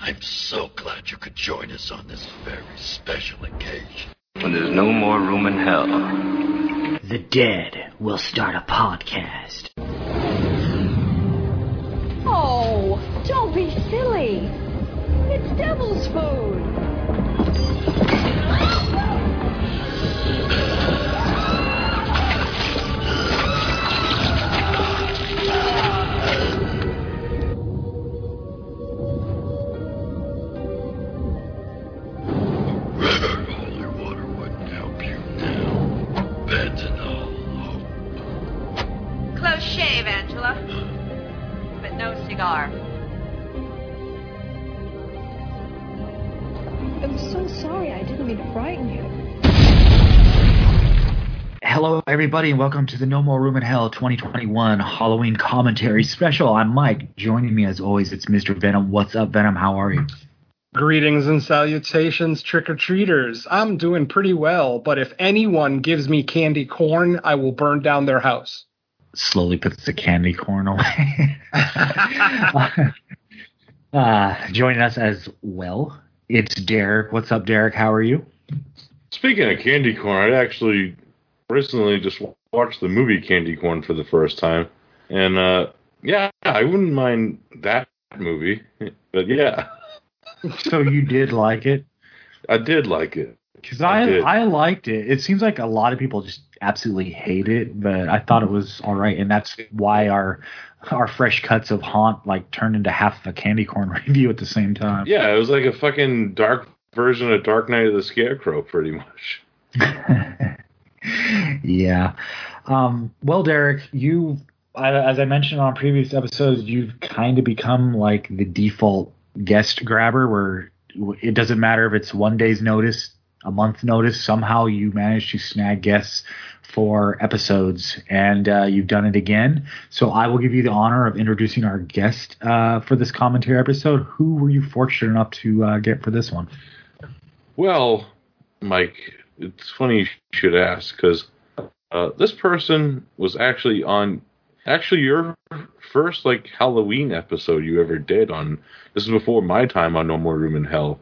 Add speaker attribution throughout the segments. Speaker 1: I'm so glad you could join us on this very special occasion.
Speaker 2: When there's no more room in hell.
Speaker 3: The dead will start a podcast.
Speaker 4: Oh, don't be silly. It's devil's food.
Speaker 1: River, holy water wouldn't help you now. Beds and all.
Speaker 5: Close shave, Angela. But no cigar.
Speaker 4: I'm so sorry. I didn't mean to frighten you.
Speaker 3: Hello, everybody, and welcome to the No More Room in Hell 2021 Halloween commentary special. I'm Mike. Joining me, as always, it's Mr. Venom. What's up, Venom? How are you?
Speaker 6: Greetings and salutations, trick or treaters. I'm doing pretty well, but if anyone gives me candy corn, I will burn down their house.
Speaker 3: Slowly puts the candy corn away. uh, joining us as well, it's Derek. What's up, Derek? How are you?
Speaker 7: Speaking of candy corn, I actually recently just w- watched the movie Candy Corn for the first time, and uh, yeah, I wouldn't mind that movie, but yeah,
Speaker 3: So you did like it?
Speaker 7: I did like it.
Speaker 3: Because I
Speaker 7: I did.
Speaker 3: I liked it. It seems like a lot of people just absolutely hate it, but I thought it was all right, and that's why our our fresh cuts of Haunt like turned into half a candy corn review at the same time.
Speaker 7: Yeah, it was like a fucking dark version of Dark Knight of the Scarecrow, pretty much.
Speaker 3: yeah. Um, well, Derek, you, I- as I mentioned on previous episodes, you've kind of become like the default guest grabber, where it doesn't matter if it's one day's notice, a month notice. Somehow you manage to snag guests for episodes, and uh, you've done it again. So I will give you the honor of introducing our guest uh, for this commentary episode. Who were you fortunate enough to uh, get for this one?
Speaker 7: Well, Mike, it's funny you should ask because uh, this person was actually on actually your first like Halloween episode you ever did on this is before my time on No More Room in Hell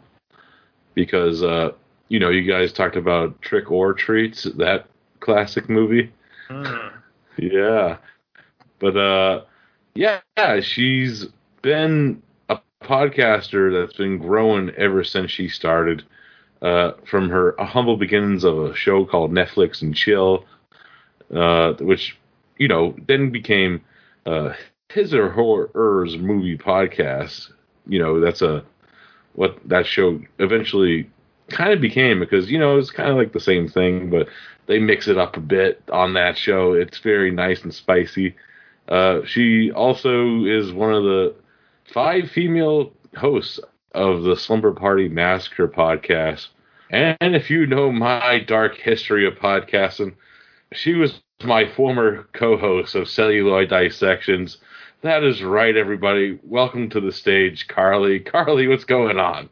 Speaker 7: because uh, you know you guys talked about Trick or Treats that classic movie yeah but uh yeah she's been a podcaster that's been growing ever since she started uh, from her humble beginnings of a show called Netflix and Chill, uh, which, you know, then became uh, his or hers movie podcast. You know, that's a what that show eventually kind of became because you know it's kind of like the same thing, but they mix it up a bit on that show. It's very nice and spicy. Uh, she also is one of the five female hosts of the Slumber Party Massacre podcast. And if you know my dark history of podcasting, she was my former co host of Celluloid Dissections. That is right, everybody. Welcome to the stage, Carly. Carly, what's going on?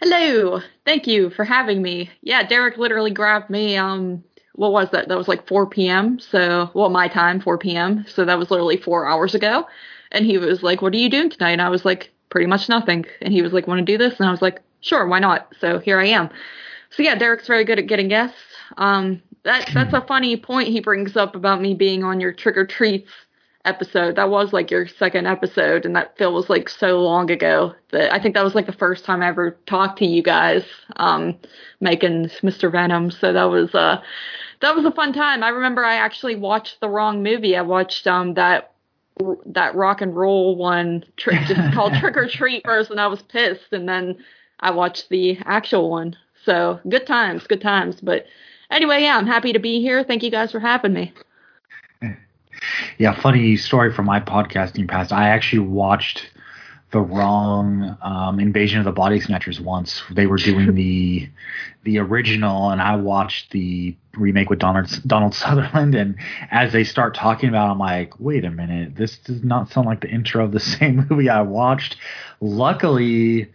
Speaker 8: Hello. Thank you for having me. Yeah, Derek literally grabbed me. Um, what was that? That was like 4 p.m. So, well, my time, 4 p.m. So that was literally four hours ago. And he was like, "What are you doing tonight?" And I was like, "Pretty much nothing." And he was like, "Want to do this?" And I was like, "Sure, why not?" So here I am. So yeah, Derek's very good at getting guests. Um, that that's a funny point he brings up about me being on your trick or treats episode. That was like your second episode, and that feels like so long ago. That I think that was like the first time I ever talked to you guys, um, making Mr. Venom. So that was uh, that was a fun time. I remember I actually watched the wrong movie. I watched um that that rock and roll one trick just called Trick or Treat first, and I was pissed, and then I watched the actual one. So good times, good times. But anyway, yeah, I'm happy to be here. Thank you guys for having me.
Speaker 3: Yeah, funny story from my podcasting past. I actually watched the wrong um, Invasion of the Body Snatchers once. They were doing the the original, and I watched the remake with Donald Donald Sutherland. And as they start talking about, it, I'm like, wait a minute, this does not sound like the intro of the same movie I watched. Luckily,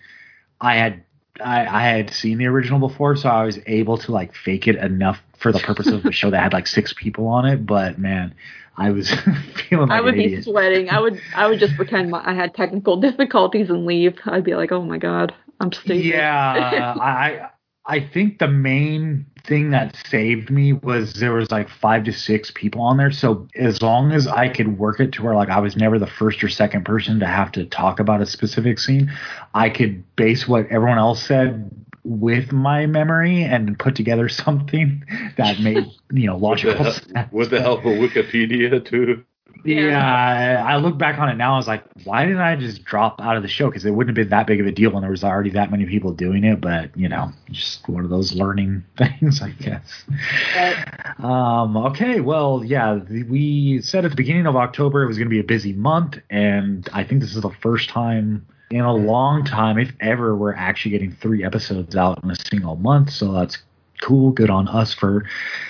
Speaker 3: I had I, I had seen the original before, so I was able to like fake it enough for the purpose of a show that had like six people on it. But man, I was feeling like
Speaker 8: I would
Speaker 3: an
Speaker 8: be
Speaker 3: idiot.
Speaker 8: sweating. I would I would just pretend my, I had technical difficulties and leave. I'd be like, oh my god, I'm stupid.
Speaker 3: Yeah, I I think the main thing that saved me was there was like five to six people on there. So as long as I could work it to where like I was never the first or second person to have to talk about a specific scene, I could base what everyone else said with my memory and put together something that made you know
Speaker 7: With
Speaker 3: logical
Speaker 7: the,
Speaker 3: sense.
Speaker 7: with the help of Wikipedia too.
Speaker 3: Yeah, I I look back on it now. I was like, why didn't I just drop out of the show? Because it wouldn't have been that big of a deal when there was already that many people doing it. But you know, just one of those learning things, I guess. Um, okay, well, yeah, the- we said at the beginning of October it was going to be a busy month, and I think this is the first time in a long time, if ever, we're actually getting three episodes out in a single month. So that's cool. Good on us for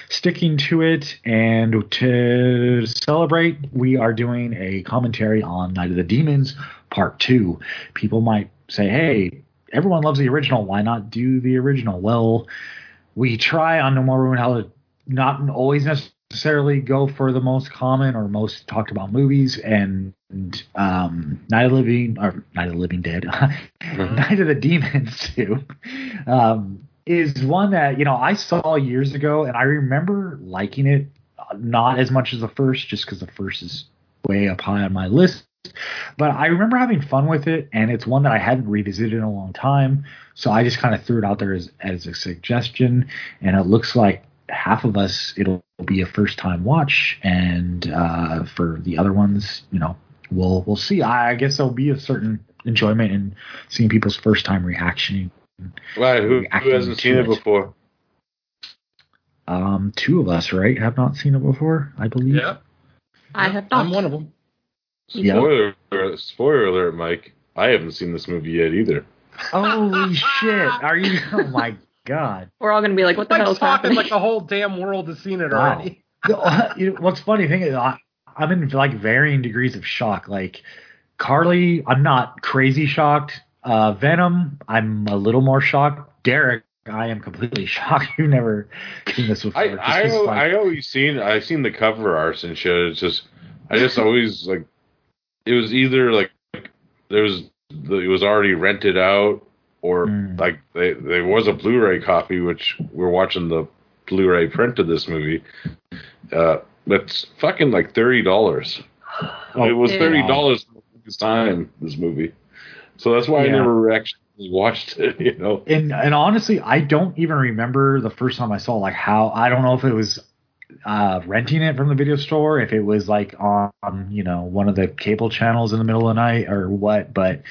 Speaker 3: sticking to it. And to celebrate, we are doing a commentary on Night of the Demons Part 2. People might say, hey, everyone loves the original. Why not do the original? Well, we try on No More Room in Hell to not always necessarily go for the most common or most talked about movies. And um, Night of the Living, or Night of the Living Dead, Night of the Demons 2 um, is one that, you know, I saw years ago and I remember liking it uh, not as much as the first, just because the first is way up high on my list. But I remember having fun with it, and it's one that I hadn't revisited in a long time. So I just kind of threw it out there as, as a suggestion. And it looks like half of us, it'll be a first time watch. And uh, for the other ones, you know, we'll we'll see. I, I guess there'll be a certain enjoyment in seeing people's first time reaction.
Speaker 7: Right, who, who
Speaker 3: Reacting
Speaker 7: hasn't
Speaker 3: to
Speaker 7: seen it
Speaker 3: it.
Speaker 7: before?
Speaker 3: Um, two of us, right, have not seen it before, I believe.
Speaker 6: Yeah,
Speaker 8: I have not.
Speaker 6: I'm one of them.
Speaker 3: Yeah.
Speaker 7: Spoiler, spoiler alert, Mike. I haven't seen this movie yet either.
Speaker 3: Holy shit! Are you? Oh my god!
Speaker 8: We're all gonna be like, what the hell
Speaker 6: Like
Speaker 8: is happening?
Speaker 6: stopping like the whole damn world has seen it
Speaker 3: Wow.
Speaker 6: already.
Speaker 3: No, uh, you know, what's funny thing is I, I'm in like varying degrees of shock. Like Carly, I'm not crazy shocked. Uh, Venom, I'm a little more shocked. Derek, I am completely shocked. You've never seen this before.
Speaker 7: I
Speaker 3: This
Speaker 7: I,
Speaker 3: is like-
Speaker 7: I always seen I've seen the cover arts and shit. It's just I just always like it was either like, like, there was it was already rented out or
Speaker 3: Mm.
Speaker 7: like they, there was a Blu-ray copy which we're watching the Blu-ray print of this movie. Uh, that's fucking like thirty dollars.
Speaker 3: Oh,
Speaker 7: it was
Speaker 8: Yeah.
Speaker 7: thirty dollars this time this movie, so that's why I
Speaker 3: Yeah.
Speaker 7: never actually watched it. You know.
Speaker 3: and and honestly, I don't even remember the first time I saw like how I don't know if it was uh, renting it from the video store, if it was like on you know one of the cable channels in the middle of the night or what. But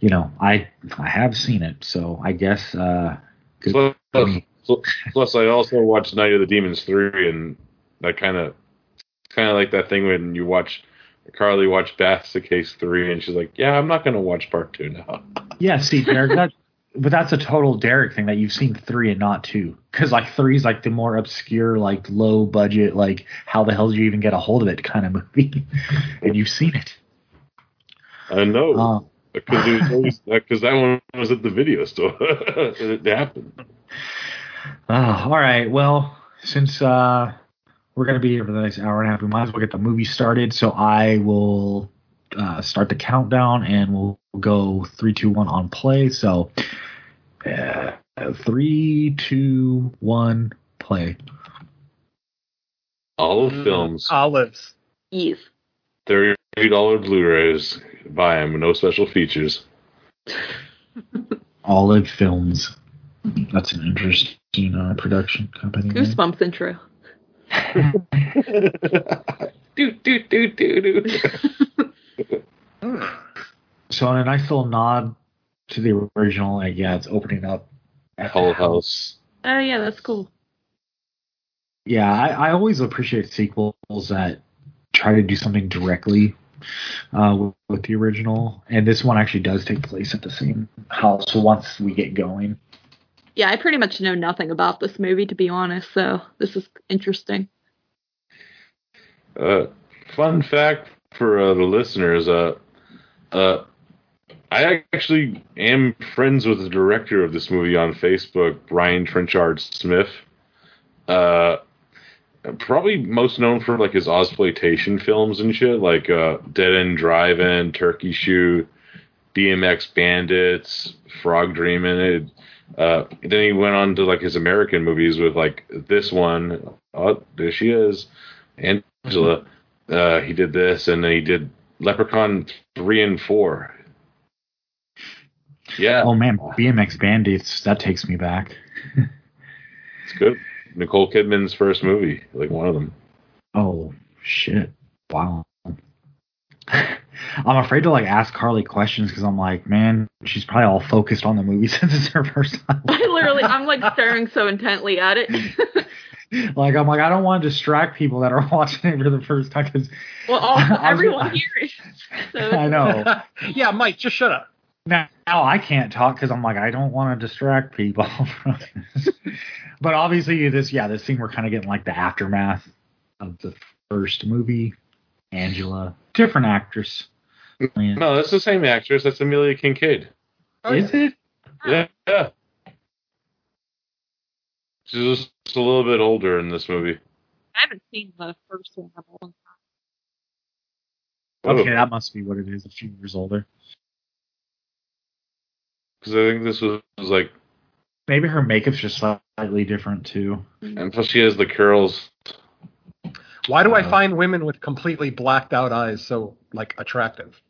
Speaker 3: you know, I I have seen it, so I guess uh, good
Speaker 7: Plus,
Speaker 3: for me.
Speaker 7: plus, plus, I also watched Night of the Demons three, and that kind of kind of like that thing when you watch Carly watch Baths the Case three, and she's like, "Yeah, I'm not gonna watch part two now."
Speaker 3: Yeah, see, Derek, that, but that's a total Derek thing that you've seen three and not two. Because like three is like the more obscure, like low budget, like how the hell did you even get a hold of it kind of movie, and you've seen it.
Speaker 7: I know
Speaker 3: Uh,
Speaker 7: because it was always because that one was at the video store. it happened.
Speaker 3: Uh, all right. Well, since uh, we're going to be here for the next hour and a half, we might as well get the movie started. So I will uh, start the countdown and we'll go three, two, one on play. So uh, three, two, one, play.
Speaker 7: All
Speaker 6: Mm.
Speaker 7: of films,
Speaker 6: Olives.
Speaker 8: Yes.
Speaker 7: thirty dollar Blu-rays. Buy them, no special features.
Speaker 3: Olive Films. That's an interesting uh, production company. name.
Speaker 8: Goosebumps intro.
Speaker 7: do do do do do.
Speaker 3: So, on a nice little nod to the original, like, yeah, it's opening up at the
Speaker 7: Hull House.
Speaker 8: Oh yeah, that's cool.
Speaker 3: Yeah, I, I always appreciate sequels that try to do something directly uh, with, with the original, and this one actually does take place at the same house once we get going.
Speaker 8: Yeah, I pretty much know nothing about this movie to be honest, so this is interesting.
Speaker 7: Uh, fun fact for uh, the listeners: uh, uh, I actually am friends with the director of this movie on Facebook, Brian Trenchard Smith. Uh, probably most known for like his Ozploitation films and shit, like uh, Dead End Drive In, Turkey Shoot, BMX Bandits, Frog Dreamin'. It, uh, then he went on to like his American movies with like this one. Oh, there she is, Angela. Uh, he did this, and then he did Leprechaun three and four. Yeah,
Speaker 3: Oh man, BMX Bandits. That takes me back.
Speaker 7: it's good. Nicole Kidman's first movie, like one of them.
Speaker 3: Oh shit! Wow. I'm afraid to like ask Carly questions because I'm like, man, she's probably all focused on the movie since it's her first time.
Speaker 8: I literally, I'm like staring so intently at it.
Speaker 3: like, I'm like, I don't want to distract people that are watching it for the first time because
Speaker 8: well, all,
Speaker 3: I was-
Speaker 8: everyone here is.
Speaker 3: I
Speaker 8: So
Speaker 3: know
Speaker 6: yeah, Mike, just shut up.
Speaker 3: now, now I can't talk because I'm like, I don't want to distract people. from this. but obviously, this yeah, this scene we're kind of getting like the aftermath of the first movie. Angela, different actress. playing-
Speaker 7: No, that's the same actress. That's Amelia Kincaid. Oh,
Speaker 6: Oh,
Speaker 3: Is it?
Speaker 7: Yeah. yeah. She's just- just a little bit older in this movie.
Speaker 8: I haven't seen the first one in a long
Speaker 7: Oh.
Speaker 3: Okay, that must be what it is. A few years older.
Speaker 7: Because I think this was, was like,
Speaker 3: Maybe her makeup's just slightly different too.
Speaker 7: and plus she has the curls.
Speaker 6: Why do I
Speaker 7: Uh,
Speaker 6: find women with completely blacked out eyes so like attractive?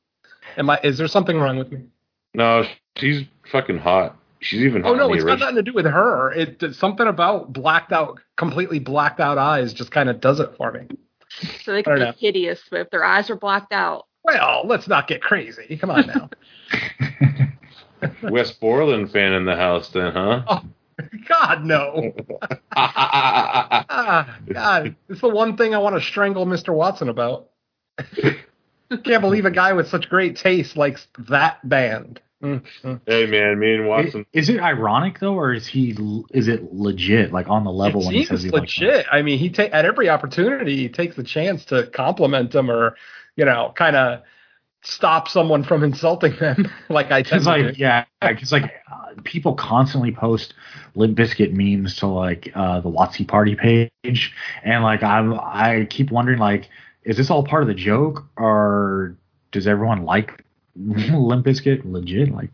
Speaker 6: Am I? Is there something wrong with me?
Speaker 7: No, she's fucking hot. She's even hot.
Speaker 6: Oh no,
Speaker 7: in
Speaker 6: it's
Speaker 7: the
Speaker 6: got
Speaker 7: original.
Speaker 6: nothing to do with her. It it's something about blacked out, completely blacked out eyes just kind of does it for me.
Speaker 8: time. So they
Speaker 6: I
Speaker 8: can
Speaker 6: don't
Speaker 8: be
Speaker 6: know.
Speaker 8: hideous, but if their eyes are blacked out,
Speaker 6: Well, let's not get crazy. Come on now.
Speaker 7: West Borland fan in the house, then,
Speaker 6: God no.
Speaker 7: huh?
Speaker 6: Ah, God, it's the one thing I want to strangle Mr. Watson about. Can't believe a guy with such great taste likes that band. Mm, mm.
Speaker 7: hey, man, me and
Speaker 3: I-
Speaker 7: Watson.
Speaker 3: Is it ironic though, or is he? l- Is it legit? Like on the level
Speaker 6: It
Speaker 3: when he
Speaker 6: seems
Speaker 3: says he likes them?
Speaker 6: legit. I mean, he ta- at every opportunity he takes the chance to compliment them or, you know, kind of stop someone from insulting them. like I
Speaker 3: Cause
Speaker 6: tend to
Speaker 3: like
Speaker 6: do.
Speaker 3: yeah, because like uh, people constantly post Limp Biscuit memes to like uh, the Watsy Party page, and like I'm I keep wondering like, is this all part of the joke, or does everyone like Limp Biscuit legit? Like,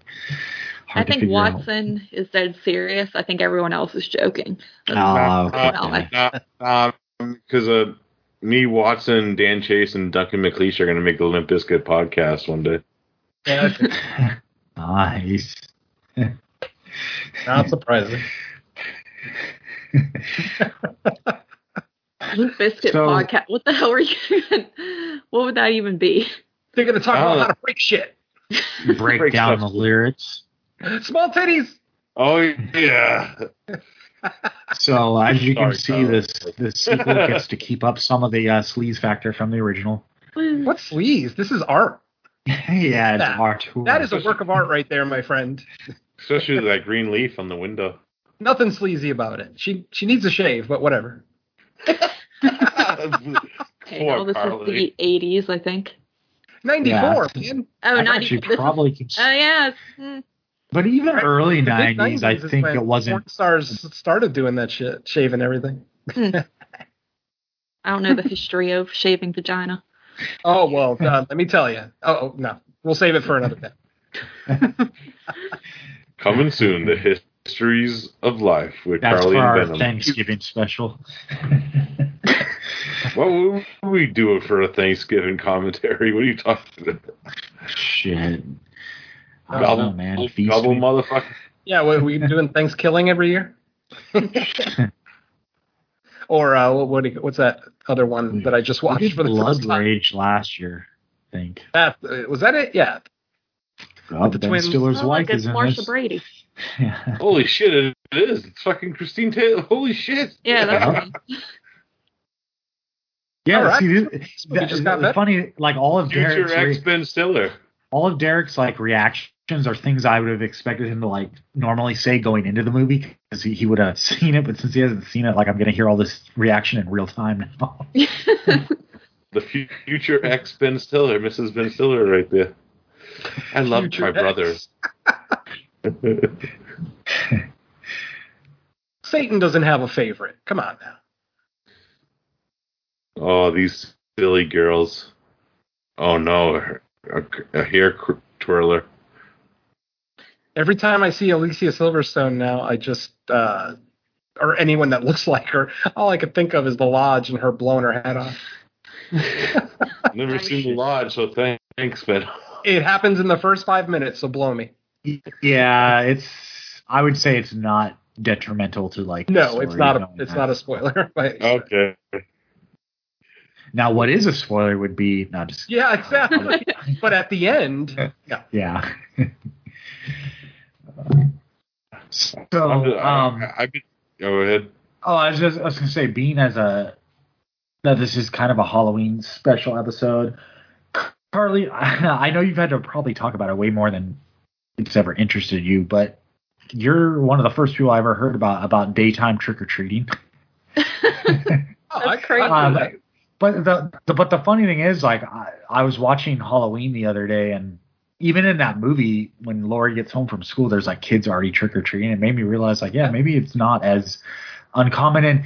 Speaker 8: I
Speaker 3: hard to
Speaker 8: think
Speaker 3: figure out.
Speaker 8: Watson is dead serious. I think everyone else is joking.
Speaker 3: Oh, okay.
Speaker 8: Well, I-
Speaker 7: Because um, uh, me, Watson, Dan Chase, and Duncan McLeish are going to make the Limp Bizkit podcast one day.
Speaker 6: Yeah, it's
Speaker 3: Ah, nice.
Speaker 6: not surprising.
Speaker 8: Limp Biscuit
Speaker 3: So-
Speaker 8: podcast. What the hell are you? what would that even be?
Speaker 6: They're gonna talk
Speaker 7: Oh.
Speaker 6: about how
Speaker 3: Uh,
Speaker 6: to break shit.
Speaker 3: Break
Speaker 7: Break
Speaker 3: down
Speaker 7: stuff.
Speaker 3: the lyrics.
Speaker 6: Small titties.
Speaker 7: Oh, yeah.
Speaker 3: So as you can
Speaker 7: Sorry,
Speaker 3: see,
Speaker 7: Tyler.
Speaker 3: this this sequel gets to keep up some of the uh, sleaze factor from the original.
Speaker 6: What sleaze? This is art.
Speaker 3: yeah, it's
Speaker 6: That-
Speaker 3: our tour.
Speaker 6: That is a work of art right there, my friend.
Speaker 7: Especially that green leaf on the window.
Speaker 6: Nothing sleazy about it. She she needs a shave, but whatever.
Speaker 8: Okay, well, this is the 80s, I think.
Speaker 6: Ninety four, man.
Speaker 8: Oh,
Speaker 3: I
Speaker 8: not
Speaker 3: actually
Speaker 8: even. This is,
Speaker 3: probably can,
Speaker 8: oh, yeah. it's- mm.
Speaker 3: but even
Speaker 6: Right.
Speaker 3: early
Speaker 6: The mid-
Speaker 3: '90s, I
Speaker 6: is
Speaker 3: think
Speaker 6: when
Speaker 3: it wasn't.
Speaker 6: porn stars started doing that shit, shaving everything.
Speaker 8: I don't know the history of shaving vagina.
Speaker 6: Oh well, uh, let me tell you. Oh, oh, no, we'll save it for another day.
Speaker 7: Coming soon, the histories of life with
Speaker 3: That's
Speaker 7: Carly
Speaker 3: for our
Speaker 7: and Venom.
Speaker 3: Thanksgiving special.
Speaker 7: What would we do for a Thanksgiving commentary? What are you talking about?
Speaker 3: Shit. I don't know,
Speaker 7: Double,
Speaker 3: man. Feast
Speaker 7: double
Speaker 3: me.
Speaker 7: motherfucker.
Speaker 6: Yeah, what we doing Thanksgiving every year? or uh, what, what do you- what's that other one that I just
Speaker 3: we
Speaker 6: watched
Speaker 3: did
Speaker 6: for the
Speaker 3: Blood
Speaker 6: first time?
Speaker 3: Rage last year, I think.
Speaker 6: That, uh, was that it? Yeah.
Speaker 3: Oh,
Speaker 6: the
Speaker 3: ben
Speaker 6: twins.
Speaker 3: Stiller's
Speaker 8: oh,
Speaker 3: wife
Speaker 8: look,
Speaker 3: is
Speaker 8: it's
Speaker 3: in
Speaker 8: Marsha
Speaker 3: this.
Speaker 8: Brady.
Speaker 3: Yeah.
Speaker 7: Holy shit, it it is. It's fucking Christine Taylor. Holy shit.
Speaker 8: Yeah, that's
Speaker 3: Yeah.
Speaker 8: me.
Speaker 3: Yeah,
Speaker 6: All right.
Speaker 3: see, this,
Speaker 6: This movie
Speaker 3: that-
Speaker 6: just got
Speaker 3: the
Speaker 6: better.
Speaker 3: funny, like all of
Speaker 7: Future
Speaker 3: Derek's,
Speaker 7: ex
Speaker 3: re-
Speaker 7: Ben Stiller.
Speaker 3: all of Derek's like reactions are things I would have expected him to like normally say going into the movie because he, he would have seen it, but since he hasn't seen it, like I'm gonna hear all this reaction in real time now.
Speaker 7: The fu- future ex Ben Stiller. Mrs. Ben Stiller right there. I loved
Speaker 6: Future
Speaker 7: my
Speaker 6: ex.
Speaker 7: brother.
Speaker 6: Satan doesn't have a favorite. Come on now.
Speaker 7: oh, these silly girls. Oh no, a, a- a hair cr- twirler.
Speaker 6: Every time I see Alicia Silverstone now, I just uh, or anyone that looks like her, all I could think of is the lodge and her blowing her head off.
Speaker 7: Never
Speaker 5: Nice.
Speaker 7: seen the lodge, so thank- thanks, man.
Speaker 6: It happens in the first five minutes, so blow me.
Speaker 3: Yeah, it's. I would say it's not detrimental to like. the
Speaker 6: No,
Speaker 3: story
Speaker 6: it's not a
Speaker 3: knowing
Speaker 6: it's
Speaker 3: that.
Speaker 6: not a spoiler. but-
Speaker 7: Okay.
Speaker 3: Now, what is a spoiler would be not just.
Speaker 6: Yeah, exactly. but at the end, yeah.
Speaker 3: Yeah. so
Speaker 7: I'm just- I-
Speaker 3: um,
Speaker 7: I- I've been- go ahead.
Speaker 3: Oh, I was just I was gonna say, being as a that this is kind of a Halloween special episode, Carly. I know you've had to probably talk about it way more than it's ever interested you, but you're one of the first people I ever heard about about daytime trick or treating.
Speaker 6: Oh,
Speaker 8: That's
Speaker 6: I- I-
Speaker 8: crazy.
Speaker 3: Um, but the, the but the funny thing is, like I, I was watching Halloween the other day, and even in that movie, when Lori gets home from school, there's like kids already trick or treating. It made me realize, like, yeah, maybe it's not as uncommon. And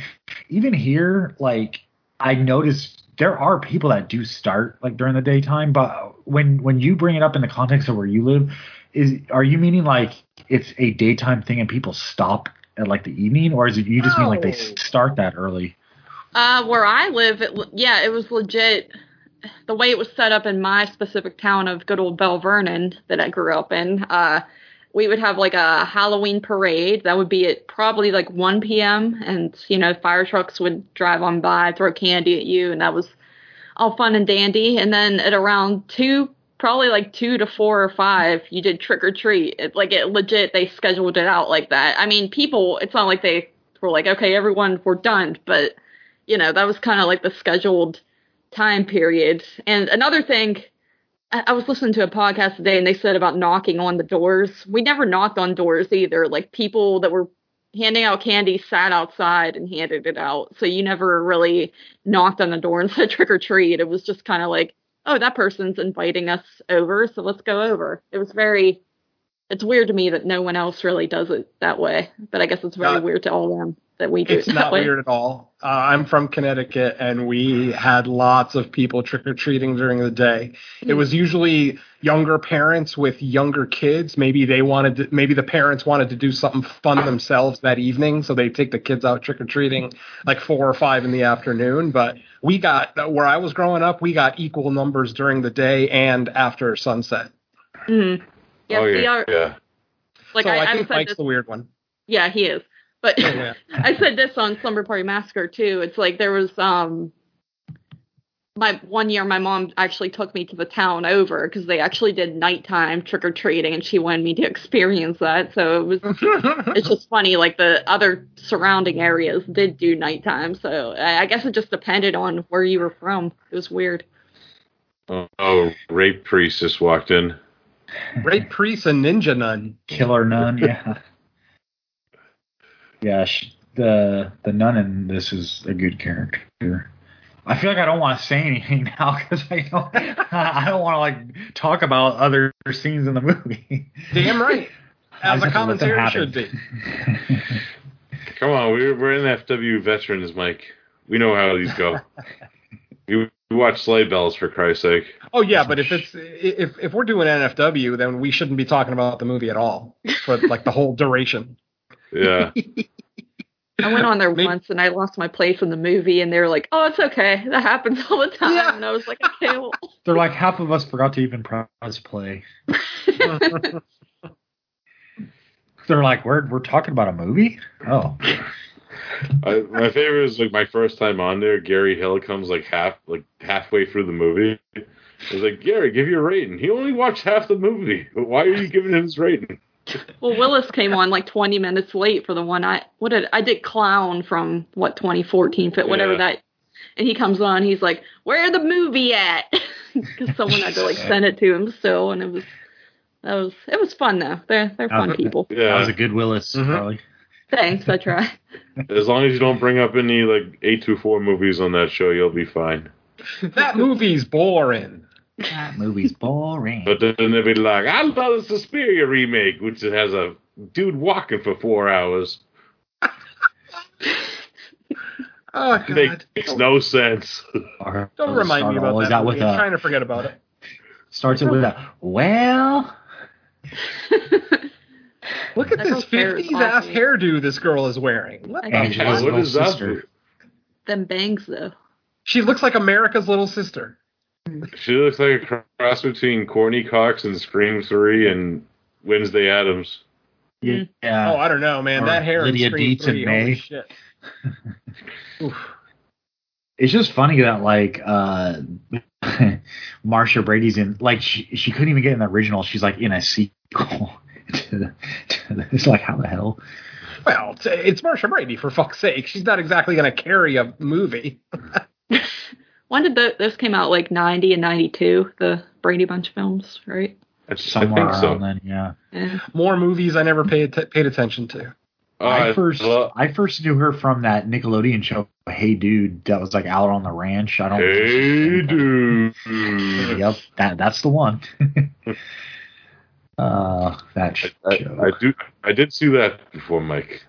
Speaker 3: even here, like I noticed there are people that do start like during the daytime, but when when you bring it up in the context of where you live, is are you meaning like it's a daytime thing and people stop at like the evening, or is it you just mean like they
Speaker 6: No.
Speaker 3: start that early?
Speaker 8: Uh, where I live, it, le- yeah, it was legit. The way it was set up in my specific town of good old Bell Vernon that I grew up in, uh, we would have like a Halloween parade. That would be at probably like 1 p.m. And, you know, fire trucks would drive on by, throw candy at you, and that was all fun and dandy. And then at around 2, probably like 2 to 4 or 5, you did trick or treat. It, like, it legit, they scheduled it out like that. I mean, people, it's not like they were like, okay, everyone, we're done, but you know that was kind of like the scheduled time period and another thing I, I was listening to a podcast today and they said about knocking on the doors we never knocked on doors either like people that were handing out candy sat outside and handed it out so you never really knocked on the door and said trick or treat it was just kind of like oh that person's inviting us over so let's go over it was very it's weird to me that no one else really does it that way but i guess it's very
Speaker 6: Not-
Speaker 8: weird to all them that we do
Speaker 6: It's
Speaker 8: it that
Speaker 6: not
Speaker 8: way
Speaker 6: weird at all. Uh, I'm from Connecticut, and we had lots of people trick or treating during the day. It
Speaker 8: Hmm.
Speaker 6: was usually younger parents with younger kids. Maybe they wanted, to, maybe the parents wanted to do something fun themselves that evening, so they take the kids out trick or treating like four or five in the afternoon. But we got where I was growing up, we got equal numbers during the day and after sunset.
Speaker 8: Mhm. Yeah,
Speaker 7: oh,
Speaker 8: see,
Speaker 7: yeah,
Speaker 8: our-
Speaker 7: yeah.
Speaker 8: like
Speaker 6: so
Speaker 8: I,
Speaker 6: I,
Speaker 8: I
Speaker 6: think
Speaker 8: said
Speaker 6: Mike's
Speaker 8: this.
Speaker 6: the weird one.
Speaker 8: Yeah, he is. But
Speaker 6: Oh, yeah.
Speaker 8: I said this on Slumber Party Massacre too. It's like there was um my one year my mom actually took me to the town over because they actually did nighttime trick or treating and she wanted me to experience that. So it was it's just funny like the other surrounding areas did do nighttime. So I, I guess it just depended on where you were from. It was weird.
Speaker 7: Oh, oh, rape priest just walked in.
Speaker 6: Great priest and ninja nun.
Speaker 3: Killer nun, yeah. yeah, sh the the nun in this is a good character. I feel like I don't want to say anything now because I don't I don't want to like talk about other scenes in the movie.
Speaker 6: Damn right. As
Speaker 3: I
Speaker 6: a
Speaker 3: just have to let them
Speaker 6: commentary
Speaker 3: happen.
Speaker 6: should be.
Speaker 7: Come on, we're we're in FW veterans, Mike. We know how these go. you you watch sleigh bells for Christ's sake.
Speaker 6: Oh yeah, but if it's if if we're doing NFW, then we shouldn't be talking about the movie at all for like the whole duration.
Speaker 7: Yeah.
Speaker 8: I went on there
Speaker 6: Maybe-
Speaker 8: once and I lost my place in the movie, and they were like, "Oh, it's okay. That happens all the time."
Speaker 6: Yeah.
Speaker 8: And I was like, "Okay, well."
Speaker 3: They're like half of us forgot to even press play. They're like, we're we're talking about a movie? Oh.
Speaker 7: I, my favorite is like my first time on there. Gary Hill comes like half like halfway through the movie. I was like, Gary, give your rating. He only watched half the movie. Why are you giving him his rating?
Speaker 8: Well, Willis came on like 20 minutes late for the one I what did I did clown from what 2014 fit whatever
Speaker 7: Yeah.
Speaker 8: that, and he comes on. He's like, "Where the movie at?" Because someone had to like send it to him still, and it was that was it was fun though. They're they're
Speaker 3: Oh,
Speaker 8: fun
Speaker 3: okay.
Speaker 8: people.
Speaker 3: That was
Speaker 7: Yeah. Mm-hmm.
Speaker 3: a good Willis,
Speaker 6: Mhm.
Speaker 3: Charlie.
Speaker 8: Thanks, I try.
Speaker 7: As long as you don't bring up any like eight two four movies on that show, you'll be fine.
Speaker 6: That movie's boring.
Speaker 3: That movie's boring.
Speaker 7: But then they'd be like, I love the Suspiria remake, which it has a dude walking for four hours.
Speaker 6: Oh
Speaker 7: It
Speaker 6: god.
Speaker 7: makes no sense.
Speaker 3: Or-
Speaker 6: Don't
Speaker 3: or
Speaker 6: remind
Speaker 3: start
Speaker 6: me about
Speaker 3: always
Speaker 6: that. uh,
Speaker 3: out
Speaker 6: movie.
Speaker 3: with
Speaker 6: I'm
Speaker 3: a,
Speaker 6: trying to forget about it.
Speaker 3: starts it with a well.
Speaker 6: Look at
Speaker 8: That
Speaker 6: this
Speaker 8: girl's hair is
Speaker 6: 50s ass
Speaker 8: awesome.
Speaker 6: hairdo this girl is wearing. What
Speaker 8: I
Speaker 6: the
Speaker 8: can't-
Speaker 7: Yeah,
Speaker 3: Angela's
Speaker 7: what
Speaker 3: little
Speaker 7: is that?
Speaker 3: sister.
Speaker 8: Them bangs though.
Speaker 6: She looks like America's little sister.
Speaker 7: She looks like a cross between Courtney Cox and Scream 3 and Wednesday Adams.
Speaker 8: Mm.
Speaker 3: Yeah.
Speaker 6: oh, I don't know, man.
Speaker 3: or
Speaker 6: That hair
Speaker 3: Lydia
Speaker 6: in Scream
Speaker 3: Dietz and
Speaker 6: 3, holy
Speaker 3: May.
Speaker 6: shit. Oof.
Speaker 3: it's just funny that like uh Marsha Brady's in like she, she couldn't even get in the original. She's like in a sequel to, the, to the, it's like how the hell?
Speaker 6: Well, it's, it's Marsha Brady for fuck's sake. She's not exactly going to carry a movie.
Speaker 8: When did tho- those came out? Like ninety and ninety two, the Brady Bunch films, right?
Speaker 7: I, I
Speaker 3: Somewhere
Speaker 7: think so.
Speaker 3: around then, yeah.
Speaker 8: Yeah.
Speaker 6: More movies I never paid t- paid attention to.
Speaker 7: Oh,
Speaker 3: I first
Speaker 7: lo-
Speaker 3: I first knew her from that Nickelodeon show Hey Dude that was like out on the ranch. I don't
Speaker 7: hey, dude.
Speaker 3: Yep, that that's the one. uh that
Speaker 7: I,
Speaker 3: show.
Speaker 7: I do. I did see that before, Mike.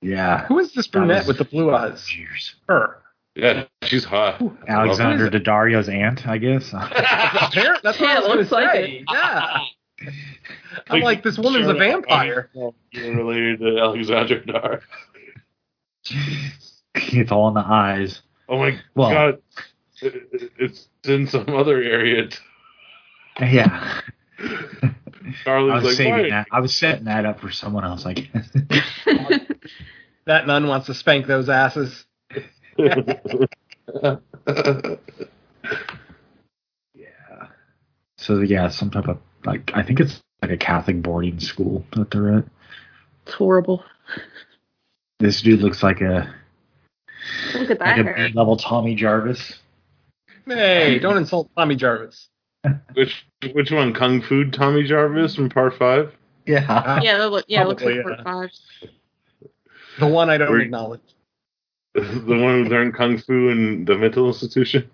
Speaker 3: yeah.
Speaker 6: Who is this
Speaker 3: That
Speaker 6: brunette
Speaker 3: was-
Speaker 6: with the blue eyes?
Speaker 3: Years.
Speaker 6: Her.
Speaker 7: Yeah, she's hot.
Speaker 3: Alexander Daddario's aunt, I guess.
Speaker 6: Apparent- That's what I
Speaker 8: Yeah,
Speaker 6: was going to
Speaker 8: looks like
Speaker 6: say.
Speaker 8: it.
Speaker 6: Yeah. I'm like, this woman's a vampire.
Speaker 7: You're related to Alexander Dar.
Speaker 3: it's all in the eyes.
Speaker 7: Oh my
Speaker 3: Well-
Speaker 7: god, It- it- it's in some other area. too.
Speaker 3: Yeah. I
Speaker 7: Charlie's
Speaker 3: was
Speaker 7: like,
Speaker 3: saving
Speaker 7: "Why?"
Speaker 3: that. I was setting that up for someone else, I guess.
Speaker 6: That nun wants to spank those asses.
Speaker 3: yeah. So yeah, some type of like I think it's like a Catholic boarding school that they're at.
Speaker 8: It's horrible.
Speaker 3: This dude looks like a
Speaker 8: Look at that
Speaker 3: like a
Speaker 8: hair.
Speaker 3: B level Tommy Jarvis.
Speaker 6: Hey, don't insult Tommy Jarvis.
Speaker 7: Which which one? Kung Fu Tommy Jarvis from Part Five.
Speaker 3: Yeah.
Speaker 8: Yeah, that look, yeah, it looks like
Speaker 6: Probably,
Speaker 8: part five.
Speaker 6: The one I don't
Speaker 7: Were-
Speaker 6: acknowledge.
Speaker 7: the one who learned Kung Fu in the mental institution.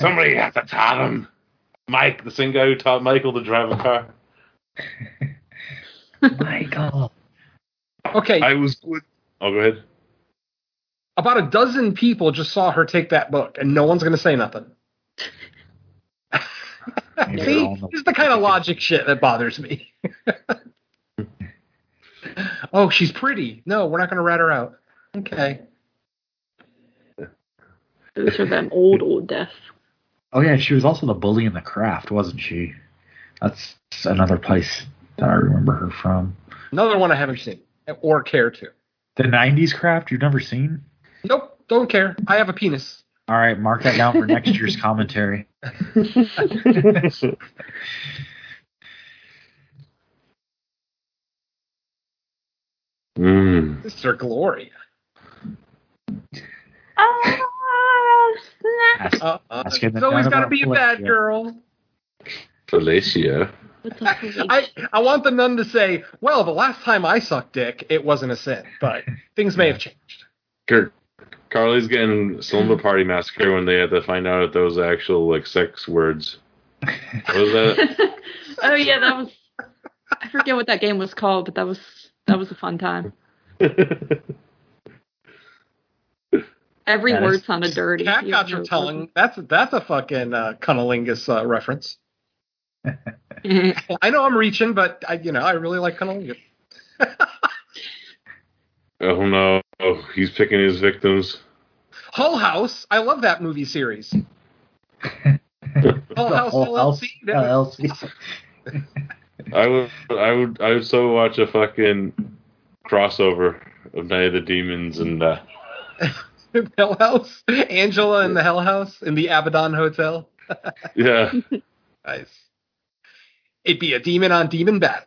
Speaker 7: Somebody has to taught him. Mike, the same guy who taught Michael to drive a car.
Speaker 3: Michael.
Speaker 6: Okay,
Speaker 7: I was good. Oh, go ahead.
Speaker 6: about a dozen people just saw her take that book, and no one's going to say nothing.
Speaker 3: Maybe they're
Speaker 6: See,
Speaker 3: all in the-
Speaker 6: this is the kind of logic shit that bothers me. oh, she's pretty. No, we're not going to rat her out. Okay.
Speaker 8: Those are them old, old death.
Speaker 3: Oh yeah, she was also the bully in the craft, wasn't she? That's another place that I remember her from.
Speaker 6: Another one I haven't seen or care to.
Speaker 3: The nineties craft you've never seen?
Speaker 6: Nope, don't care. I have a penis.
Speaker 3: All right, mark that down for next year's commentary.
Speaker 7: Mm.
Speaker 6: Sister Gloria.
Speaker 8: Oh, snap.
Speaker 3: Ask,
Speaker 6: Uh, uh,
Speaker 3: Ask
Speaker 6: it's
Speaker 3: her that
Speaker 6: always
Speaker 3: down
Speaker 6: got to
Speaker 3: about
Speaker 6: be a
Speaker 3: Felicia.
Speaker 6: bad girl.
Speaker 7: Felicia.
Speaker 8: What's up with
Speaker 6: I, I want the nun to say, well, the last time I sucked dick, it wasn't a sin, but these may have changed.
Speaker 7: Kirk. Carly's getting slumber party massacre when they had to find out if those are actual like sex words. What was
Speaker 6: uh,
Speaker 7: that?
Speaker 8: you? oh yeah, that was. I forget what that game was called, but that was that was a fun time. Every
Speaker 3: That
Speaker 8: word
Speaker 3: is-
Speaker 8: sounded dirty.
Speaker 6: Cat
Speaker 8: You
Speaker 6: got
Speaker 8: know,
Speaker 6: your
Speaker 8: it
Speaker 6: tongue. That's that's a fucking uh, cunnilingus uh, reference.
Speaker 8: wasn't-
Speaker 6: I know I'm reaching, but I, you know I really like cunnilingus.
Speaker 7: oh no, oh, he's picking his victims.
Speaker 6: Hull House. I love that movie series. Hull House
Speaker 3: Whole Oh, house,
Speaker 6: LLC. Oh, That was-
Speaker 3: LLC.
Speaker 7: I would, I would, I would so watch a fucking crossover of Night of the Demons and uh,
Speaker 6: Hell House. Angela in the Hell House in the Abaddon Hotel.
Speaker 7: yeah,
Speaker 6: Nice. It'd be a demon on demon battle.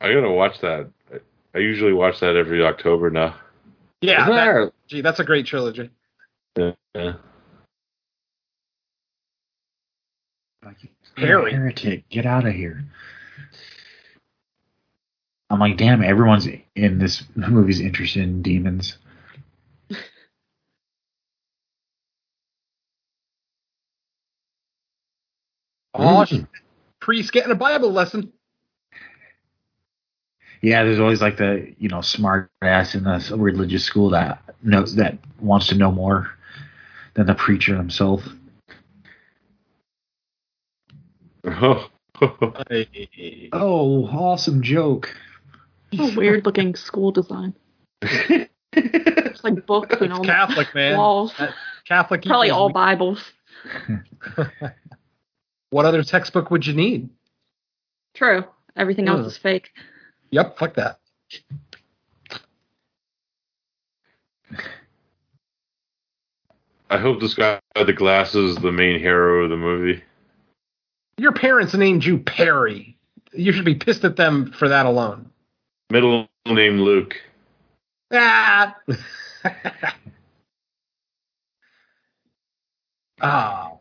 Speaker 7: I gotta watch that. I- I usually watch that every October now.
Speaker 6: Yeah, that,
Speaker 7: Isn't
Speaker 6: gee, that's a great trilogy.
Speaker 7: that- yeah.
Speaker 6: Harry.
Speaker 3: Heretic, get out of here. I'm like, damn, everyone's in this movie's interested in demons.
Speaker 6: Oh, priest getting a Bible lesson.
Speaker 3: Yeah, there's always like the you know smart ass in the religious school that knows that wants to know more than the preacher himself.
Speaker 7: Oh,
Speaker 6: Hey.
Speaker 3: Oh, awesome joke.
Speaker 8: A weird looking school design. It's like books and
Speaker 6: It's
Speaker 8: all
Speaker 6: Catholic, man.
Speaker 8: walls.
Speaker 6: That- Catholic.
Speaker 8: Probably
Speaker 6: equals
Speaker 8: all
Speaker 6: me.
Speaker 8: Bibles.
Speaker 6: What other textbook would you need?
Speaker 8: True. Everything
Speaker 6: Yeah.
Speaker 8: else is fake.
Speaker 6: Yep, fuck that.
Speaker 7: I hope this guy with the glasses is the main hero of the movie.
Speaker 6: Your parents named you Perry. You should be pissed at them for that alone.
Speaker 7: Middle name Luke.
Speaker 6: Ah. oh.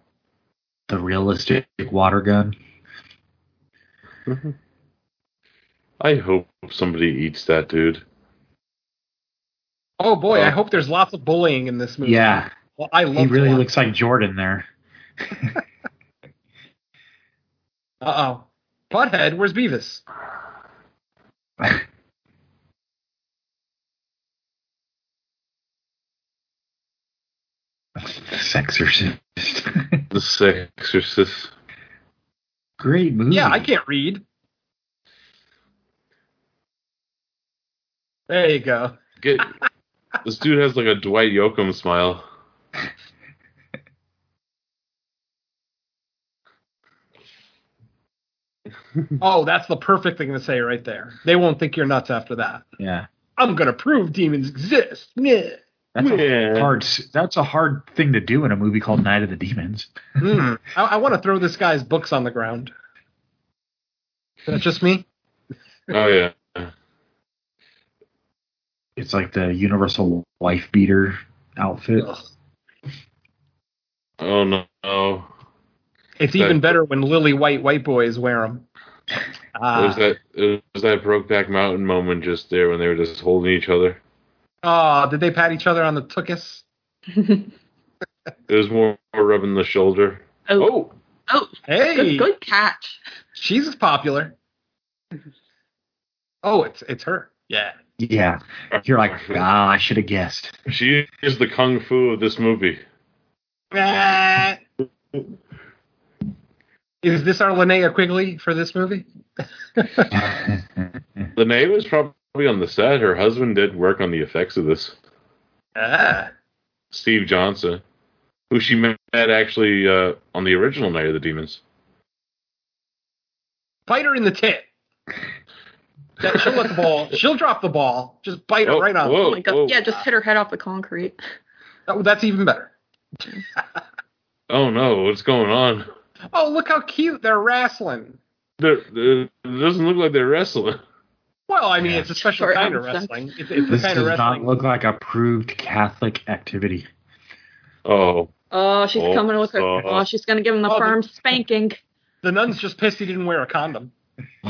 Speaker 3: The realistic water gun.
Speaker 7: I hope somebody eats that dude.
Speaker 6: Oh boy, I hope there's lots of bullying in this movie.
Speaker 3: Yeah,
Speaker 6: Well, I
Speaker 3: he
Speaker 6: love
Speaker 3: really
Speaker 6: that.
Speaker 3: looks like Jordan there.
Speaker 6: Uh oh. Butthead, where's Beavis?
Speaker 3: Sexorcist.
Speaker 7: The Sexorcist.
Speaker 3: Great movie.
Speaker 6: Yeah, I can't read. There you go.
Speaker 7: Get this dude has like a Dwight Yoakam smile.
Speaker 6: Oh, that's the perfect thing to say right there. They won't think you're nuts after that.
Speaker 3: Yeah.
Speaker 6: I'm gonna prove demons exist. Yeah.
Speaker 3: That's a
Speaker 7: Yeah.
Speaker 3: hard. s- That's a hard thing to do in a movie called Night of the Demons.
Speaker 6: Hmm. I, I want to throw this guy's books on the ground. Is that just me?
Speaker 7: Oh yeah.
Speaker 3: It's like the universal wife beater outfit.
Speaker 6: Ugh.
Speaker 7: Oh no. no.
Speaker 6: It's even better when Lily White white boys wear Ah. them.
Speaker 7: It
Speaker 6: Uh,
Speaker 7: was that it was that Brokeback Mountain moment just there when they were just holding each other.
Speaker 6: oh, did they pat each other on the tuchus?
Speaker 7: It was more rubbing the shoulder.
Speaker 8: Oh,
Speaker 7: Oh,
Speaker 8: oh,
Speaker 6: Hey,
Speaker 8: good, good catch.
Speaker 6: she's popular. Oh, it's it's her. Yeah.
Speaker 3: Yeah. You're like, ah, I should have guessed.
Speaker 7: she is the kung fu of this movie.
Speaker 6: Ah. Is this our Linnea Quigley for this movie?
Speaker 7: The name was probably on the set. Her husband did work on the effects of this.
Speaker 6: Ah.
Speaker 7: Steve Johnson, who she met actually uh, on the original Night of the Demons.
Speaker 6: Bite her in the tit. That- she'll let the ball. She'll drop the ball. Just bite her
Speaker 7: Whoa,
Speaker 6: right on.
Speaker 7: whoa,
Speaker 8: Oh, my god.
Speaker 7: whoa.
Speaker 8: Yeah, just hit her head off the concrete.
Speaker 6: Oh, that's even better.
Speaker 7: Oh no, what's going on?
Speaker 6: Oh, look how cute they're wrestling.
Speaker 7: They're, they're, it doesn't look like they're wrestling.
Speaker 6: Well, I mean,
Speaker 3: Yeah.
Speaker 6: it's a special
Speaker 8: Sorry,
Speaker 6: kind of
Speaker 8: I'm sorry.
Speaker 6: wrestling. It's, it's the
Speaker 3: This
Speaker 6: kind of
Speaker 3: does not
Speaker 6: wrestling.
Speaker 3: look like approved Catholic activity.
Speaker 7: Oh,
Speaker 8: Oh, she's
Speaker 7: Oh,
Speaker 8: coming with her.
Speaker 7: uh,
Speaker 8: oh, she's gonna give him the
Speaker 6: Oh, the-
Speaker 8: firm spanking.
Speaker 6: the nun's just pissed he didn't wear a condom.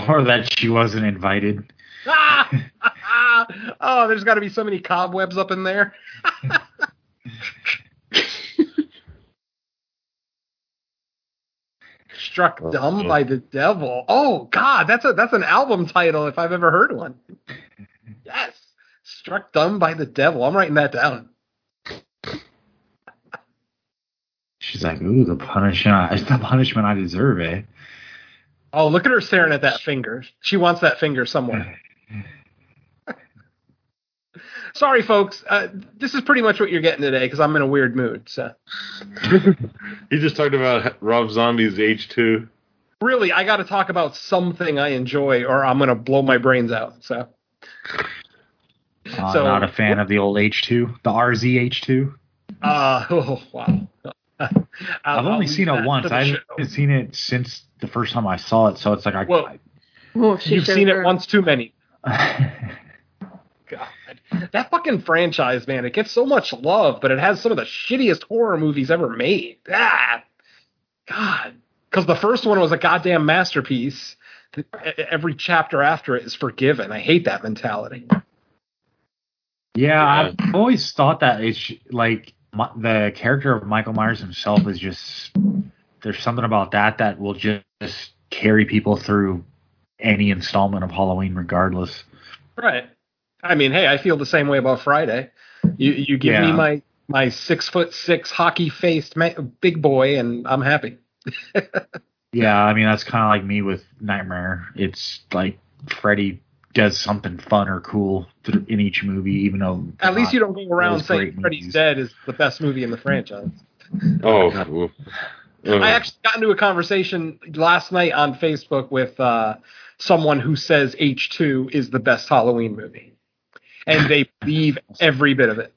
Speaker 3: Or that she wasn't invited.
Speaker 6: Ah! oh, there's got to be so many cobwebs up in there. Struck dumb by the devil. Oh God, that's a that's an album title if I've ever heard one. Yes, struck dumb by the devil. I'm writing that down.
Speaker 3: She's like, ooh, the punishment! It's the punishment I deserve, eh?
Speaker 6: Oh, look at her staring at that finger. She wants that finger somewhere. Sorry, folks. Uh, this is pretty much what you're getting today because I'm in a weird mood. So.
Speaker 7: you just talked about Rob Zombie's H two.
Speaker 6: really i got to talk about something i enjoy or i'm going to blow my brains out so
Speaker 3: Uh,
Speaker 6: So-
Speaker 3: not a fan of the old H2, the RZH2.
Speaker 6: uh oh wow I'll-
Speaker 3: I've only
Speaker 6: I'll
Speaker 3: seen
Speaker 6: leave
Speaker 3: it
Speaker 6: that
Speaker 3: once.
Speaker 6: to the
Speaker 3: I
Speaker 6: show.
Speaker 3: haven't seen it since the first time I saw it, so it's like I.
Speaker 6: Whoa.
Speaker 8: Oh, she
Speaker 6: you've
Speaker 8: showed
Speaker 6: seen
Speaker 8: her.
Speaker 6: it once too many
Speaker 3: I-
Speaker 6: god that fucking franchise man it gets so much love but it has some of the shittiest horror movies ever made ah god because the first one was a goddamn masterpiece The- e- every chapter after it is forgiven i hate that mentality
Speaker 3: yeah, I've- I've always thought that it's like my, the character of Michael Myers himself is just there's something about that that will just carry people through any installment of Halloween, regardless.
Speaker 6: Right. I mean, hey, I feel the same way about Friday. You you give
Speaker 3: Yeah.
Speaker 6: me my my six foot six hockey faced ma- big boy, and I'm happy.
Speaker 3: Yeah, I mean that's kind of like me with Nightmare. It's like Freddy does something fun or cool th- in each movie, even though
Speaker 6: At least you don't go around
Speaker 3: Those
Speaker 6: saying
Speaker 3: Ah, great
Speaker 6: Freddy's
Speaker 3: movies.
Speaker 6: Dead is the best movie in the franchise.
Speaker 7: Oh,
Speaker 3: God.
Speaker 7: oof.
Speaker 6: I
Speaker 7: Ugh.
Speaker 6: actually got into a conversation last night on Facebook with uh, someone who says H2 is the best Halloween movie. And they believe every bit of it.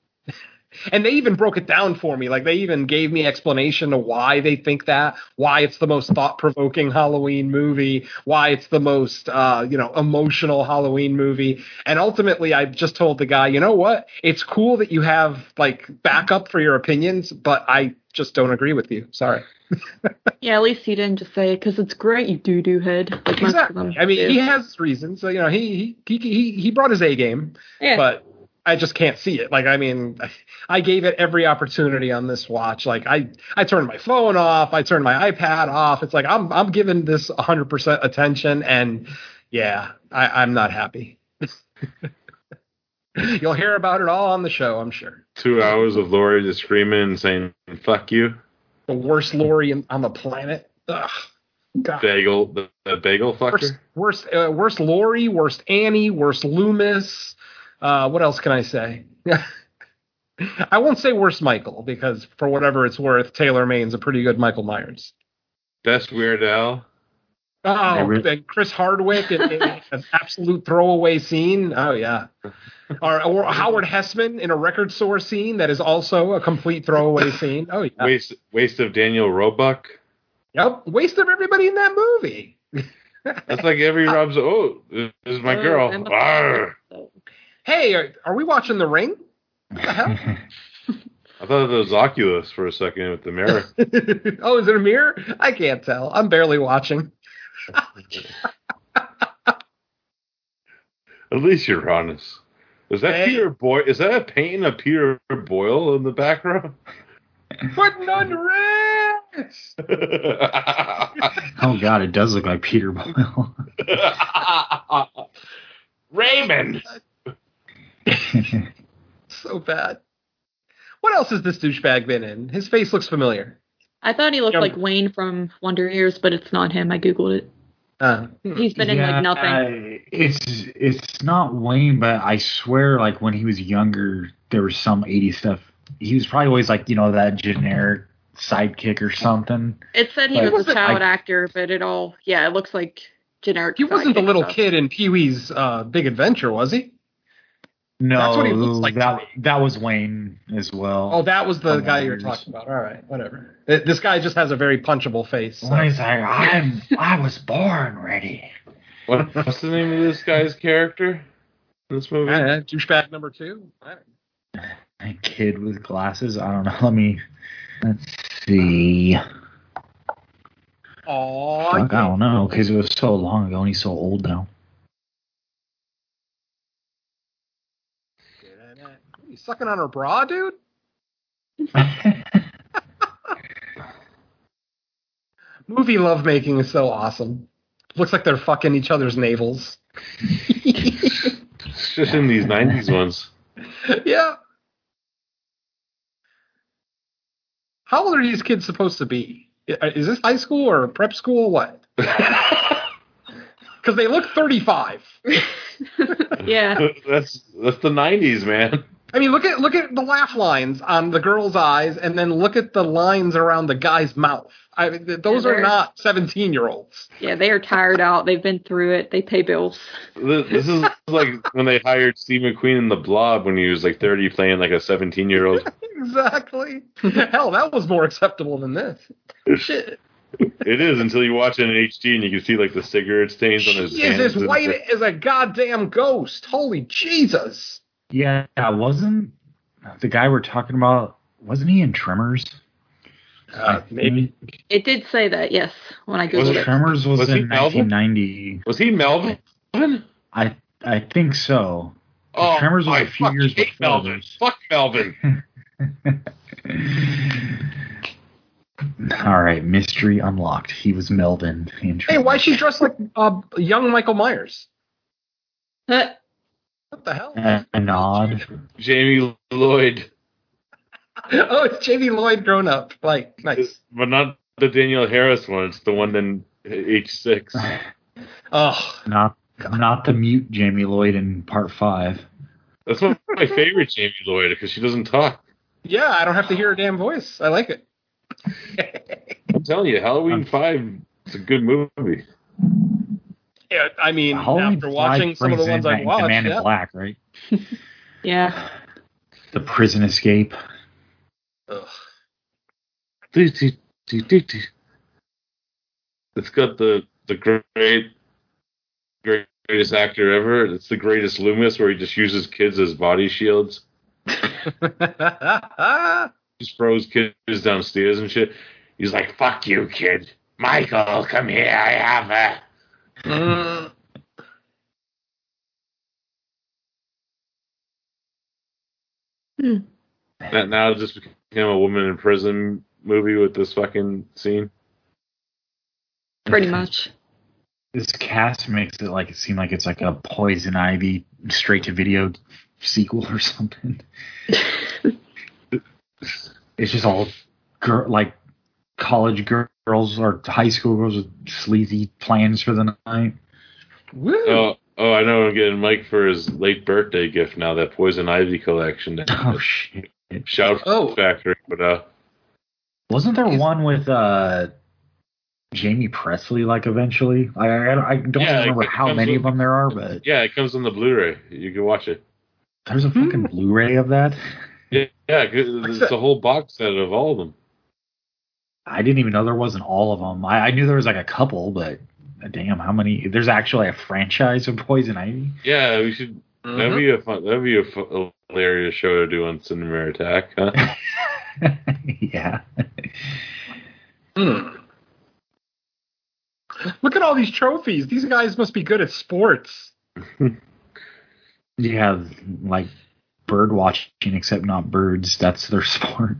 Speaker 6: And they even broke it down for me. Like they even gave me explanation to why they think that, why it's the most thought-provoking Halloween movie, why it's the most uh, you know, emotional Halloween movie. And ultimately I just told the guy, "You know what? It's cool that you have like backup for your opinions, but I just don't agree with you. Sorry."
Speaker 8: Yeah, at least he didn't just say because it's great, you doo doo head. Like most of them.
Speaker 6: Exactly. I mean,
Speaker 8: do.
Speaker 6: he has his reasons. So, you know, he he he he, he brought his A game,
Speaker 8: yeah.
Speaker 6: but I just can't see it. Like, I mean, I gave it every opportunity on this watch. Like, I I turned my phone off. I turned my iPad off. It's like I'm I'm giving this 100 percent attention, and yeah, I, I'm not happy. You'll hear about it all on the show, I'm sure.
Speaker 7: two hours of Lori just screaming and saying "fuck you."
Speaker 6: The worst lorry in- on the planet. Ugh. God.
Speaker 7: Bagel, the, the bagel
Speaker 6: worst,
Speaker 7: fucker.
Speaker 6: worst, uh, worst Lori, worst Annie, worst Loomis. Uh, what else can I say? I won't say worst Michael because, for whatever it's worth, Taylor Maine's a pretty good Michael Myers.
Speaker 7: That's Weird Al.
Speaker 6: Oh,
Speaker 3: really-
Speaker 6: and Chris Hardwick in, in an absolute throwaway scene. Oh yeah, or, or Howard Hessman in a record store scene that is also a complete throwaway scene. Oh yeah,
Speaker 7: Waste, waste of Daniel Roebuck.
Speaker 6: yep, waste of everybody in that movie.
Speaker 7: That's like every Rob's. Oh, this is my
Speaker 8: Oh,
Speaker 7: girl.
Speaker 8: I'm a-
Speaker 7: Arr.
Speaker 6: Hey, are, are we watching The Ring? What the hell?
Speaker 7: I thought it was Oculus for a second with the mirror.
Speaker 6: oh, is it a mirror? I can't tell. I'm barely watching.
Speaker 7: At least you're honest. Is that
Speaker 6: Hey.
Speaker 7: Peter Boy? Is that a painting of Peter Boyle in the background?
Speaker 6: Putting on rest.
Speaker 3: Oh god, it does look like Peter Boyle.
Speaker 7: Raymond.
Speaker 6: So bad. What else has this douchebag been in? His face looks familiar.
Speaker 8: I thought he looked
Speaker 6: Yeah.
Speaker 8: like Wayne from Wonder Years, but it's not him. I googled it.
Speaker 6: Uh, hmm.
Speaker 8: He's been in like nothing.
Speaker 3: I- it's it's not Wayne, but I swear, like when he was younger, there was some '80s stuff. He was probably always like you know that generic sidekick or something.
Speaker 8: It said he
Speaker 3: Like,
Speaker 8: was a
Speaker 6: wasn't-
Speaker 8: child actor, but it all yeah, it looks like generic.
Speaker 6: he wasn't the
Speaker 8: sidekick
Speaker 6: little
Speaker 8: stuff.
Speaker 6: kid in Pee Wee's uh, Big Adventure, was he?
Speaker 3: No,
Speaker 6: That's what he looks like to
Speaker 3: that that was Wayne as well.
Speaker 6: Oh, that was the
Speaker 3: Come
Speaker 6: guy
Speaker 3: on,
Speaker 6: you were
Speaker 3: years.
Speaker 6: talking about. All right, whatever. Th- This guy just has a very punchable face. so.
Speaker 3: Wayne's like, I'm I was born ready.
Speaker 7: What, what's the name of this guy's character in this movie?
Speaker 6: Uh, douchebag number two. I don't-
Speaker 3: A kid with glasses. I don't know. Let me let's see.
Speaker 6: Aw,
Speaker 3: Fuck, I don't know because it was so long ago and he's so old now.
Speaker 6: you sucking on her bra, dude? Movie lovemaking is so awesome. Looks like they're fucking each other's navels.
Speaker 7: It's just in these '90s ones.
Speaker 6: yeah. How old are these kids supposed to be? I- Is this high school or prep school? What? Because they look 35.
Speaker 8: yeah,
Speaker 7: that's that's the '90s, man.
Speaker 6: I mean, look at look at the laugh lines on the girl's eyes, and then look at the lines around the guy's mouth. I mean, th- those
Speaker 8: Yeah,
Speaker 6: are
Speaker 8: they're-
Speaker 6: not 17 year olds.
Speaker 8: yeah, they are tired out. They've been through it. They pay bills.
Speaker 7: Th- This is like when they hired Steve McQueen in The Blob when he was like 30, playing like a 17-year-old.
Speaker 6: Exactly. Hell, that was more acceptable than this. Shit.
Speaker 7: It is until you watch it in HD and you can see like the cigarette stains on his
Speaker 6: She
Speaker 7: hands.
Speaker 6: is as
Speaker 7: and-
Speaker 6: white as a goddamn ghost. Holy Jesus.
Speaker 3: Yeah, wasn't the guy we're talking about? Wasn't he in Tremors? Uh,
Speaker 6: Uh,
Speaker 8: It did say that, yes, when I
Speaker 7: Was
Speaker 8: googled
Speaker 7: it
Speaker 8: it.
Speaker 3: Tremors was,
Speaker 7: Was he
Speaker 3: in
Speaker 7: Melvin?
Speaker 3: 1990.
Speaker 7: Was he Melvin?
Speaker 3: I I think so.
Speaker 7: Oh,
Speaker 3: Tremors was
Speaker 7: I
Speaker 3: a few
Speaker 7: fucking
Speaker 3: years
Speaker 7: hate
Speaker 3: before
Speaker 7: Melvin.
Speaker 3: this.
Speaker 7: Fuck Melvin.
Speaker 3: All right, mystery unlocked. He was Melvin.
Speaker 6: Hey, why she dressed like uh, young Michael Myers?
Speaker 8: Huh.
Speaker 6: What the hell?
Speaker 3: Uh, A nod.
Speaker 7: Jamie Lloyd,
Speaker 6: oh, it's Jamie Lloyd grown up. Like, nice.
Speaker 7: but not the Daniel Harris one. It's the one in H six.
Speaker 6: Oh,
Speaker 3: Not not the mute Jamie Lloyd in part five.
Speaker 7: That's my, my favorite Jamie Lloyd because she doesn't talk.
Speaker 6: yeah, I don't have to hear her damn voice. I like it.
Speaker 7: I'm telling you, Halloween Five. It's a good movie.
Speaker 6: Yeah, I mean,
Speaker 3: Halloween
Speaker 6: after
Speaker 3: five
Speaker 6: watching some of the
Speaker 3: brings
Speaker 6: ones
Speaker 3: in
Speaker 6: I
Speaker 3: that- the Man
Speaker 6: watched, yeah.
Speaker 3: in Black, right?
Speaker 8: Yeah.
Speaker 3: The prison escape.
Speaker 6: Ugh.
Speaker 7: It's got the the great great- greatest actor ever. It's the greatest Loomis, where he just uses kids as body shields. Just throws kids downstairs and shit. He's like, "Fuck you, kid, Michael, come here, I have a."
Speaker 6: Mm.
Speaker 7: That now just became a woman in prison movie with this fucking scene.
Speaker 8: Pretty much.
Speaker 3: This cast makes it like it seem like it's like a Poison Ivy straight to video sequel or something. it's just all girl like college gir- girls or high school girls with sleazy plans for the night.
Speaker 6: Woo.
Speaker 7: Oh, oh, I know. I'm getting Mike for his late birthday gift now. That Poison Ivy collection.
Speaker 3: Oh shit!
Speaker 7: Shout
Speaker 6: Oh.
Speaker 7: Factory, but uh,
Speaker 3: Wasn't there one with uh Jamie Presley? Like eventually, I I, I don't
Speaker 7: Yeah, it
Speaker 3: remember how
Speaker 7: comes
Speaker 3: many
Speaker 7: with-
Speaker 3: of them there are, but
Speaker 7: yeah, it comes on the Blu-ray. You can watch it.
Speaker 3: there's a
Speaker 8: Hmm.
Speaker 3: fucking Blu-ray of that.
Speaker 7: Yeah, yeah, 'cause it's a whole box set of all of them.
Speaker 3: I didn't even know there wasn't all of them. I, I knew there was like a couple, but damn, how many? There's actually a franchise of Poison Ivy.
Speaker 7: Yeah, we should. That'd
Speaker 6: Mhm.
Speaker 7: be a fun. That'd be a fu- hilarious show to do on Cinema Attack. Huh?
Speaker 3: yeah,
Speaker 6: Mm. Look at all these trophies. These guys must be good at sports.
Speaker 3: you have like bird watching, except not birds. That's their sport.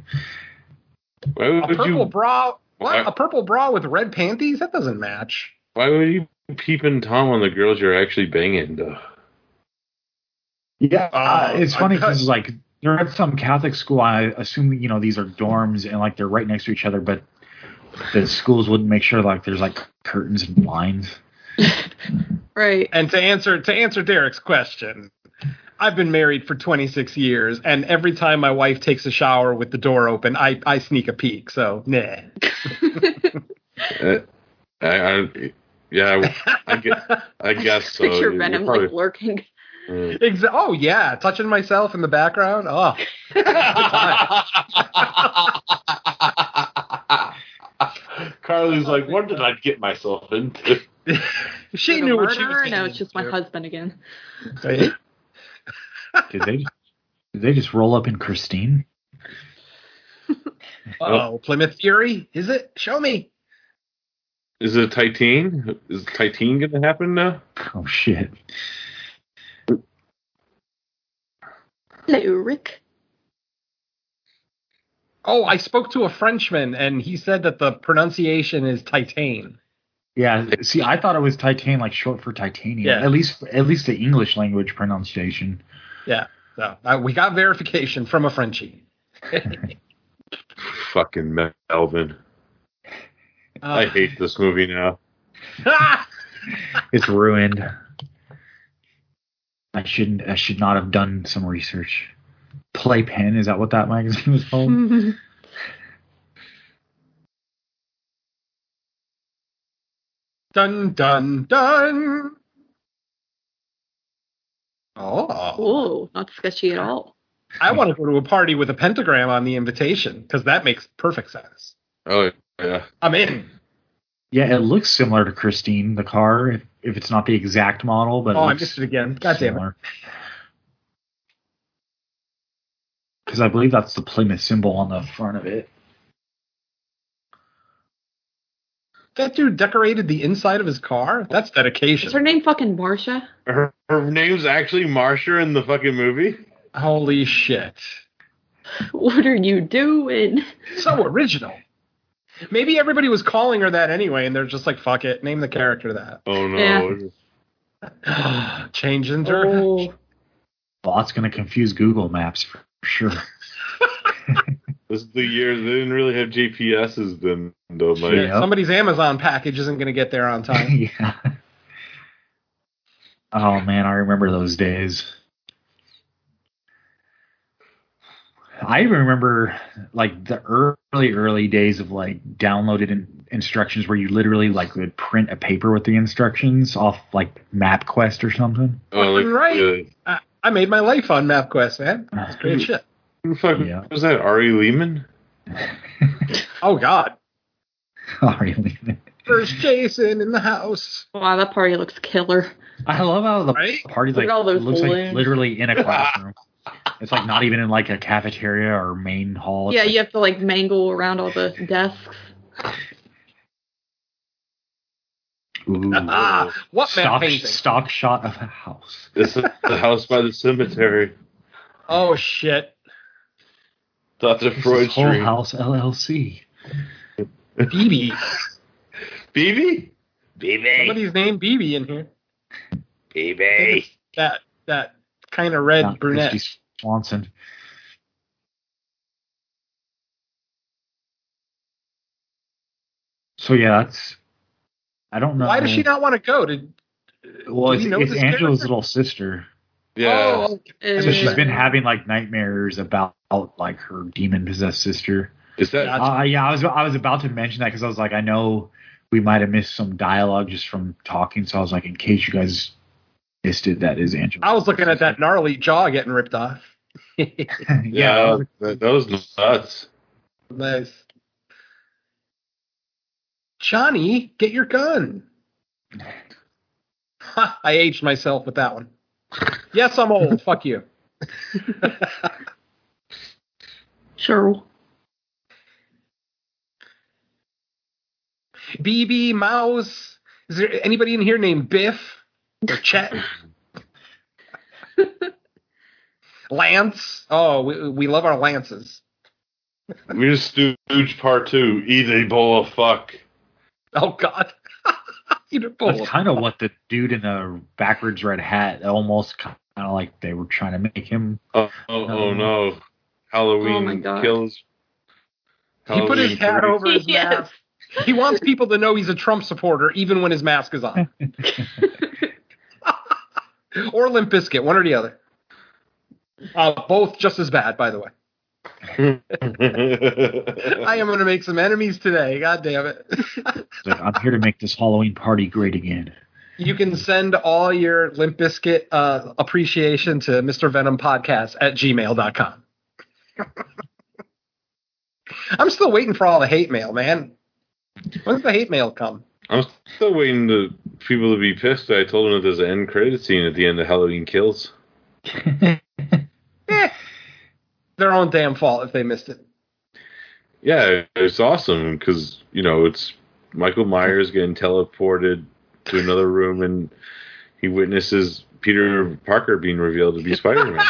Speaker 7: Why
Speaker 6: A
Speaker 7: would
Speaker 6: purple
Speaker 7: you?
Speaker 6: bra. What?
Speaker 7: Why-
Speaker 6: A purple bra with red panties? That doesn't match.
Speaker 7: Why would you peep and tom on the girls you're actually banging? Though?
Speaker 3: Yeah, uh,
Speaker 6: Oh,
Speaker 3: it's
Speaker 6: I
Speaker 3: funny because
Speaker 6: touched-
Speaker 3: like they're at some Catholic school. I assume you know these are dorms and like they're right next to each other, but the schools wouldn't make sure like there's like curtains and blinds.
Speaker 8: Right.
Speaker 6: And to answer to answer Derek's question, I've been married for 26 years, and every time my wife takes a shower with the door open, I I sneak a peek. So nah.
Speaker 7: Uh, I, I, yeah, I, I, guess, I guess so.
Speaker 8: Picture
Speaker 7: You're
Speaker 8: Venom
Speaker 7: probably-
Speaker 8: like lurking.
Speaker 7: yeah.
Speaker 6: Exa- oh yeah, touching myself in the background. Oh,
Speaker 7: Carly's like, what did I get myself into?
Speaker 6: she
Speaker 8: Is it a
Speaker 6: knew what she
Speaker 8: murderer?
Speaker 6: was.
Speaker 8: No, it's just my husband again.
Speaker 6: husband.
Speaker 3: Did they? Did they just roll up in Christine?
Speaker 6: Oh, Plymouth Fury, is it? Show me.
Speaker 7: Is it Titan? Is Titan going to happen now?
Speaker 3: Oh shit!
Speaker 8: Hello, Rick.
Speaker 6: Oh, I spoke to a Frenchman, and he said that the pronunciation is Titan.
Speaker 3: Yeah, see, I thought it was Titan, like short for titanium.
Speaker 6: Yeah.
Speaker 3: At least, at least the English language pronunciation.
Speaker 6: So uh, we got verification from a Frenchie.
Speaker 7: Fucking Melvin. I
Speaker 6: Uh, Ah,
Speaker 7: hate this movie now.
Speaker 3: It's ruined. I shouldn't. I should not have done some research. Playpen is that what that magazine was called?
Speaker 8: Hmm.
Speaker 6: Dun dun dun. Oh,
Speaker 8: Whoa, not sketchy at all.
Speaker 6: I want to go to a party with a pentagram on the invitation because that makes perfect sense.
Speaker 7: Oh, yeah.
Speaker 6: I'm in.
Speaker 3: Yeah, it looks similar to Christine, the car, if, if it's not the exact model, but
Speaker 6: Oh, I
Speaker 3: it looks
Speaker 6: missed it again. God damn it.
Speaker 3: Because I believe that's the Plymouth symbol on the front of it.
Speaker 6: That dude decorated the inside of his car. That's
Speaker 8: Is her
Speaker 6: dedication.
Speaker 8: name fucking Marcia?
Speaker 7: Her, her name's actually Marsha in the fucking movie?
Speaker 6: Holy shit.
Speaker 8: What are you doing?
Speaker 6: So original. Maybe everybody was calling her that anyway, and they're just like, "Fuck it, name the character that."
Speaker 7: Oh no.
Speaker 8: Yeah.
Speaker 6: Change in direction.
Speaker 8: Oh,
Speaker 3: Well, that's going to confuse Google Maps for sure.
Speaker 7: This is the year they didn't really have GPSs then, though, uh, Mike.
Speaker 3: Yeah.
Speaker 6: Somebody's Amazon package isn't going to get there on time.
Speaker 3: yeah. Oh man, I remember those days. I even remember like the early, early days of like downloaded in- instructions where you literally like would print a paper with the instructions off like MapQuest or something.
Speaker 7: Oh, like,
Speaker 6: Right.
Speaker 7: uh,
Speaker 6: I, I made my life on MapQuest, man. That's great shit.
Speaker 7: who the fuck
Speaker 3: Yeah.
Speaker 7: was that? Ari Lehman?
Speaker 6: Oh God,
Speaker 3: Oh, really?
Speaker 6: there's Jason in the house.
Speaker 8: wow, that party looks killer.
Speaker 3: I love how the
Speaker 6: Right?
Speaker 3: party's
Speaker 8: Look
Speaker 3: like
Speaker 8: at all those
Speaker 3: looks like
Speaker 8: balloons.
Speaker 3: literally in a classroom. it's like not even in like a cafeteria or main hall. It's
Speaker 8: yeah,
Speaker 3: like-
Speaker 8: you have to like mangle around all the desks.
Speaker 3: Ooh.
Speaker 6: Ah, what map
Speaker 3: stock,
Speaker 6: painting?
Speaker 3: stock shot of a house.
Speaker 7: This is the house by the cemetery.
Speaker 6: Oh shit.
Speaker 7: Dr.
Speaker 3: This
Speaker 7: Freud
Speaker 3: is whole
Speaker 7: Street.
Speaker 3: house LLC.
Speaker 6: BB.
Speaker 7: BB?
Speaker 6: Somebody's named BB in here.
Speaker 7: BB.
Speaker 6: That that kind of red
Speaker 3: Not
Speaker 6: brunette.
Speaker 3: Christy Swanson. So yeah, that's. I don't know.
Speaker 6: Why does she not want to go? Did
Speaker 3: Well,
Speaker 6: do
Speaker 3: it's,
Speaker 6: we know
Speaker 3: it's
Speaker 6: this
Speaker 3: Angela's
Speaker 6: character?
Speaker 3: little sister.
Speaker 7: Yeah.
Speaker 8: Oh,
Speaker 3: So she's
Speaker 8: uh,
Speaker 3: been having like nightmares about like her demon possessed sister.
Speaker 7: Is that
Speaker 6: Yeah.
Speaker 3: Uh, yeah, I was I was about to mention that because I was like, I know we might have missed some dialogue just from talking, so I was like, in case you guys missed it, that is Angela.
Speaker 6: I was looking at that gnarly jaw getting ripped off.
Speaker 7: yeah, that, that was nuts.
Speaker 6: nice. Johnny, get your gun. Ha, I aged myself with that one. Yes, I'm old. Fuck you.
Speaker 8: Cheryl.
Speaker 6: BB Mouse. Is there anybody in here named Biff or Chet? Lance. Oh, we, we love our lances.
Speaker 7: We're Stooge Part 2. Eat a bowl of fuck.
Speaker 6: Oh God. Peter Bull.
Speaker 3: That's kind of what the dude in the backwards red hat almost kind of like they were trying to make him.
Speaker 7: Oh, oh, oh, no. Halloween
Speaker 8: Oh, my God.
Speaker 7: kills.
Speaker 6: He put his
Speaker 7: Halloween
Speaker 6: hat
Speaker 7: party.
Speaker 6: over his mask. He wants people to know he's a Trump supporter even when his mask is on. or Limp Bizkit, one or the other. Uh, both just as bad, by the way. I am going to make some enemies today. God damn it.
Speaker 3: He's Like, I'm here to make this Halloween party great again.
Speaker 6: You can send all your Limp Biscuit uh, appreciation to Mr. Venom Podcast at gmail.com. I'm still waiting for all the hate mail, man. When's the hate mail come?
Speaker 7: I'm still waiting to people to be pissed. that I told them that there's an end credit scene at the end of Halloween Kills.
Speaker 6: Eh, their own damn fault if they missed it.
Speaker 7: Yeah, it's awesome because you know it's Michael Myers getting teleported to another room and he witnesses Peter Parker being revealed to be Spider-Man.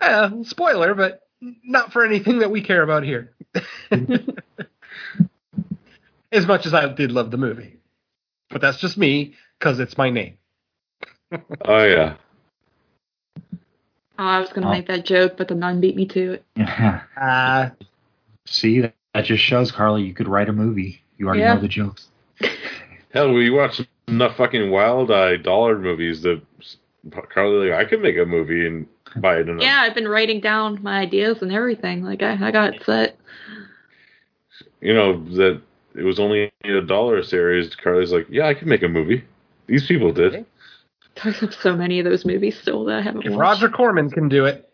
Speaker 6: Uh, spoiler, but not for anything that we care about here. as much as I did love the movie. But that's just me, because it's my name.
Speaker 7: oh yeah,
Speaker 8: Oh, I was gonna
Speaker 3: Oh.
Speaker 8: make that joke, but the nun beat me to it.
Speaker 3: Yeah.
Speaker 6: Uh,
Speaker 3: See, that, that just shows, Carly, you could write a movie. You already
Speaker 8: Yeah.
Speaker 3: know the jokes.
Speaker 7: hell, we watched enough fucking Wild Eye dollar movies that Carly like I could make a movie and buy it. Enough.
Speaker 8: Yeah, I've been writing down my ideas and everything. Like I, I got set.
Speaker 7: you know that it was only a dollar series. Carly's like, yeah, I can make a movie. These people did.
Speaker 8: I have so many of those movies still that I haven't
Speaker 6: if
Speaker 8: watched.
Speaker 6: Roger Corman can do it,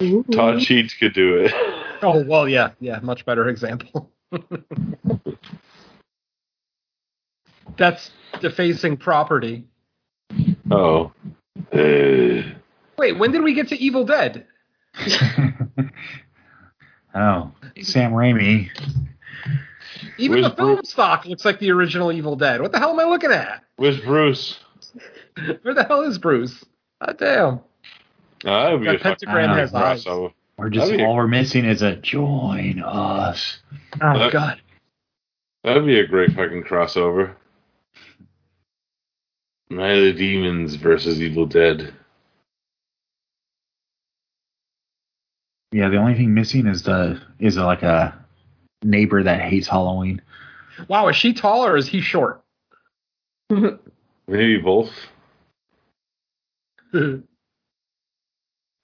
Speaker 4: Mm-hmm.
Speaker 7: Todd Sheets could do it.
Speaker 6: oh well, yeah, yeah, much better example. that's defacing property.
Speaker 7: Oh. Uh,
Speaker 6: Wait, when did we get to Evil Dead?
Speaker 3: oh, Sam Raimi.
Speaker 6: Even
Speaker 7: Where's
Speaker 6: the film
Speaker 7: Bruce?
Speaker 6: stock looks like the original Evil Dead. What the hell am I looking at?
Speaker 7: where's Bruce?
Speaker 6: Where the hell is Bruce? God Ah, damn.
Speaker 7: No, that would be
Speaker 6: The
Speaker 7: a fucking
Speaker 6: pentagram
Speaker 3: has
Speaker 6: eyes.
Speaker 7: crossover.
Speaker 3: We're just
Speaker 7: That'd be a-
Speaker 3: all we're missing is a join us.
Speaker 6: Oh
Speaker 7: That-
Speaker 6: god.
Speaker 7: That'd be a great fucking crossover. Night of the Demons versus Evil Dead.
Speaker 3: Yeah, the only thing missing is the is like a neighbor that hates Halloween.
Speaker 6: Wow, is she tall or is he short?
Speaker 7: Maybe both.
Speaker 6: Oh,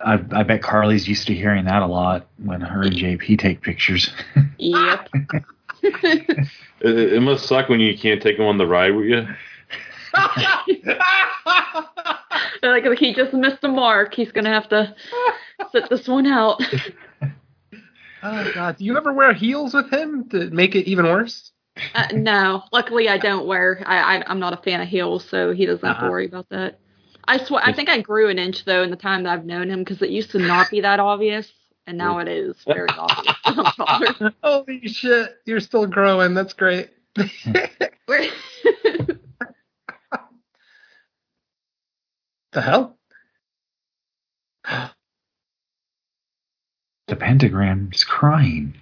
Speaker 3: I, I bet Carly's used to hearing that a lot when her and JP take pictures.
Speaker 8: Yep.
Speaker 7: It, it- it must suck when you can't take them on the ride with you.
Speaker 8: like, like, he just missed the mark. He's going to have to sit this one out.
Speaker 6: Oh god, do you ever wear heels with him to make it even worse?
Speaker 8: Uh, no, luckily I don't wear. I, I I'm not a fan of heels, so he doesn't
Speaker 7: Uh-huh.
Speaker 8: have to worry about that. I swear, I think I grew an inch though in the time that I've known him because it used to not be that obvious, and now it is very obvious. I'm sorry.
Speaker 6: Holy shit, you're still growing. That's great.
Speaker 8: We're-
Speaker 6: The hell?
Speaker 3: the pentagram is crying.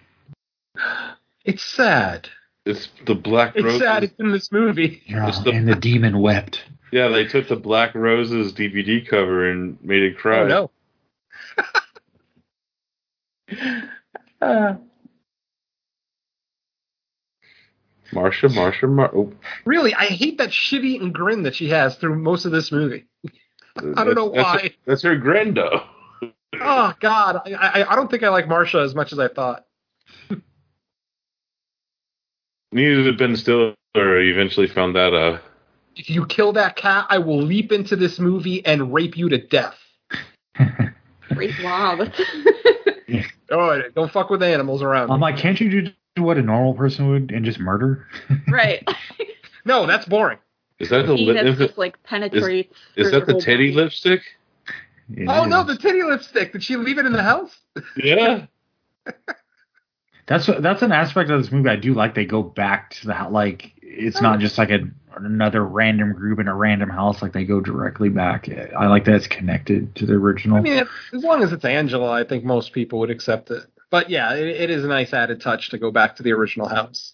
Speaker 6: It's sad.
Speaker 7: It's the black
Speaker 6: It's
Speaker 7: roses.
Speaker 6: sad. It's in this movie.
Speaker 3: You're
Speaker 7: It's
Speaker 3: all-
Speaker 7: the-
Speaker 3: and the demon wept.
Speaker 7: Yeah, they took the Black Roses DVD cover and made it cry.
Speaker 6: Oh no. Uh,
Speaker 7: Marsha, Marsha, Mar- oh,
Speaker 6: really, I hate that shit-eating grin that she has through most of this movie. I don't know
Speaker 7: that's-
Speaker 6: why.
Speaker 7: That's her grando.
Speaker 6: Oh God, I, I I don't think I like Marsha as much as I thought.
Speaker 7: Neither did Ben Stiller. Eventually found that uh,
Speaker 6: If you kill that cat, I will leap into this movie and rape you to death.
Speaker 8: wow, that's
Speaker 6: Oh, don't fuck with animals around. me.
Speaker 3: I'm like, can't you do what a normal person would and just murder?
Speaker 8: right.
Speaker 6: no, that's boring.
Speaker 7: is that the
Speaker 8: He
Speaker 7: lip?
Speaker 8: has
Speaker 7: Is,
Speaker 8: just like penetrates. through
Speaker 7: that
Speaker 8: your
Speaker 7: the
Speaker 8: whole
Speaker 7: teddy
Speaker 8: body.
Speaker 7: lipstick?
Speaker 3: It
Speaker 6: Oh
Speaker 3: is.
Speaker 6: no, the titty lipstick. Did she leave it in the house?
Speaker 7: Yeah.
Speaker 3: That's that's an aspect of this movie I do like. They go back to the house. Like it's not just like a, another random group in a random house. Like they go directly back. I like that it's connected to the original.
Speaker 6: I mean, if- as long as it's Angela, I think most people would accept it. But yeah, it, it is a nice added touch to go back to the original house.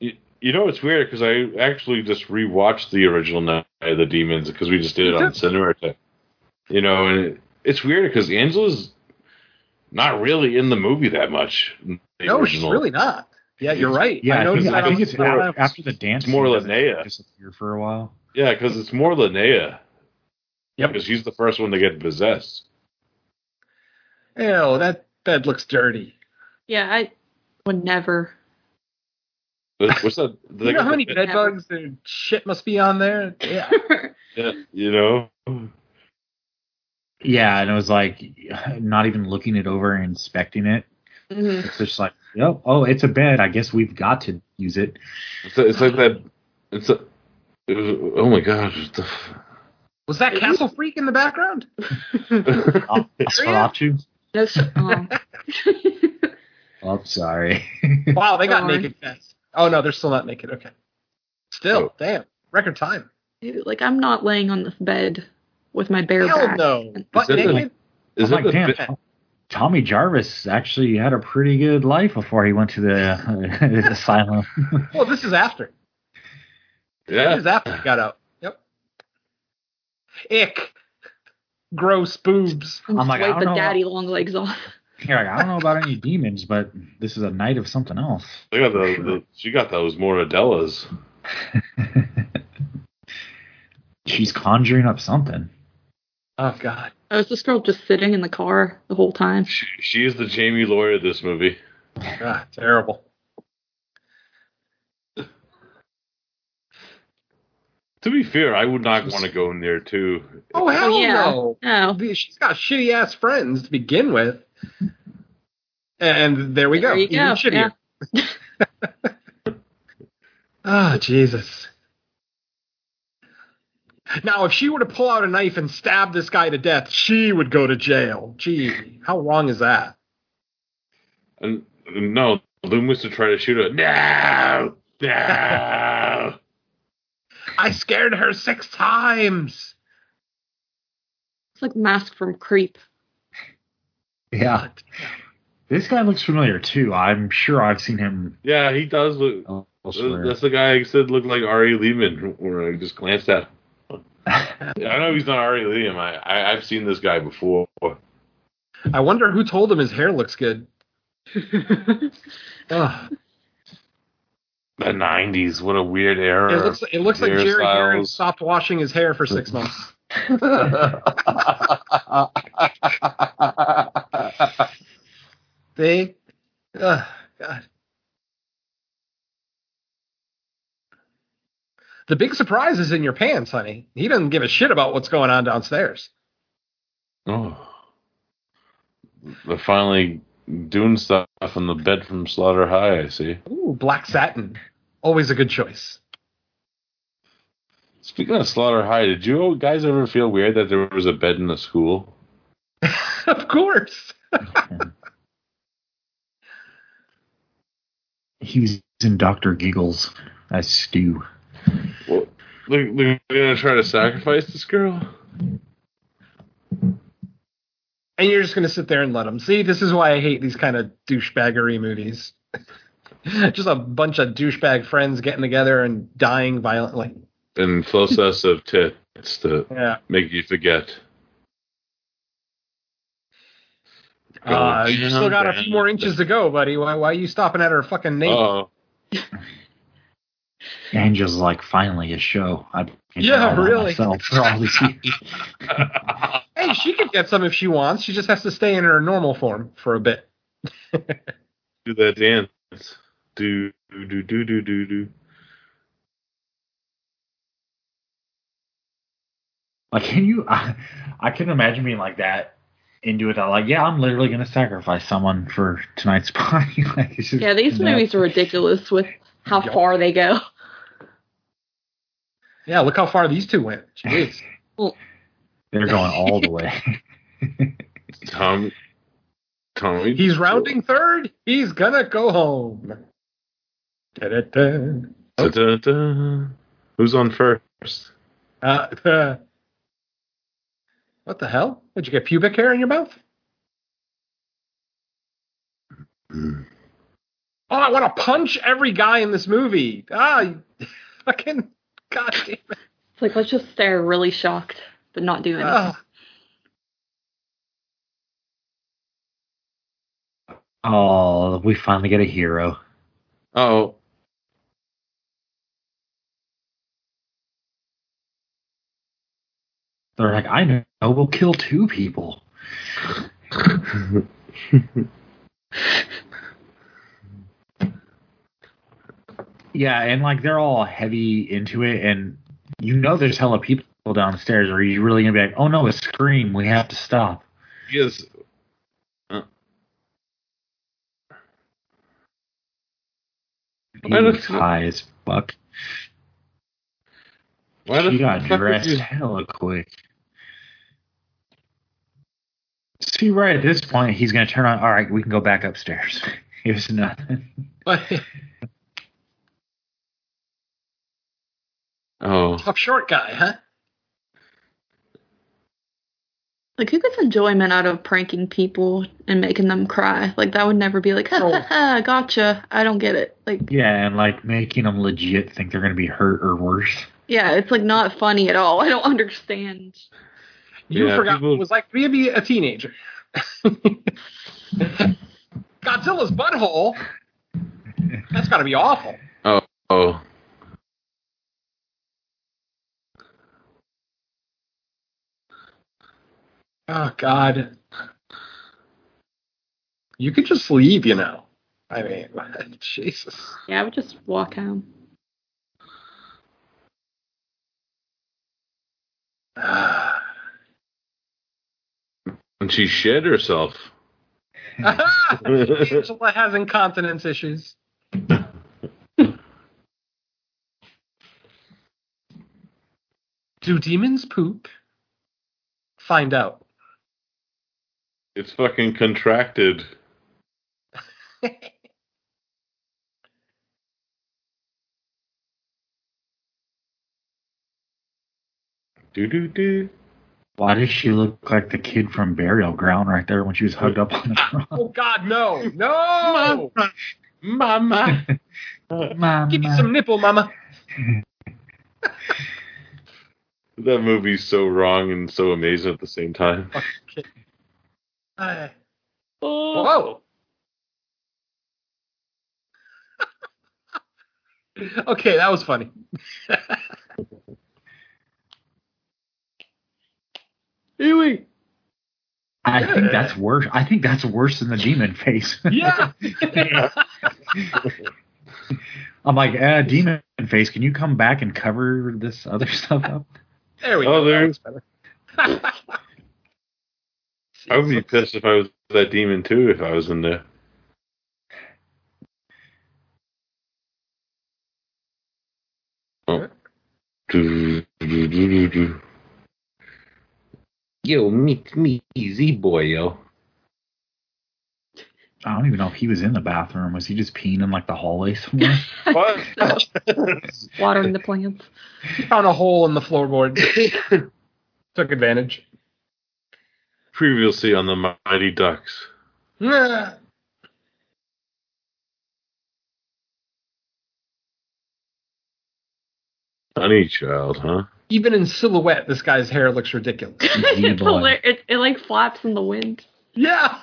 Speaker 7: You, you know it's weird because I actually just rewatched the original Night of the Demons because we just did it on cinema. Attack. You know, and it, it's weird because Angela's not really in the movie that much. in the
Speaker 6: No, she's
Speaker 7: original.
Speaker 6: really not. Yeah, you're right.
Speaker 3: yeah, I,
Speaker 6: noticed
Speaker 3: think, I
Speaker 6: that
Speaker 3: think
Speaker 6: on
Speaker 3: it's
Speaker 6: the-
Speaker 7: more-
Speaker 3: after, after the dance.
Speaker 7: it's more
Speaker 3: scene, doesn't it
Speaker 7: Linnea.
Speaker 3: Disappear for a while.
Speaker 7: Yeah, because it's more Linnea.
Speaker 6: Yep.
Speaker 7: Because she's the first one to get possessed.
Speaker 6: Ew, that bed looks dirty.
Speaker 8: Yeah, I would never.
Speaker 7: What- What's that?
Speaker 6: Do you know how many bed bugs and shit must be on there? Yeah.
Speaker 8: Mm-hmm.
Speaker 7: Yeah, you know?
Speaker 3: Yeah, and it was like not even looking it over and inspecting it.
Speaker 8: Mhm.
Speaker 3: It's just like, oh, oh, it's a bed. I guess we've got to use it.
Speaker 7: It's, it's like that. It's a. It was, oh my god. what the
Speaker 6: Was that Castle Freak in the background?
Speaker 7: f-
Speaker 3: I'll, I'll
Speaker 8: No, s- oh.
Speaker 3: Oh, I'm sorry.
Speaker 6: Wow, they got
Speaker 8: Sorry.
Speaker 6: naked fast. Oh no, they're still not naked. Okay. Still,
Speaker 7: Oh.
Speaker 6: damn, record time.
Speaker 8: Dude, like I'm not laying on this bed with my bare
Speaker 6: Hell
Speaker 8: back.
Speaker 6: no. Butt
Speaker 7: that the-
Speaker 3: I'm
Speaker 6: naked?
Speaker 7: Is that
Speaker 3: like,
Speaker 7: the
Speaker 3: damn.
Speaker 7: bed-
Speaker 3: Tom- Tommy Jarvis actually had a pretty good life before he went to the uh, asylum.
Speaker 6: Well, this is after. This is
Speaker 7: Yeah.
Speaker 6: after he got out. Yep. Ick. Gross boobs.
Speaker 8: I'm
Speaker 3: I'm like, I
Speaker 8: wipe
Speaker 3: don't
Speaker 8: the
Speaker 3: know.
Speaker 8: daddy long legs off.
Speaker 3: You're like, I don't know about any demons, but this is a night of something else.
Speaker 7: They got the, the, she got those more Adelas.
Speaker 3: She's conjuring up something.
Speaker 6: Oh god.
Speaker 8: Oh, is this girl just sitting in the car the whole time?
Speaker 7: She, she is the Jamie Lawyer of this movie.
Speaker 6: Ah, terrible.
Speaker 7: To be fair, I would not want to go in there too.
Speaker 6: Oh hell
Speaker 8: yeah.
Speaker 6: no.
Speaker 8: No.
Speaker 6: She's got shitty ass friends to begin with. And there we go.
Speaker 8: There you
Speaker 6: Even
Speaker 8: go,
Speaker 6: shittier. Ah, Jesus. Now, if she were to pull out a knife and stab this guy to death, she would go to jail. Gee, how wrong is that?
Speaker 7: And, no, Loomis to try to shoot her. No, no.
Speaker 6: I scared her six times.
Speaker 8: It's like Mask from Creep.
Speaker 3: Yeah. This guy looks familiar too. I'm sure I've seen him
Speaker 7: Yeah, he does look. uh,
Speaker 3: elsewhere.
Speaker 7: That's the guy I said looked like Ari Lehman when I just glanced at him. I know he's not Ari Lehman. I, I, I've seen this guy before.
Speaker 6: I wonder who told him his hair looks good. Ugh.
Speaker 7: The 90s. What a weird era.
Speaker 6: It looks it looks like
Speaker 7: Hair
Speaker 6: Jerry Heron
Speaker 7: styles.
Speaker 6: stopped washing his hair for six months. They, ugh, God. The big surprise is in your pants, honey. He doesn't give a shit about what's going on downstairs.
Speaker 7: oh. They're finally doing stuff on the bed from Slaughter High, I see.
Speaker 6: Ooh, black satin. Always a good choice.
Speaker 7: Speaking of Slaughter High, did you guys ever feel weird that there was a bed in the school?
Speaker 6: of course.
Speaker 3: he was in Doctor Giggles as Stu.
Speaker 7: Well, they're, they're going to try to sacrifice this girl?
Speaker 6: And you're just gonna sit there and let them see. This is why I hate these kind of douchebaggery movies. just a bunch of douchebag friends getting together and dying violently.
Speaker 7: And close of tits to
Speaker 6: Yeah.
Speaker 7: make you forget.
Speaker 6: Uh, you
Speaker 7: Go
Speaker 6: still got a
Speaker 7: down.
Speaker 6: few more inches to go, buddy. Why, why are you stopping at her fucking name?
Speaker 7: Oh,
Speaker 3: Angela's like, finally a show. I can't
Speaker 6: Yeah,
Speaker 3: rely on
Speaker 6: really.
Speaker 3: Myself for all these years.
Speaker 6: Hey, she could get some if she wants. She just has to stay in her normal form for a bit.
Speaker 7: do that dance. Do do do do do do.
Speaker 3: Like, can you? I, I can imagine being like that into it. I'm like, yeah, I'm literally gonna sacrifice someone for tonight's party. like, it's just
Speaker 8: Yeah,
Speaker 3: nuts.
Speaker 8: these movies are ridiculous with how
Speaker 6: Yup.
Speaker 8: far they go.
Speaker 6: Yeah, look how far these two went. Jeez.
Speaker 3: They're going all the way.
Speaker 7: Tom, Tommy.
Speaker 6: He's rounding third. He's gonna go home. Da-da-da.
Speaker 7: Da-da-da. Who's on first?
Speaker 6: Uh, uh, what the hell? Did you get pubic hair in your mouth?
Speaker 3: Mm.
Speaker 6: Oh, I want to punch every guy in this movie. Ah, you- fucking goddamn. it.
Speaker 8: It's like let's just stare really shocked, but not do anything.
Speaker 6: Ah.
Speaker 3: Oh, we finally get a hero.
Speaker 7: Oh,
Speaker 3: They're like, I know we'll kill two people. yeah, and like they're all heavy into it, and you know there's hella people downstairs. Are you really gonna be like, oh no, a scream, we have to stop?
Speaker 7: he is. Uh,
Speaker 3: He
Speaker 7: Why
Speaker 3: was
Speaker 7: does-
Speaker 3: high as fuck.
Speaker 7: Why
Speaker 3: she
Speaker 7: the
Speaker 3: got
Speaker 7: fuck would
Speaker 3: dressed
Speaker 7: you-
Speaker 3: hella quick. See, right at this point, he's gonna turn on. All right, we can go back upstairs. It was nothing.
Speaker 6: But
Speaker 7: Oh,
Speaker 6: tough short guy, huh?
Speaker 8: Like who gets enjoyment out of pranking people and making them cry? Like that would never be like, ha
Speaker 3: Oh.
Speaker 8: ha ha, gotcha. I don't get it. Like
Speaker 3: Yeah, and like making them legit think they're gonna be hurt or worse.
Speaker 8: yeah, it's like not funny at all. I don't understand.
Speaker 6: You
Speaker 7: Yeah,
Speaker 6: forgot
Speaker 7: people-
Speaker 6: what it was like maybe a teenager. Godzilla's butthole. That's got to be awful.
Speaker 7: oh.
Speaker 6: Oh God. You could just leave, you know. I mean, Jesus.
Speaker 8: Yeah, I would just walk home.
Speaker 6: Ah.
Speaker 7: And she shit herself.
Speaker 6: Angela has incontinence issues. Do demons poop? Find out.
Speaker 7: It's fucking contracted. Do do do.
Speaker 3: Why does she look like the kid from Burial Ground right there when she was hugged up on the
Speaker 6: Oh God, no, no, mama, mama.
Speaker 3: ground? Mama.
Speaker 6: give me some nipple, mama.
Speaker 7: That movie's so wrong and so amazing at the same time.
Speaker 6: Uh, Whoa. okay, that was funny. Ewy.
Speaker 3: I think that's worse. I think that's worse than the demon face.
Speaker 6: Yeah.
Speaker 3: I'm like, uh, demon face. Can you come back and cover this other stuff up?
Speaker 6: there we
Speaker 7: Oh,
Speaker 6: go.
Speaker 7: there-
Speaker 6: That was better.
Speaker 7: I would be pissed if I was that demon too if I was in there. Oh. Yo, meet me, easy boy, yo.
Speaker 3: I don't even know if he was in the bathroom. Was he just peeing in like the hallway somewhere?
Speaker 7: What?
Speaker 8: watering the plants.
Speaker 6: He found a hole in the floorboard. Took advantage.
Speaker 7: Previously on the Mighty Ducks.
Speaker 6: Nah.
Speaker 7: Honey child, huh?
Speaker 6: Even in silhouette, this guy's hair looks ridiculous.
Speaker 3: Yeah,
Speaker 8: it's
Speaker 3: boy.
Speaker 8: hilar- it, it like flaps in the wind.
Speaker 6: Yeah.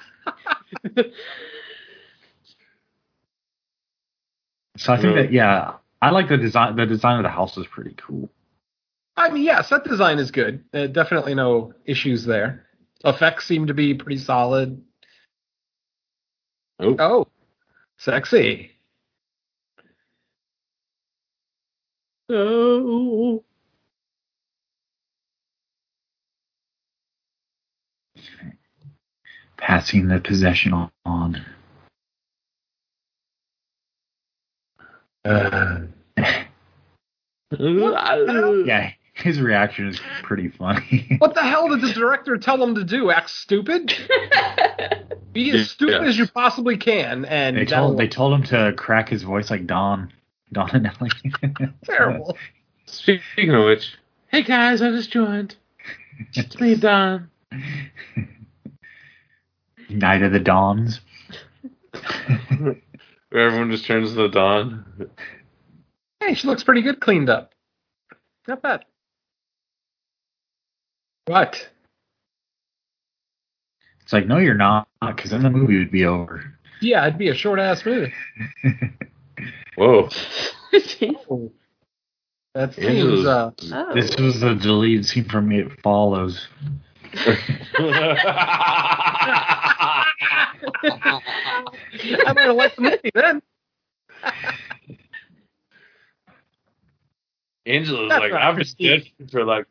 Speaker 3: so I think
Speaker 7: Yeah.
Speaker 3: that yeah, I like the design. The design of the house is pretty cool.
Speaker 6: I mean, yeah, set design is good. Uh, definitely no issues there. Effects seem to be pretty solid.
Speaker 7: Oh,
Speaker 6: Oh, sexy.
Speaker 8: Oh.
Speaker 3: Passing the possession on- on.
Speaker 7: Uh.
Speaker 3: Yeah, his reaction is pretty funny.
Speaker 6: What the hell did the director tell him to do? Act stupid? Be
Speaker 7: Yeah.
Speaker 6: as stupid as you possibly can, and
Speaker 3: they
Speaker 6: that'll-
Speaker 3: told they told him to crack his voice like Don Don and Ellie.
Speaker 6: terrible.
Speaker 7: Speaking of which, hey guys, I just joined. It's me, Don.
Speaker 3: Night of the Dons.
Speaker 7: Where everyone just turns into Don.
Speaker 6: Hey, she looks pretty good cleaned up. Not bad. What?
Speaker 3: It's like, no, you're not, because then the movie would be over.
Speaker 6: Yeah, it'd be a short ass movie.
Speaker 7: Whoa.
Speaker 8: Jeez.
Speaker 6: That seems
Speaker 7: Angela's-
Speaker 6: uh,
Speaker 8: Oh.
Speaker 3: This was the deleted scene from It Follows.
Speaker 6: I might have liked the movie then.
Speaker 7: Angela's like, I've been dead for like,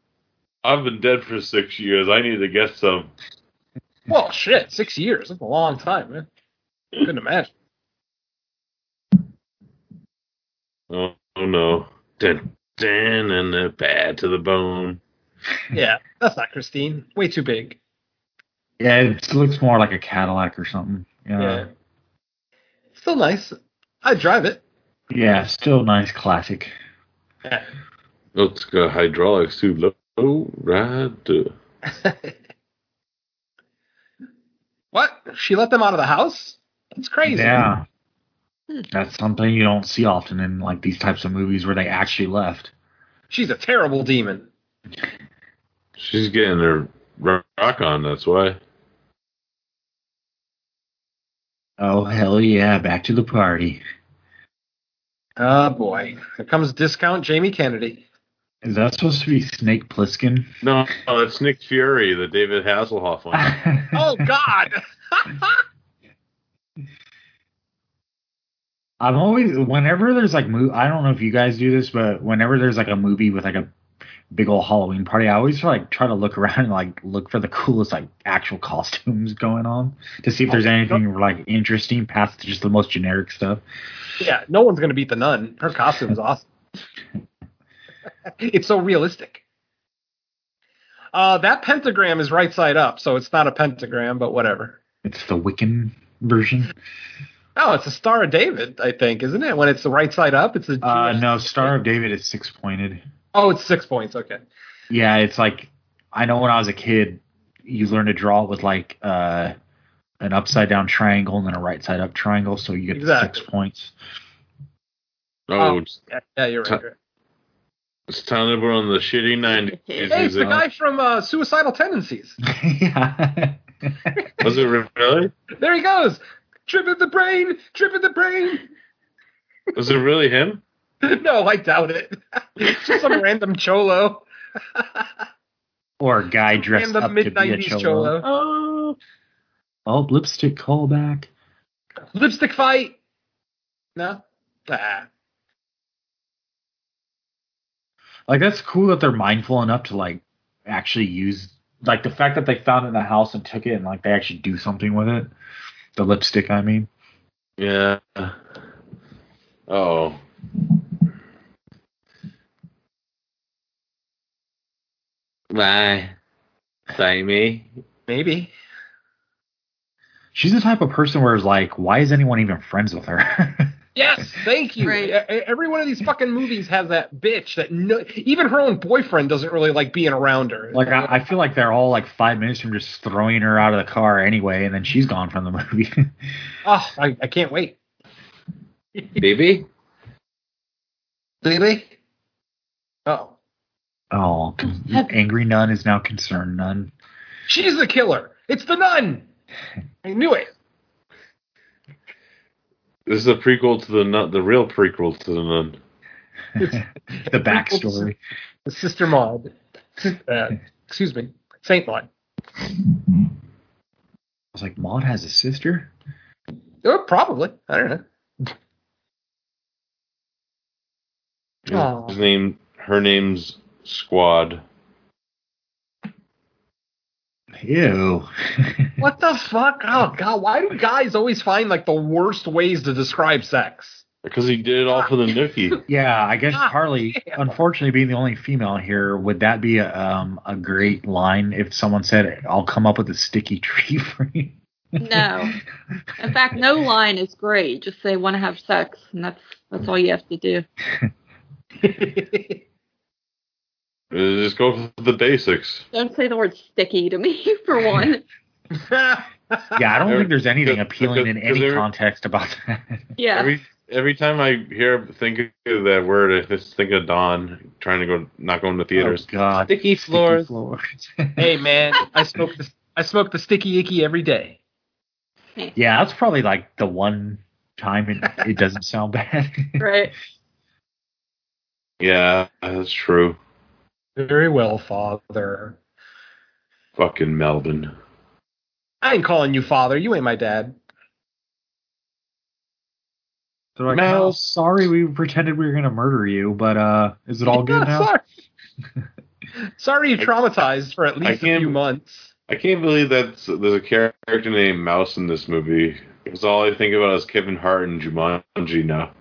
Speaker 7: I've been dead for six years. I need to get some.
Speaker 6: Well, shit, six years. That's a long time, man. Couldn't imagine.
Speaker 7: Oh, oh no. Dun, dun, and the bad to the bone.
Speaker 6: Yeah, that's not Christine. Way too big.
Speaker 3: Yeah, it looks more like a Cadillac or something. Yeah.
Speaker 6: Yeah.
Speaker 3: Yeah,
Speaker 6: Still nice. I'd drive it.
Speaker 3: still nice classic.
Speaker 6: Yeah.
Speaker 7: Oh, it's got hydraulics too. Low, low rider.
Speaker 6: what? She let them out of the house? That's crazy. Hmm.
Speaker 3: Yeah. That's something you don't see often in like these types of movies where they actually left.
Speaker 6: She's a terrible demon.
Speaker 7: She's getting her rock on, that's why.
Speaker 3: Oh hell yeah, back to the party.
Speaker 6: Oh boy. Here comes discount Jamie Kennedy.
Speaker 3: Is that supposed to be Snake Plissken?
Speaker 7: No, no, that's Nick Fury, the David Hasselhoff one.
Speaker 6: Oh god.
Speaker 3: I'm always whenever there's like mo- I don't know if you guys do this, but whenever there's like a movie with like a big old Halloween party, I always like try to look around and like look for the coolest like actual costumes going on to see if there's anything like interesting past just the most generic stuff.
Speaker 6: yeah, no one's gonna beat the nun. Her costume's awesome. it's so realistic. Uh, that pentagram is right side up, so it's not a pentagram, but whatever.
Speaker 3: It's the Wiccan version.
Speaker 6: Oh, it's a Star of David, I think, isn't it? When it's the right side up, it's a.
Speaker 3: Uh, no, Star of David is six pointed.
Speaker 6: Oh, it's six points. Okay.
Speaker 3: Yeah, it's like I know when I was a kid, you learn to draw it with like uh, an upside down triangle and then a right side up triangle, so you get
Speaker 6: Exactly.
Speaker 3: six points.
Speaker 7: Oh,
Speaker 6: Oh.
Speaker 7: it's,
Speaker 6: Yeah, yeah, you're right. You're right.
Speaker 7: it's time to put on the shitty 90s
Speaker 6: Hey,
Speaker 8: Hey,
Speaker 6: it's the
Speaker 7: music.
Speaker 6: guy from uh, Suicidal Tendencies.
Speaker 3: yeah.
Speaker 7: Was it really?
Speaker 6: There he goes. Trip of the brain, trip of the brain.
Speaker 7: Was it really him?
Speaker 6: no, I doubt it. Just some random cholo.
Speaker 3: or a guy dressed
Speaker 6: random
Speaker 3: up to be a
Speaker 6: Mm. mid-nineties
Speaker 3: cholo.
Speaker 6: cholo.
Speaker 7: Oh.
Speaker 3: Oh, lipstick callback.
Speaker 6: Lipstick fight. No. Ah.
Speaker 3: Like that's cool that they're mindful enough to like actually use like the fact that they found it in the house and took it and like they actually do something with it. The lipstick, I mean.
Speaker 7: Yeah. Oh. Why? Sammy?
Speaker 6: Maybe.
Speaker 3: She's the type of person where it's like, why is anyone even friends with her?
Speaker 6: Yes, thank you.
Speaker 8: Right.
Speaker 6: E- e- Every one of these fucking movies has that bitch that no, even her own boyfriend doesn't really like being around her.
Speaker 3: like I, I feel like they're all like five minutes from just throwing her out of the car anyway, and then she's gone from the movie.
Speaker 6: oh, I, I can't wait.
Speaker 7: Baby?
Speaker 6: Really? Oh,
Speaker 3: oh, con- angry nun is now concerned nun.
Speaker 6: she's the killer. It's the nun. I knew it.
Speaker 7: This is a prequel to the nun, the real prequel to the nun.
Speaker 3: the backstory.
Speaker 6: The sister Maud. Uh, excuse me, Saint Maud.
Speaker 3: I was like, Maud has a sister.
Speaker 6: Oh, probably. I don't know. Oh.
Speaker 7: His name, her name's Squad.
Speaker 3: Ew.
Speaker 6: What the fuck? Oh god, why do guys always find like the worst ways to describe sex?
Speaker 7: Because he did it all for the nookie.
Speaker 3: Yeah, I guess
Speaker 6: God
Speaker 3: Harley,
Speaker 6: damn.
Speaker 3: unfortunately, being the only female here, would that be a, um, a great line if someone said, "I'll come up with a sticky tree for you"?
Speaker 8: No. In fact, no line is great. Just say want to have sex, and that's that's all you have to do.
Speaker 7: Uh, Just go for the basics.
Speaker 8: Don't say the word sticky to me for one.
Speaker 3: Yeah, I don't
Speaker 7: Every-
Speaker 3: think there's anything
Speaker 7: because-
Speaker 3: appealing in
Speaker 7: because
Speaker 3: any
Speaker 7: every-
Speaker 3: context about that.
Speaker 8: Yeah.
Speaker 7: Every every time I hear think of that word, I just think of Don trying to go not going to
Speaker 3: Oh,
Speaker 7: theaters.
Speaker 3: God,
Speaker 7: Sticky floors.
Speaker 3: floors.
Speaker 6: hey man, I smoke the I smoke the sticky icky every day.
Speaker 3: yeah, that's probably like the one time it, it doesn't sound bad.
Speaker 8: right.
Speaker 7: Yeah, that's true.
Speaker 6: Very well, father.
Speaker 7: Fucking Melvin.
Speaker 6: I ain't calling you father. You ain't my dad.
Speaker 3: They're like,
Speaker 7: Mel.
Speaker 3: "Mel, sorry, we pretended we were gonna murder you, but uh, is it all good
Speaker 6: Yeah,
Speaker 3: now?"
Speaker 6: Sorry. sorry you traumatized for at least a
Speaker 7: can't-
Speaker 6: few months.
Speaker 7: I can't believe that there's a character named Mouse in this movie. Because all I think about is Kevin Hart and Jumanji now.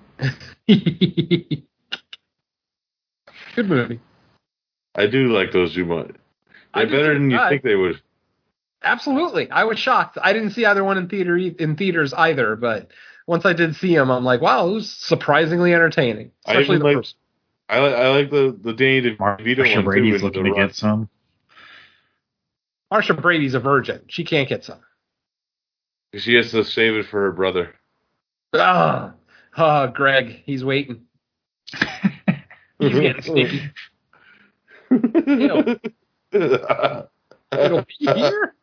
Speaker 6: Good movie.
Speaker 7: I do like those Jumanji.
Speaker 6: I
Speaker 7: They're
Speaker 6: do
Speaker 7: better
Speaker 6: too.
Speaker 7: than you
Speaker 6: I-
Speaker 7: think they would.
Speaker 6: Absolutely. I was shocked. I didn't see either one in theater in theaters either, but once I did see them, I'm like, wow, it was surprisingly entertaining.
Speaker 7: I
Speaker 6: Especially
Speaker 7: even
Speaker 6: the
Speaker 7: like.
Speaker 6: first.
Speaker 7: I like. I like the the Danny
Speaker 3: Mar-
Speaker 7: DeVito
Speaker 3: Marsha
Speaker 7: one
Speaker 3: Brady's
Speaker 7: too. in
Speaker 3: looking
Speaker 7: The
Speaker 3: to
Speaker 7: Rock.
Speaker 3: get some.
Speaker 6: Marsha Brady's a virgin. She can't get some.
Speaker 7: She has to save it for her brother.
Speaker 6: Ah, ah, Greg, he's waiting. He's getting sneaky. Ew. It'll be here.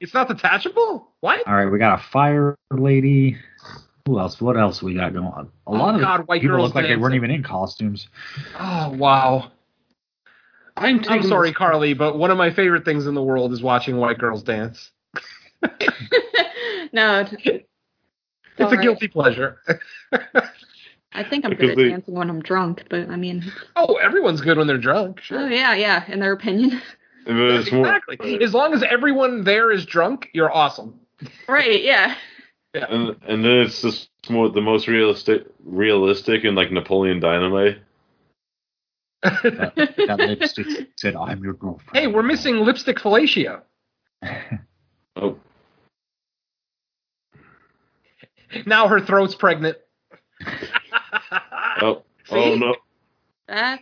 Speaker 6: It's not detachable. What?
Speaker 3: All right, we got a fire lady. Who else? What else we got going on? A
Speaker 6: Oh,
Speaker 3: lot of the
Speaker 6: God, white
Speaker 3: people
Speaker 6: girls
Speaker 3: look like they weren't even
Speaker 6: dancing.
Speaker 3: in costumes.
Speaker 6: Oh wow.
Speaker 7: I'm,
Speaker 6: I'm
Speaker 7: taking
Speaker 6: sorry, Carly, but one of my favorite things in the world is watching white girls dance.
Speaker 8: no. It's
Speaker 6: It's a guilty pleasure.
Speaker 8: I think I'm
Speaker 7: Because
Speaker 8: good at
Speaker 7: they-
Speaker 8: dancing when I'm drunk, but I mean,
Speaker 6: oh, everyone's good when they're drunk.
Speaker 8: oh yeah, yeah. In their opinion,
Speaker 7: But it's more-
Speaker 6: Exactly. As long as everyone there is drunk, you're awesome.
Speaker 8: right? Yeah.
Speaker 7: and, and then it's just more the most realistic, realistic, and like Napoleon Dynamite.
Speaker 3: That, that lipstick said, "I'm your girlfriend."
Speaker 6: Hey, we're missing lipstick fellatio.
Speaker 7: Oh,
Speaker 6: Now her throat's pregnant.
Speaker 7: oh, oh
Speaker 6: See?
Speaker 7: no!
Speaker 8: That.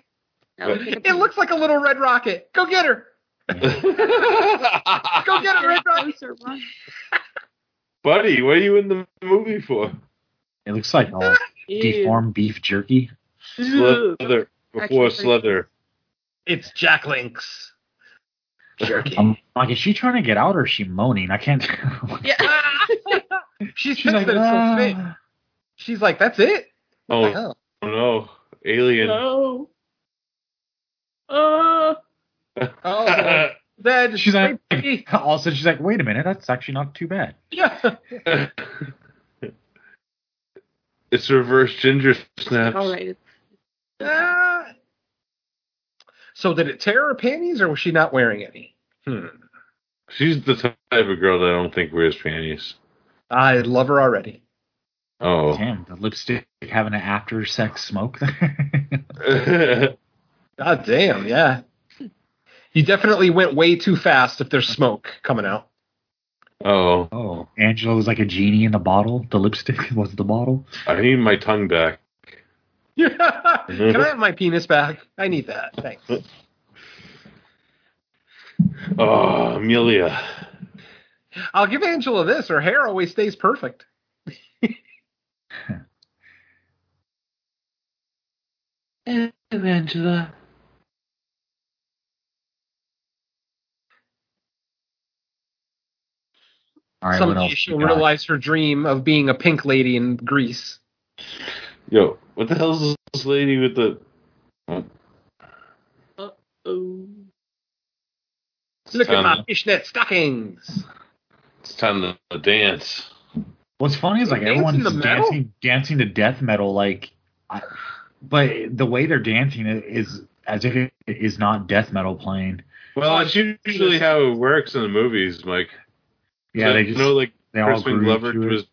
Speaker 8: that would be
Speaker 6: it looks like a little red rocket. Go get her. Go get it, Red Rock.
Speaker 8: Closer one.
Speaker 7: Buddy, what are you in the movie for?
Speaker 3: It looks like all
Speaker 8: Ew.
Speaker 3: deformed beef jerky.
Speaker 8: Ew.
Speaker 7: Slither. Before
Speaker 8: Actually,
Speaker 7: Slither.
Speaker 6: It's Jack Links. Jerky.
Speaker 3: I'm like, is she trying to get out or is she moaning? I can't tell.
Speaker 8: Yeah.
Speaker 3: She's
Speaker 6: She's, pissed
Speaker 3: like,
Speaker 6: that it's
Speaker 3: "Ah."
Speaker 6: so thick. She's like, that's it. What the
Speaker 7: Oh
Speaker 6: hell?
Speaker 7: no, Alien.
Speaker 8: No. Uh,
Speaker 6: Oh, that
Speaker 3: She's like,
Speaker 6: Hey,
Speaker 3: also, she's like, wait a minute, that's actually not too bad.
Speaker 6: yeah.
Speaker 7: it's reverse ginger snaps.
Speaker 8: all right.
Speaker 6: Ah. So did it tear her panties, or was she not wearing any? Hmm.
Speaker 7: She's the type of girl that I don't think wears panties.
Speaker 6: I love her already.
Speaker 7: Oh.
Speaker 3: Damn, the lipstick having an after sex smoke.
Speaker 6: God damn, yeah. You definitely went way too fast. If there's smoke coming out,
Speaker 7: oh.
Speaker 3: oh, Angela was like a genie in the bottle. The lipstick was the bottle.
Speaker 7: I need my tongue back.
Speaker 6: can I have my penis back? I need that. Thanks.
Speaker 7: Oh, Amelia.
Speaker 6: I'll give Angela this. Her hair always stays perfect.
Speaker 7: Angela.
Speaker 3: All right, what
Speaker 6: Someday
Speaker 3: else? you
Speaker 6: she'll
Speaker 3: got?
Speaker 6: realize her dream of being a pink lady in Greece.
Speaker 7: Yo, what the hell is this lady with the
Speaker 8: Oh.
Speaker 6: Look at my
Speaker 7: Sound-
Speaker 6: fishnet stockings.
Speaker 7: it's time to dance?
Speaker 3: What's funny is like
Speaker 6: Dancing
Speaker 3: everyone's
Speaker 6: to metal?
Speaker 3: dancing, dancing to death metal. Like, I, but the way they're dancing i- is as if it is not death metal playing.
Speaker 7: Well, that's usually how it works in the movies, Mike.
Speaker 3: Yeah, they just
Speaker 7: you know like
Speaker 3: they all
Speaker 7: Crispin
Speaker 3: grew
Speaker 7: Glover
Speaker 3: to it.
Speaker 7: was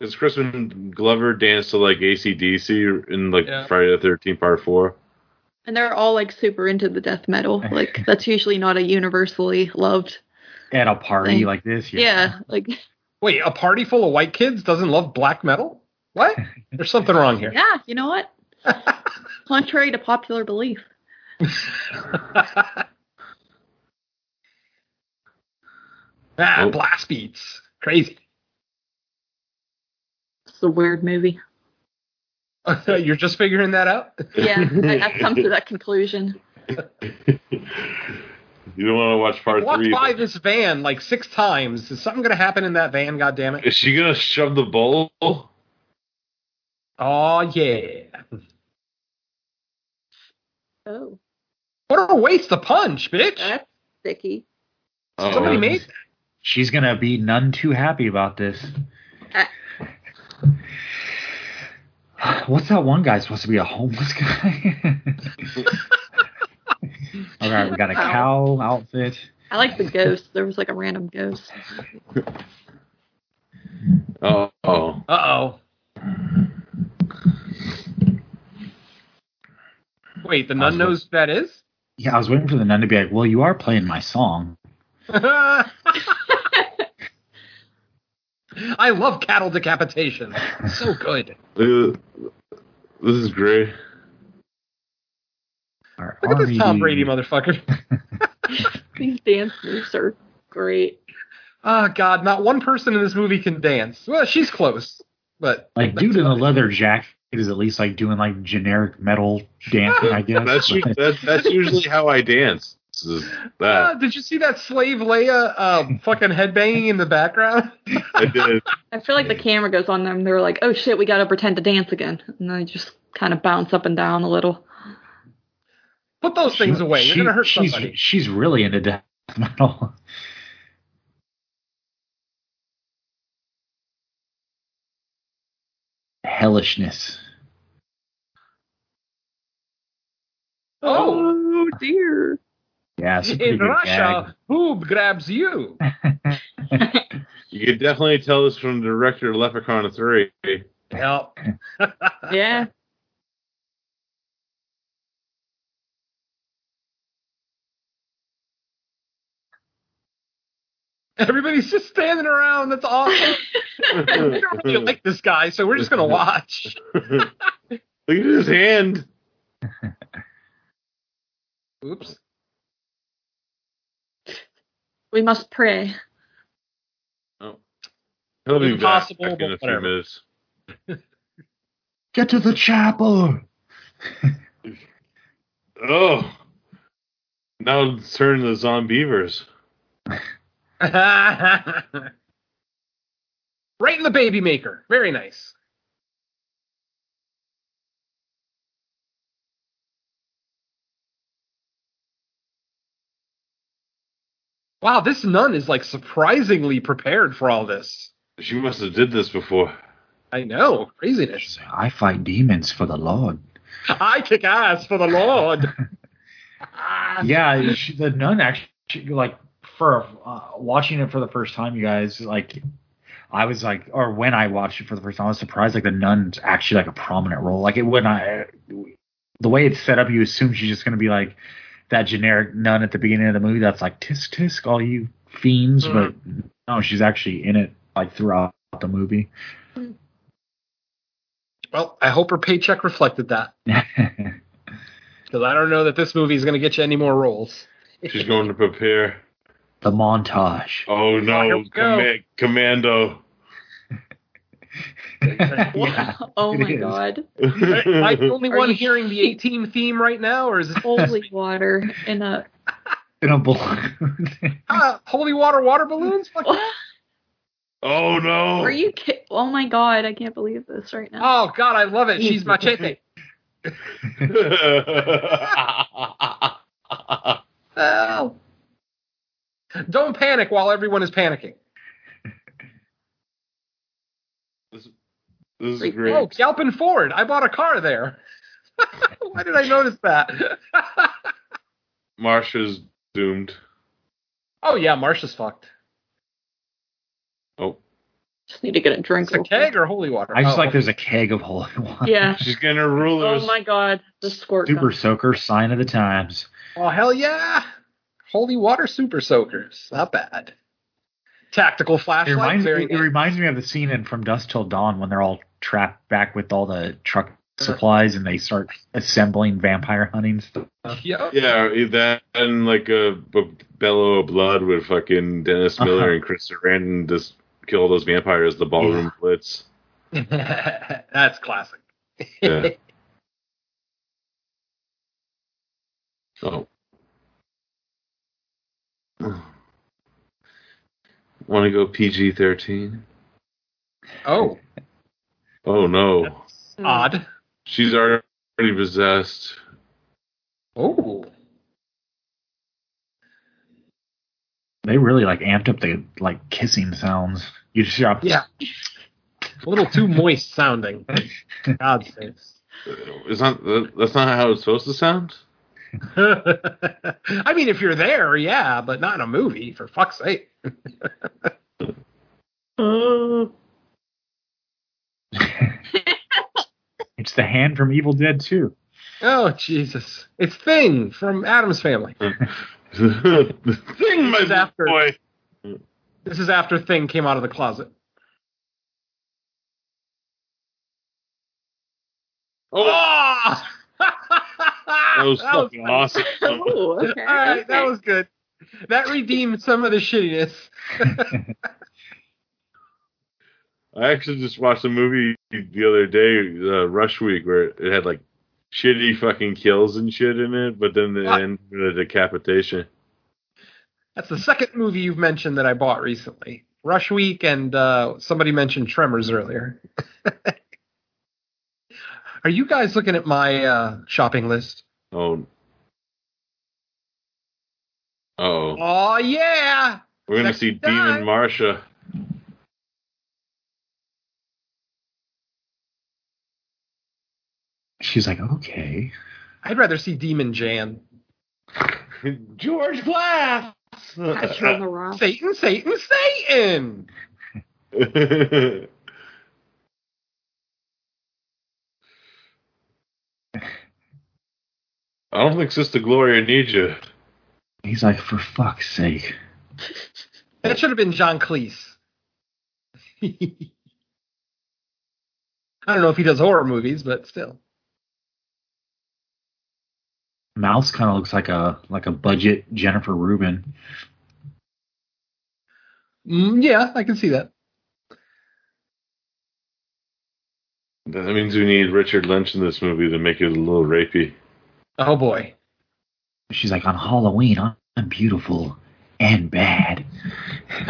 Speaker 7: is Crispin Glover danced to like ACDC in like
Speaker 6: Yeah.
Speaker 7: Friday the Thirteenth Part Four.
Speaker 8: And they're all like super into the death metal. Like that's usually not a universally loved.
Speaker 3: at a party
Speaker 8: Thing.
Speaker 3: like this.
Speaker 8: Yeah, like
Speaker 6: Wait, a party full of white kids doesn't love black metal? What? There's something wrong here.
Speaker 8: yeah, you know what? Contrary to popular belief.
Speaker 6: ah,
Speaker 7: Oh.
Speaker 6: Ah, blast beats. Crazy.
Speaker 8: It's a weird movie.
Speaker 6: You're just figuring that out?
Speaker 8: Yeah, I- I've come to that conclusion.
Speaker 7: You don't want to watch Part
Speaker 6: Walked
Speaker 7: Three.
Speaker 6: by
Speaker 7: but-
Speaker 6: this van like six times. Is something going to happen in that van, goddammit?
Speaker 7: Is she gonna shove the bowl?
Speaker 6: Oh, yeah.
Speaker 8: Oh,
Speaker 6: What a waste of punch, bitch.
Speaker 8: that's sticky.
Speaker 6: Somebody
Speaker 7: Oh.
Speaker 6: made
Speaker 3: She's gonna be none too happy about this.
Speaker 8: Uh.
Speaker 3: What's that one guy supposed to be a homeless guy? All right, we got a cow outfit.
Speaker 8: I like the ghost. There was like a random ghost.
Speaker 7: Oh, oh.
Speaker 6: Uh oh. Wait, the nun
Speaker 3: Awesome.
Speaker 6: knows who that is?
Speaker 3: Yeah, I was waiting for the nun to be like, "Well, you are playing my song."
Speaker 6: I love cattle decapitation. So good.
Speaker 7: Uh, this is great.
Speaker 3: Or
Speaker 6: Look at this
Speaker 3: R.E.D..
Speaker 6: Tom Brady motherfucker.
Speaker 8: These dance moves are great.
Speaker 6: Oh God, not one person in this movie can dance. Well, she's close, but
Speaker 3: Like, dude in a leather jacket is at least like doing like generic metal dancing, I guess.
Speaker 7: That's u-
Speaker 3: but-
Speaker 7: that, that's usually how I dance. This is
Speaker 6: Ah,
Speaker 7: that
Speaker 6: did you see that slave Leia uh, fucking headbanging in the background?
Speaker 7: I did.
Speaker 8: I feel like the camera goes on them. They're like, oh shit, we gotta pretend to dance again. And they just kind of bounce up and down a little.
Speaker 6: Put those things
Speaker 3: She-
Speaker 6: away. You're
Speaker 3: she-
Speaker 6: gonna hurt
Speaker 3: she's,
Speaker 6: somebody.
Speaker 3: She's really into death metal. Hellishness.
Speaker 6: Oh,
Speaker 8: dear.
Speaker 3: Yeah, it's a pretty
Speaker 6: in
Speaker 3: good
Speaker 6: Russia, boob grabs you.
Speaker 7: You could definitely tell this from the director of Leprechaun Three.
Speaker 6: Help.
Speaker 8: Yeah.
Speaker 6: Everybody's just standing around. That's awesome. I don't really like this guy, so we're just gonna watch.
Speaker 7: Look at his hand.
Speaker 6: Oops.
Speaker 8: We must pray.
Speaker 7: He'll be back,
Speaker 6: Impossible,
Speaker 7: back in a
Speaker 6: but whatever.
Speaker 7: few minutes.
Speaker 3: Get to the chapel.
Speaker 7: Oh, now let's turn to the zombievers.
Speaker 6: right in the baby maker. Very nice. Wow, this nun is like surprisingly prepared for all this.
Speaker 7: She must have did this before.
Speaker 6: I know, craziness.
Speaker 3: I fight demons for the Lord.
Speaker 6: I kick ass for the Lord.
Speaker 3: Yeah, she, the nun actually like for uh, watching it for the first time, you guys like. I was like, or when I watched it for the first time, I was surprised. Like the nun's actually like a prominent role. Like it when I, the way it's set up, you assume she's just gonna be like that generic nun at the beginning of the movie. That's like tisk tisk, all you fiends. But no, she's actually in it like throughout the movie.
Speaker 6: Well, I hope her paycheck reflected that because I don't know that this movie is going to get you any more roles.
Speaker 7: She's going to prepare.
Speaker 3: the montage.
Speaker 7: Oh
Speaker 6: here
Speaker 7: no,
Speaker 6: we go.
Speaker 7: command, commando.
Speaker 3: yeah.
Speaker 8: oh
Speaker 3: It
Speaker 8: my
Speaker 3: is.
Speaker 8: god.
Speaker 6: Am I the only
Speaker 8: Are
Speaker 6: one
Speaker 8: you-
Speaker 6: hearing the 18 theme right now, or is it
Speaker 8: Holy water in a
Speaker 3: In a balloon.
Speaker 6: Ah, holy water, water balloons? Fuck
Speaker 7: oh no.
Speaker 8: Are you ki- Oh my god, I can't believe this right now.
Speaker 6: Oh God, I love it. She's machete. Oh. Don't panic while everyone is panicking.
Speaker 7: this is
Speaker 8: Freak.
Speaker 7: great.
Speaker 6: Oh, Galpin Ford. I bought a car there. Why did I notice that?
Speaker 7: Marsha's doomed.
Speaker 6: oh yeah, Marsha's fucked.
Speaker 7: Oh,
Speaker 8: Just need to get a drink.
Speaker 6: It's a
Speaker 8: real quick.
Speaker 6: keg or holy water?
Speaker 3: I just
Speaker 6: Oh,
Speaker 3: like there's a keg of holy water.
Speaker 8: Yeah.
Speaker 7: she's getting her rulers.
Speaker 8: Oh my god, the squirt. gun.
Speaker 3: Super soaker sign of the times.
Speaker 6: Oh hell yeah. Holy water super soakers. Not bad. Tactical
Speaker 3: It
Speaker 6: flashlight.
Speaker 3: reminds,
Speaker 6: very
Speaker 3: it,
Speaker 6: nice.
Speaker 3: reminds me of the scene in From Dusk Till Dawn when they're all trapped back with all the truck supplies and they start assembling vampire hunting stuff.
Speaker 6: Yep.
Speaker 7: Yeah, that and like a, b- bellow of blood with fucking Dennis Miller
Speaker 3: Uh-huh.
Speaker 7: and Chris Sarandon just kill all those vampires. The ballroom blitz.
Speaker 6: That's classic.
Speaker 7: Yeah. oh. Want to go PG thirteen?
Speaker 6: Oh,
Speaker 7: Oh no,
Speaker 8: Mm.
Speaker 6: odd.
Speaker 7: she's already possessed.
Speaker 6: Oh.
Speaker 3: They really like amped up the like kissing sounds. You just uh, hear up-
Speaker 6: Yeah. A little too moist sounding. God sakes.
Speaker 7: It's not. That's not how it's supposed to sound.
Speaker 6: I mean, if you're there, yeah, but not in a movie, for fuck's sake.
Speaker 8: Oh.
Speaker 3: It's the hand from Evil Dead 2.
Speaker 6: Oh, Jesus. It's Thing from Adam's Family.
Speaker 7: the thing,
Speaker 6: This is
Speaker 7: my
Speaker 6: after-
Speaker 7: boy.
Speaker 6: This is after Thing came out of the closet.
Speaker 7: Oh,
Speaker 6: Oh!
Speaker 7: that was fucking
Speaker 6: funny.
Speaker 7: awesome.
Speaker 8: Ooh, Oh, okay.
Speaker 6: All right, that
Speaker 8: okay.
Speaker 6: was good. That redeemed some of the shittiness.
Speaker 7: I actually just watched a movie the other day, uh, Rush Week, where it had like shitty fucking kills and shit in it, but then the
Speaker 6: What?
Speaker 7: end with a decapitation.
Speaker 6: That's the second movie you've mentioned that I bought recently. Rush Week and uh, somebody mentioned Tremors earlier. Are you guys looking at my uh, shopping list?
Speaker 7: Oh. Oh,
Speaker 6: Oh yeah,
Speaker 7: we're gonna
Speaker 6: Sexy
Speaker 7: see Demon
Speaker 6: time.
Speaker 7: Marsha.
Speaker 3: She's like, okay.
Speaker 6: I'd rather see Demon Jan.
Speaker 7: George Glass.
Speaker 8: Catcher on the rock.
Speaker 6: Satan, Satan, Satan.
Speaker 7: I don't think Sister Gloria needs you.
Speaker 3: He's like, for fuck's sake.
Speaker 6: That should have been John Cleese. I don't know if he does horror movies, but still.
Speaker 3: Mouse kind of looks like a like a budget Jennifer Rubin.
Speaker 6: Mm, yeah, I can see that.
Speaker 7: That means we need Richard Lynch in this movie to make it a little rapey.
Speaker 6: Oh boy.
Speaker 3: She's like, on Halloween, I'm beautiful and bad.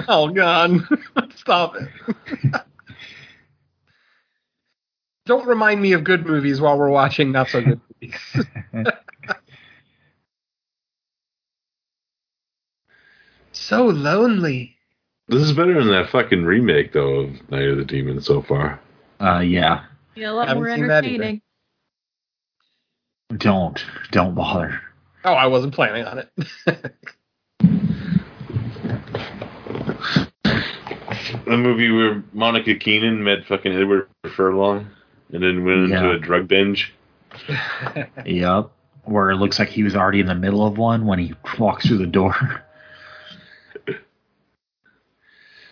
Speaker 6: Oh god. Stop it. Don't remind me of good movies while we're watching not so good movies. so lonely.
Speaker 7: This is better than that fucking remake though of Night of the Demon so far.
Speaker 3: Uh, yeah.
Speaker 8: Yeah, a lot
Speaker 6: Haven't
Speaker 8: more
Speaker 6: seen that either.
Speaker 8: entertaining.
Speaker 3: Don't don't bother.
Speaker 6: Oh, I wasn't planning on it.
Speaker 7: The movie where Monica Keenan met fucking Edward Furlong and then went into
Speaker 3: Yeah.
Speaker 7: a drug binge.
Speaker 3: Yep. Where it looks like he was already in the middle of one when he walks through the door.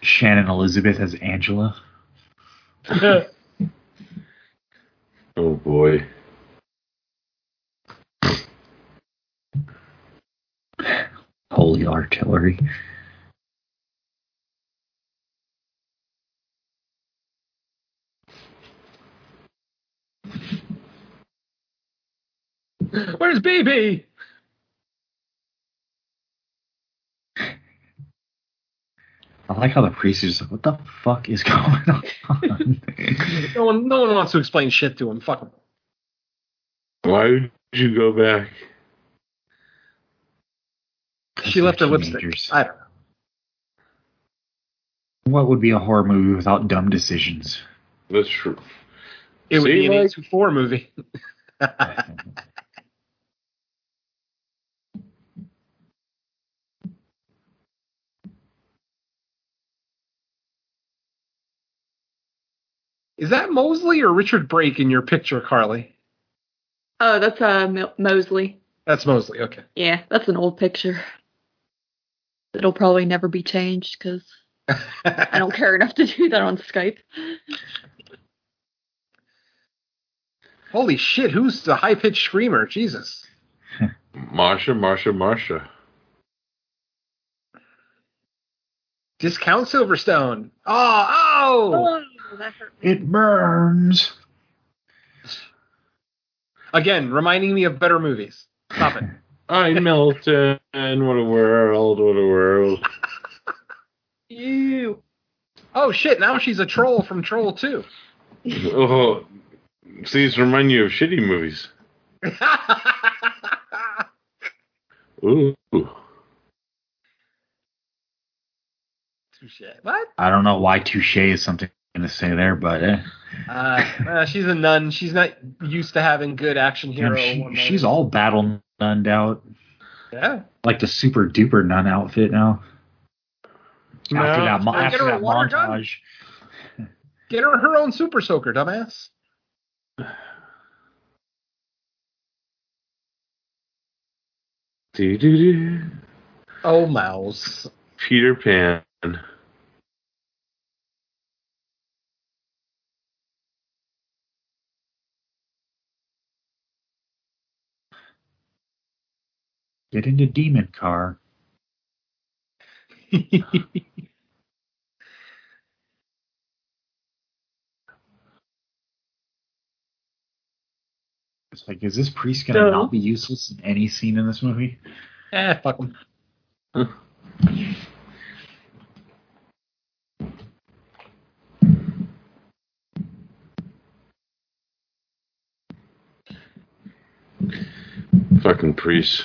Speaker 3: Shannon Elizabeth as Angela.
Speaker 7: Oh boy.
Speaker 3: Holy artillery.
Speaker 6: Where's BB?
Speaker 3: I like how the priest is like, what the fuck is going on?
Speaker 6: No one, no one wants to explain shit to him. Fuck him.
Speaker 7: Why would you go back?
Speaker 6: She left her lipstick.
Speaker 3: Teenagers.
Speaker 6: I don't know.
Speaker 3: What would be a horror movie without dumb decisions?
Speaker 7: That's true.
Speaker 6: It would
Speaker 7: See,
Speaker 6: be an
Speaker 7: like-
Speaker 6: 824 movie. Is that Mosley or Richard Brake in your picture, Carly?
Speaker 8: Oh, that's uh Mo- Mosley.
Speaker 6: That's Mosley. Okay.
Speaker 8: Yeah, that's an old picture. It'll probably never be changed because I don't care enough to do that on Skype.
Speaker 6: Holy shit! Who's the high pitched screamer? Jesus.
Speaker 7: Marsha, Marsha, Marsha.
Speaker 6: Discount Silverstone. Oh, oh!
Speaker 8: that hurt.
Speaker 3: It burns.
Speaker 6: Again, reminding me of better movies. Stop it.
Speaker 7: I Milton. What a world. What a world.
Speaker 8: You.
Speaker 6: Oh shit! Now she's a troll from Troll Two.
Speaker 7: Oh, see, these remind you of shitty movies. Ooh.
Speaker 6: Touche. What?
Speaker 3: I don't know why touche is something I'm going to say there, but eh.
Speaker 6: Uh, uh, she's a nun. She's not used to having good action
Speaker 3: Damn,
Speaker 6: hero.
Speaker 3: she-
Speaker 6: woman.
Speaker 3: she's all battle nunned out.
Speaker 6: yeah.
Speaker 3: Like the super duper nun outfit now. After
Speaker 7: No.
Speaker 3: that, mo-
Speaker 6: Get her
Speaker 3: after
Speaker 6: a
Speaker 3: that
Speaker 6: water gun.
Speaker 3: montage.
Speaker 6: Get her her own super soaker, dumbass.
Speaker 7: Doo-doo-doo.
Speaker 6: Oh, mouse.
Speaker 7: Peter Pan.
Speaker 3: Get into demon car.
Speaker 6: Eh,
Speaker 3: It's like, is this priest gonna
Speaker 8: No.
Speaker 3: not be useless in any scene in this movie?
Speaker 6: eh, fuck 'em.
Speaker 7: Fucking priest.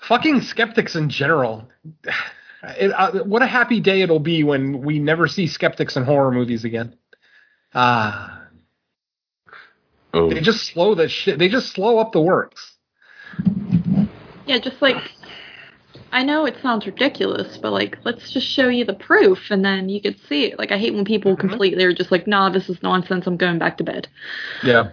Speaker 6: Fucking skeptics in general. It, uh, what a happy day it'll be when we never see skeptics in horror movies again. Ah.
Speaker 7: Oh,
Speaker 6: They just slow that shit. They just slow up the works.
Speaker 8: Yeah, just like I know it sounds ridiculous, but like let's just show you the proof and then you could see it. Like I hate when people
Speaker 6: Mm-hmm.
Speaker 8: completely are just like, nah, this is nonsense, I'm going back to bed.
Speaker 6: Yeah.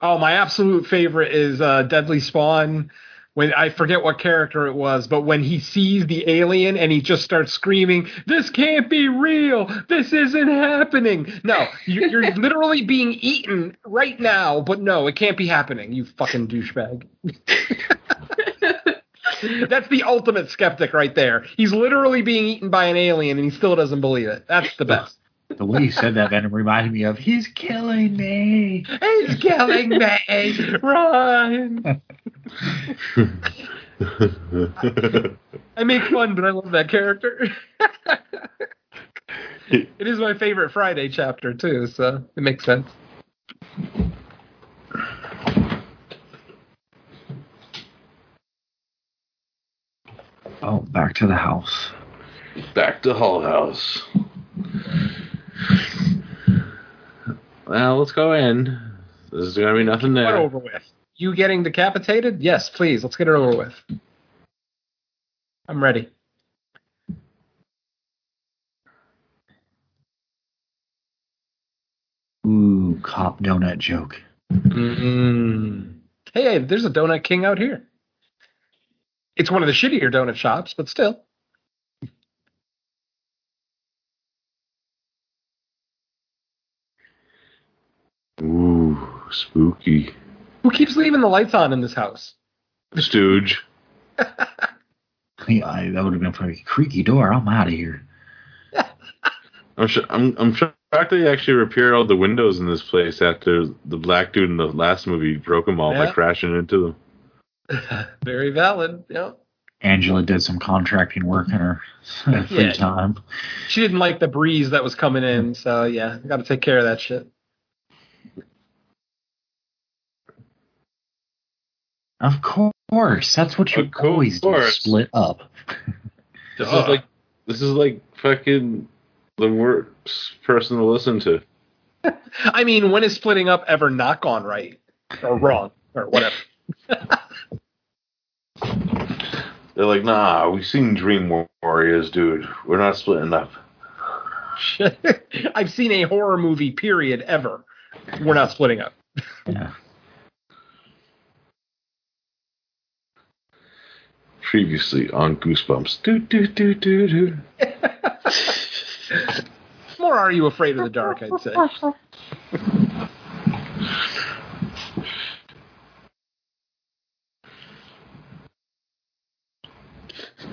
Speaker 6: Oh, my absolute favorite is uh, Deadly Spawn. When I forget what character it was, but when he sees the alien and he just starts screaming, "This can't be real! This isn't happening!" No, you- you're literally being eaten right now. But no, it can't be happening. You fucking douchebag. that's the ultimate skeptic right there. He's literally being eaten by an alien and he still doesn't believe it. That's the best.
Speaker 3: The way you said that, Venom, reminded me of he's killing me.
Speaker 6: He's killing me. Run. I make fun, but I love that character. it is my favorite Friday chapter too, so it makes sense.
Speaker 3: Oh, back to the house.
Speaker 7: Back to Hull House. Well, let's go in. There's gonna be nothing
Speaker 6: Get it
Speaker 7: there.
Speaker 6: over with. You getting decapitated? Yes, please. Let's get it over with. I'm ready.
Speaker 3: Ooh, cop donut joke.
Speaker 6: Hey, there's a donut king out here. It's one of the shittier donut shops, but still.
Speaker 7: Ooh, spooky.
Speaker 6: Who keeps leaving the lights on in this house?
Speaker 7: Stooge.
Speaker 3: Yeah, I- that would have been funny. Creaky door. I'm out of here.
Speaker 7: I'm sure. I'm, I'm shocked they actually repaired all the windows in this place after the black dude in the last movie broke them all
Speaker 6: Yeah.
Speaker 7: by crashing into them.
Speaker 6: Very valid. Yeah.
Speaker 3: Angela did some contracting work in her free
Speaker 6: Yeah.
Speaker 3: time.
Speaker 6: She didn't like the breeze that was coming in, so yeah, got to take care of that shit.
Speaker 3: Of course, that's what you
Speaker 7: Of course.
Speaker 3: always do. Split up.
Speaker 7: This
Speaker 6: Duh.
Speaker 7: is like this is like fucking the worst person to listen to.
Speaker 6: I mean, when is splitting up ever not gone right or wrong or whatever?
Speaker 7: They're like, nah, we've seen Dream Warriors, dude. We're not splitting up.
Speaker 6: I've seen a horror movie period ever. We're not splitting up.
Speaker 3: Yeah.
Speaker 7: Previously on Goosebumps. Do do do do do.
Speaker 6: More are you afraid of the dark? I'd say.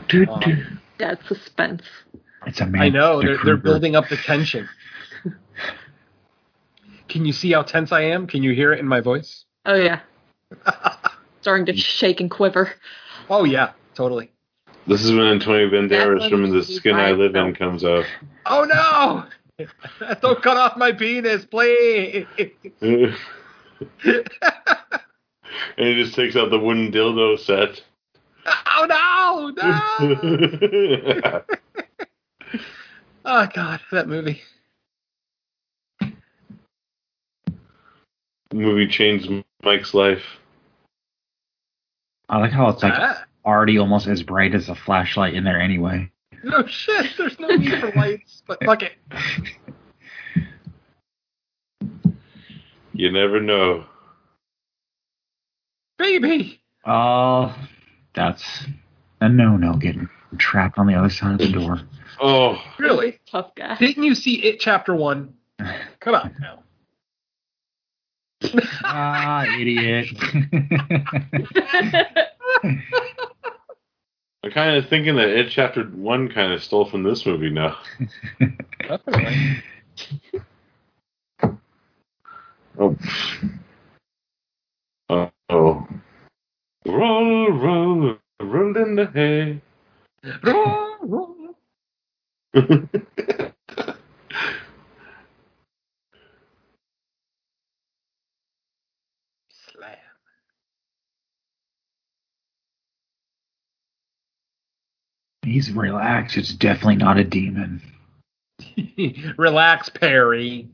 Speaker 7: do,
Speaker 6: Um,
Speaker 7: do.
Speaker 8: That suspense.
Speaker 3: It's amazing.
Speaker 6: I know they're, they're building up the tension. Can you see how tense I am? Can you hear it in my voice?
Speaker 8: Oh yeah. Starting to shake and quiver.
Speaker 6: Oh yeah, totally.
Speaker 7: This is when Antonio Banderas
Speaker 8: That's
Speaker 7: from The
Speaker 8: what we
Speaker 7: Skin I
Speaker 8: find
Speaker 7: Live In
Speaker 8: out.
Speaker 7: comes out.
Speaker 6: Oh no! Don't cut off my penis, please.
Speaker 7: and he just takes out the wooden dildo set.
Speaker 6: oh no! No! Oh god, that movie.
Speaker 7: Movie changed Mike's life.
Speaker 3: I like how it's like
Speaker 6: Ah,
Speaker 3: already almost as bright as a flashlight in there anyway.
Speaker 6: no shit. There's no need for lights, but fuck it.
Speaker 7: You never know.
Speaker 6: Baby.
Speaker 3: Oh, that's a no-no. Getting trapped on the other side of the door.
Speaker 7: Oh,
Speaker 6: Really?
Speaker 8: Tough guy.
Speaker 6: Didn't you see it chapter one? Come on now.
Speaker 3: ah, idiot.
Speaker 7: I'm kind of thinking that Ed Chapter 1 kind of stole from this movie now.
Speaker 6: Definitely.
Speaker 7: Oh. Uh oh. Roll, roll, roll in the hay.
Speaker 6: Roar, roar. Slam.
Speaker 3: He's relaxed. It's definitely not a demon.
Speaker 6: Relax, Perry.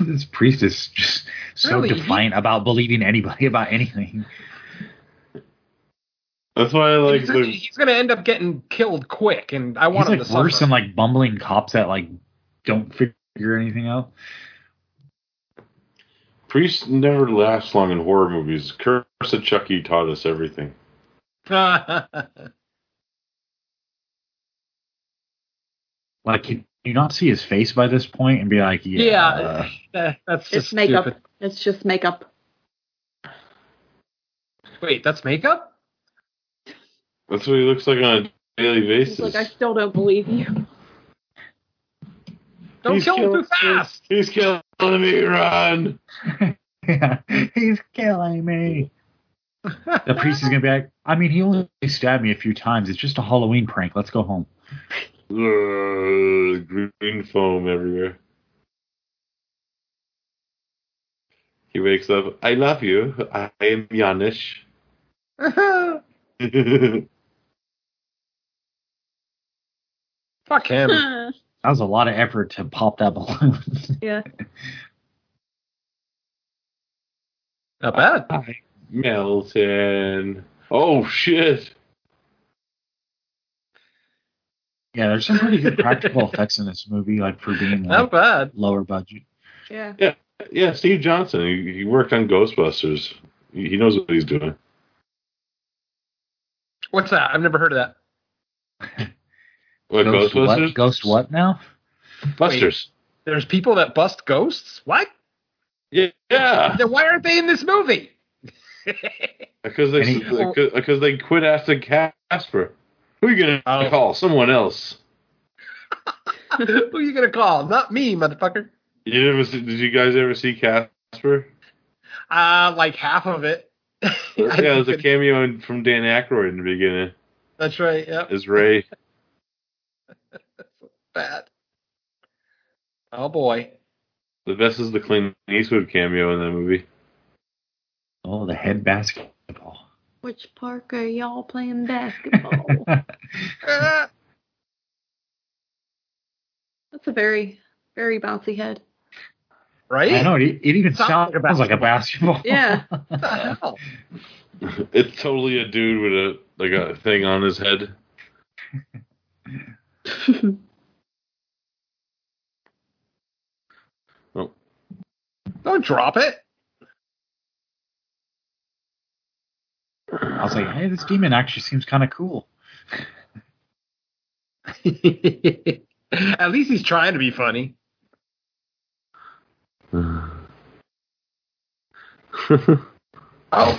Speaker 3: this priest is just so
Speaker 6: Really?
Speaker 3: defiant about believing anybody about anything.
Speaker 7: That's why I like
Speaker 6: he's,
Speaker 7: the.
Speaker 6: he's gonna end up getting killed quick, and I
Speaker 3: He's
Speaker 6: want him
Speaker 3: like
Speaker 6: to
Speaker 3: worse
Speaker 6: suffer.
Speaker 3: than like bumbling cops that like don't figure anything out.
Speaker 7: Priest never lasts long in horror movies. Curse of Chucky taught us everything.
Speaker 3: Like, can you not see his face by this point and be like, yeah,
Speaker 6: Yeah. That- that's
Speaker 8: It's
Speaker 6: just
Speaker 8: makeup.
Speaker 6: stupid.
Speaker 8: It's just makeup.
Speaker 6: Wait, that's makeup?
Speaker 7: That's what he looks like on a daily
Speaker 8: He's
Speaker 7: basis.
Speaker 8: like, I still don't believe you.
Speaker 6: Don't
Speaker 7: He's
Speaker 6: kill him
Speaker 7: killed-
Speaker 6: too fast.
Speaker 7: He's killing me, Ron.
Speaker 3: he's killing me? The priest is gonna be like, I mean, he only stabbed me a few times. It's just a Halloween prank. Let's go home.
Speaker 7: Ugh, green foam everywhere. He wakes up. I love you. I am Janish. That's
Speaker 6: Fuck him.
Speaker 3: That was a lot of effort to pop that balloon.
Speaker 8: yeah.
Speaker 6: Not bad.
Speaker 7: Melton. Oh shit!
Speaker 3: yeah, there's some pretty good practical effects in this movie, like for being like,
Speaker 6: Not bad.
Speaker 3: lower budget.
Speaker 8: Yeah.
Speaker 7: Yeah, Steve Johnson. He, he worked on Ghostbusters. He, he knows what he's doing.
Speaker 6: What's that? I've never heard of that.
Speaker 7: What Ghostbusters?
Speaker 3: what? Ghost what now?
Speaker 7: Busters.
Speaker 6: There's people that bust ghosts? What?
Speaker 7: Yeah, yeah.
Speaker 6: Then why aren't they in this movie?
Speaker 7: Because they
Speaker 3: Any-
Speaker 7: because they quit after Casper. Who are you gonna
Speaker 6: Oh.
Speaker 7: call? Someone else.
Speaker 6: Who are you gonna call? Not me, motherfucker.
Speaker 7: You ever see, did you guys ever see Casper?
Speaker 6: Uh like half of it. I
Speaker 7: Yeah, there's a
Speaker 6: think it-
Speaker 7: cameo in, from Dan Aykroyd in the beginning.
Speaker 6: That's right. Yeah,
Speaker 7: Is Ray?
Speaker 6: bad. Oh boy.
Speaker 7: The best is the Clint Eastwood cameo in that movie.
Speaker 3: Oh, the head basketball.
Speaker 8: Which park are y'all playing basketball?
Speaker 6: Ah.
Speaker 8: That's a very, very bouncy head.
Speaker 6: right?
Speaker 3: I know it, it even
Speaker 6: Sounds
Speaker 3: sounds,
Speaker 6: like a
Speaker 3: like a basketball.
Speaker 8: Yeah.
Speaker 6: What the hell?
Speaker 7: It's totally a dude with a like a thing on his head.
Speaker 6: Don't drop it.
Speaker 3: I was like, hey, this demon actually seems kind of cool.
Speaker 6: At least he's trying to be funny. Oh,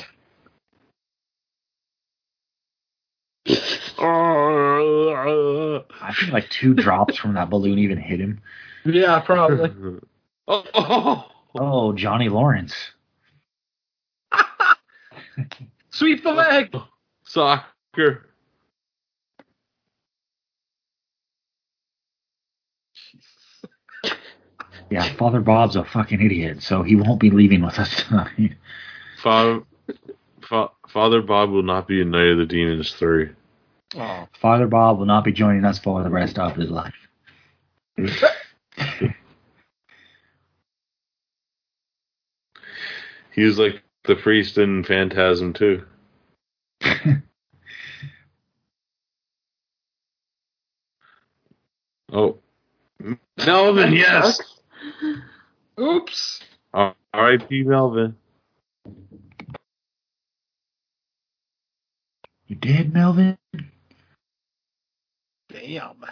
Speaker 7: oh,
Speaker 3: I think like two drops from that balloon even hit him.
Speaker 6: yeah, probably. oh,
Speaker 3: Oh, Johnny Lawrence.
Speaker 6: Sweep the leg.
Speaker 7: soccer.
Speaker 3: Yeah, Father Bob's a fucking idiot, so he won't be leaving with us tonight.
Speaker 7: Father, fa- Father Bob will not be in Night of the Demons three.
Speaker 6: Oh.
Speaker 3: Father Bob will not be joining us for the rest of his life.
Speaker 7: He was like the priest in Phantasm too. oh, Melvin, yes.
Speaker 6: Oops.
Speaker 7: R.I.P. Melvin.
Speaker 3: You did, Melvin?
Speaker 6: Damn.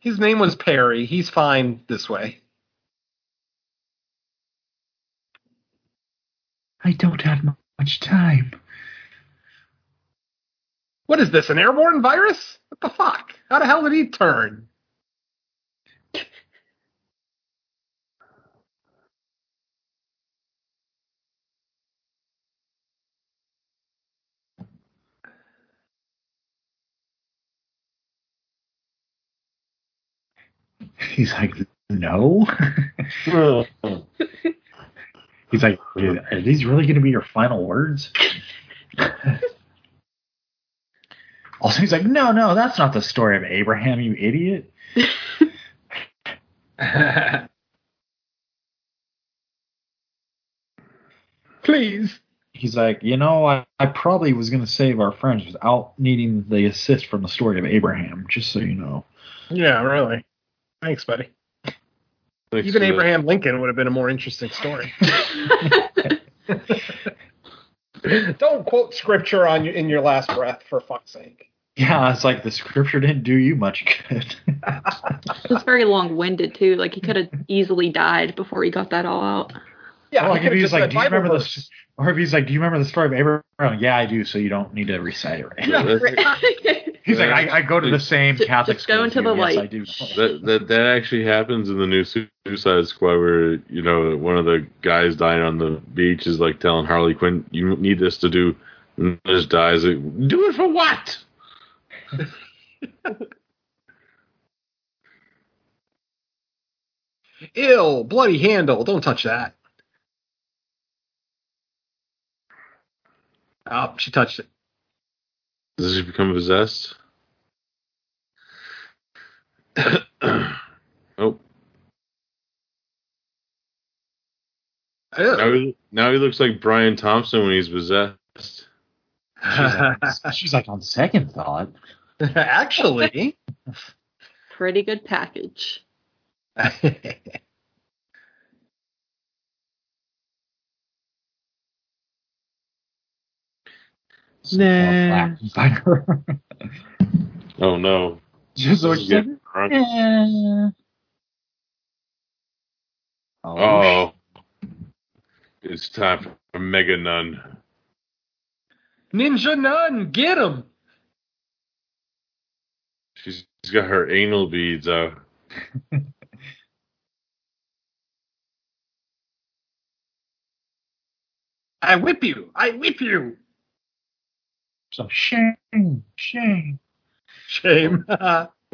Speaker 6: His name was Perry. He's fine this way.
Speaker 3: I don't have mu- much time.
Speaker 6: What is this? An airborne virus? What the fuck? How the hell did he turn?
Speaker 3: He's like, no. He's like, are these really going to be your final words? also, he's like, no, no, that's not the story of Abraham, you idiot.
Speaker 6: Please.
Speaker 3: He's like, you know, I, I probably was going to save our friends without needing the assist from the story of Abraham, just so you know.
Speaker 6: Yeah, really. Thanks, buddy.
Speaker 7: Thanks
Speaker 6: Even
Speaker 7: for that.
Speaker 6: Abraham Lincoln would have been a more interesting story. Don't quote scripture on you in your last breath, for fuck's sake.
Speaker 3: Yeah, it's like the scripture didn't do you much good.
Speaker 8: It was very long winded too. Like he could have easily died before he got that all out.
Speaker 6: Yeah,
Speaker 3: Or
Speaker 6: he
Speaker 3: like if
Speaker 6: could've
Speaker 3: he's
Speaker 6: just
Speaker 3: like,
Speaker 6: said
Speaker 3: do you
Speaker 6: Bible
Speaker 3: remember
Speaker 6: verse.
Speaker 3: this? Or if he's like, do you remember the story of Abraham? Yeah, I do. So you don't need to recite it. Right?
Speaker 6: Yeah,
Speaker 7: That's-
Speaker 6: right.
Speaker 3: He's like, I, I go to the same
Speaker 8: Just-
Speaker 3: Catholic
Speaker 8: just
Speaker 3: school.
Speaker 8: go
Speaker 3: as you.
Speaker 8: into the
Speaker 3: Yes,
Speaker 8: light.
Speaker 3: I do.
Speaker 7: That, that that actually happens in the new Su- Suicide Squad, where you know one of the guys dying on the beach is like telling Harley Quinn, "You need this to do," and just dies. Like, do it for what?
Speaker 6: Ill, bloody handle. Don't touch that. Oh, she touched it.
Speaker 7: Does he become possessed? oh, now
Speaker 6: Ew.
Speaker 7: he, now he looks like Brian Thompson when he's possessed.
Speaker 3: She's like, on second thought.
Speaker 6: Actually,
Speaker 8: Pretty good package.
Speaker 3: some more black fire.
Speaker 7: Oh no!
Speaker 3: Just so
Speaker 7: This
Speaker 3: she's
Speaker 7: is
Speaker 3: like,
Speaker 7: getting drunk.
Speaker 3: eh. Oh,
Speaker 7: Oh, it's time for Mega Nun.
Speaker 6: Ninja Nun, get him.
Speaker 7: She's she's got her anal beads out.
Speaker 6: I whip you. I whip you.
Speaker 3: so shame, shame.
Speaker 6: Shame.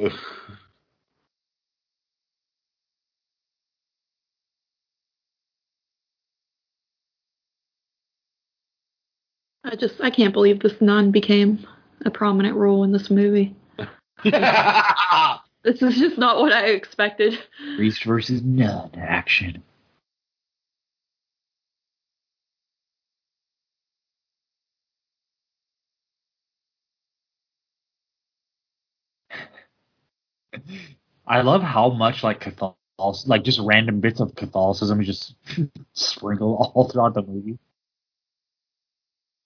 Speaker 8: I just I can't believe this nun became a prominent role in this movie. This is just not what I expected.
Speaker 3: Priest versus nun action. I love how much like Catholic, like just random bits of Catholicism just sprinkle all throughout the movie.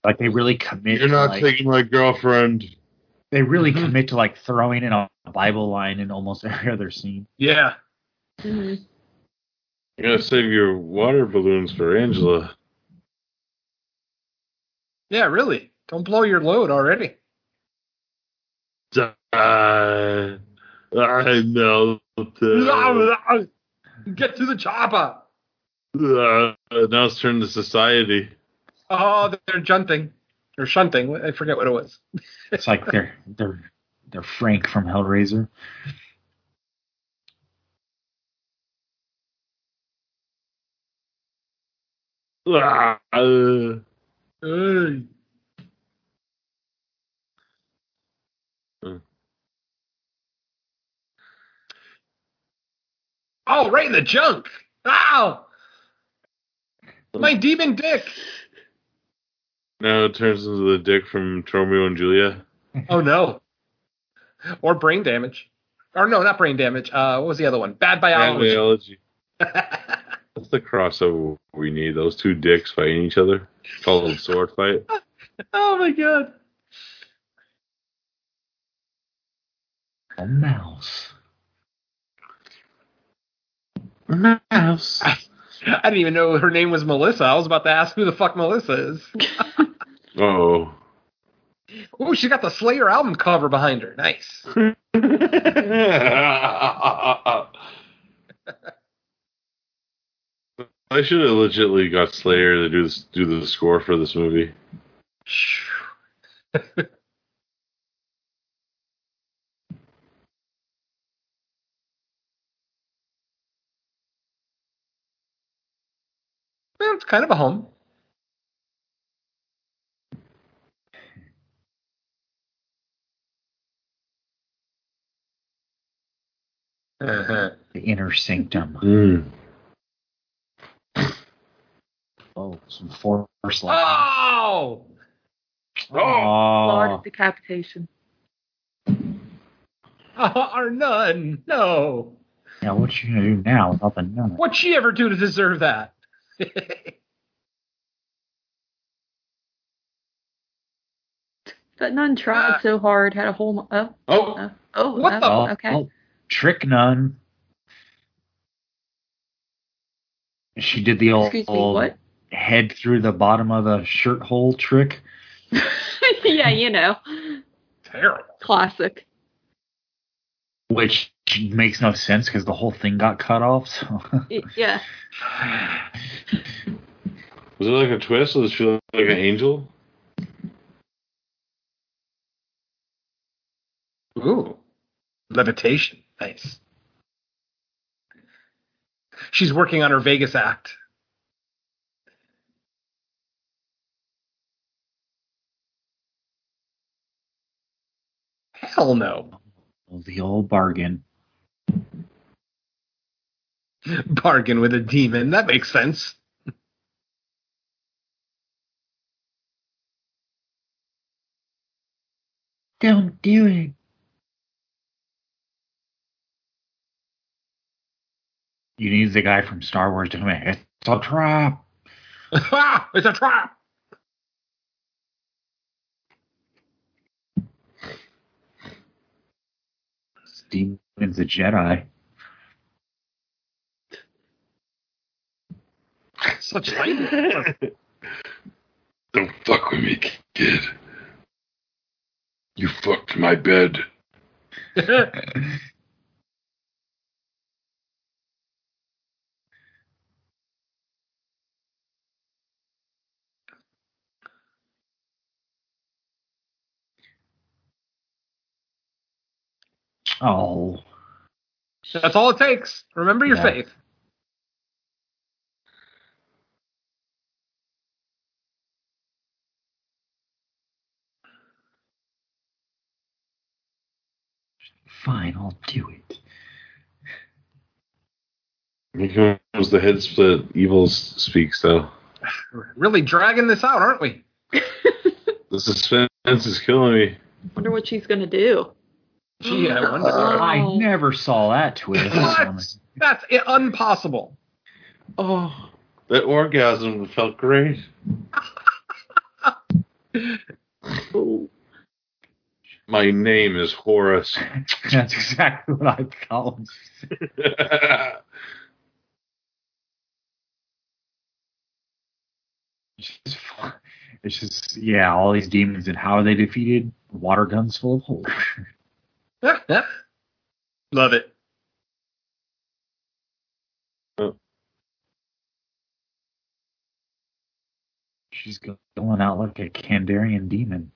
Speaker 3: Like they really commit.
Speaker 7: You're
Speaker 3: to,
Speaker 7: not
Speaker 3: like,
Speaker 7: taking Mm-hmm. my girlfriend.
Speaker 3: they really
Speaker 6: Mhm.
Speaker 3: commit to like throwing in a Bible line in almost every other scene.
Speaker 6: yeah.
Speaker 8: Mhm.
Speaker 7: You're gonna save your water balloons for Angela.
Speaker 6: Yeah, really. Don't blow your load already.
Speaker 7: Die. I melted.
Speaker 6: Get to the chopper.
Speaker 7: Uh, now it's turned to society.
Speaker 6: Oh, they're junting. Or shunting. I forget what it was.
Speaker 3: It's like they're they're they're Frank from Hellraiser.
Speaker 7: Ah, uh,
Speaker 6: Hey.
Speaker 7: Hmm.
Speaker 6: Oh, right in the junk. Ow! My demon dick.
Speaker 7: now it turns into the dick from Romeo and Juliet.
Speaker 6: Oh no. Or brain damage. Or no, not brain damage. Uh, what was the other one? Bad
Speaker 7: Bad
Speaker 6: biology.
Speaker 7: biology. That's the crossover we need. Those two dicks fighting each other. Call it a sword fight.
Speaker 6: oh my god.
Speaker 3: A mouse.
Speaker 7: Mouse.
Speaker 6: I didn't even know her name was Melissa. I was about to ask who the fuck Melissa is.
Speaker 7: Oh.
Speaker 6: Oh, she got the Slayer album cover behind her. Nice.
Speaker 7: I should have legitly got Slayer to do this, do the score for this movie.
Speaker 6: Well, it's kind of a home. Uh-huh.
Speaker 3: The inner sanctum.
Speaker 1: Hmm.
Speaker 3: Oh, some force lightning.
Speaker 6: Oh!
Speaker 8: Lot
Speaker 3: Oh,
Speaker 8: of decapitation.
Speaker 6: Our nun. No.
Speaker 3: now what you gonna do now without the nun?
Speaker 6: What'd she ever do to deserve that?
Speaker 8: But none tried
Speaker 6: Ah.
Speaker 8: so hard, had a whole. Mo- oh,
Speaker 7: Oh,
Speaker 8: oh, oh,
Speaker 6: What
Speaker 8: oh,
Speaker 6: the-
Speaker 3: I'll-
Speaker 8: okay.
Speaker 3: I'll trick none. She did the old,
Speaker 8: Excuse me, what?
Speaker 3: head through the bottom of the shirt hole trick.
Speaker 8: yeah, you know,
Speaker 6: Terrible.
Speaker 8: classic.
Speaker 3: which makes no sense because the whole thing got cut off. So
Speaker 8: Y- Yeah,
Speaker 7: was it like a twist? Was she like an angel?
Speaker 6: Ooh, levitation. Nice. She's working on her Vegas act. Hell no.
Speaker 3: the old bargain.
Speaker 6: Bargain with a demon. That makes sense.
Speaker 3: Don't do it. You need the guy from Star Wars to come in. It's a trap.
Speaker 6: Ah, it's a trap.
Speaker 3: Demon's a Jedi.
Speaker 6: Such lightning.
Speaker 7: Don't
Speaker 1: Don't fuck with me, kid. You fucked my bed.
Speaker 3: Oh,
Speaker 6: That's all it takes. Remember your
Speaker 3: Yeah.
Speaker 6: faith.
Speaker 3: fine, I'll do it.
Speaker 7: Here comes the head split. Evil s- speaks though.
Speaker 6: We're really dragging this out, aren't we?
Speaker 7: The suspense is killing me.
Speaker 8: wonder what she's gonna do.
Speaker 6: Gee, I wonder.
Speaker 8: Oh.
Speaker 3: I never saw that twist.
Speaker 6: What? That's i- impossible.
Speaker 7: Oh, that orgasm felt great. My name is Horace.
Speaker 3: That's exactly what I thought. when she said It's just, fu- it's just yeah, all these demons and how are they defeated? Water guns full of holes.
Speaker 6: Love it.
Speaker 3: She's go- going out like a Kandarian demon.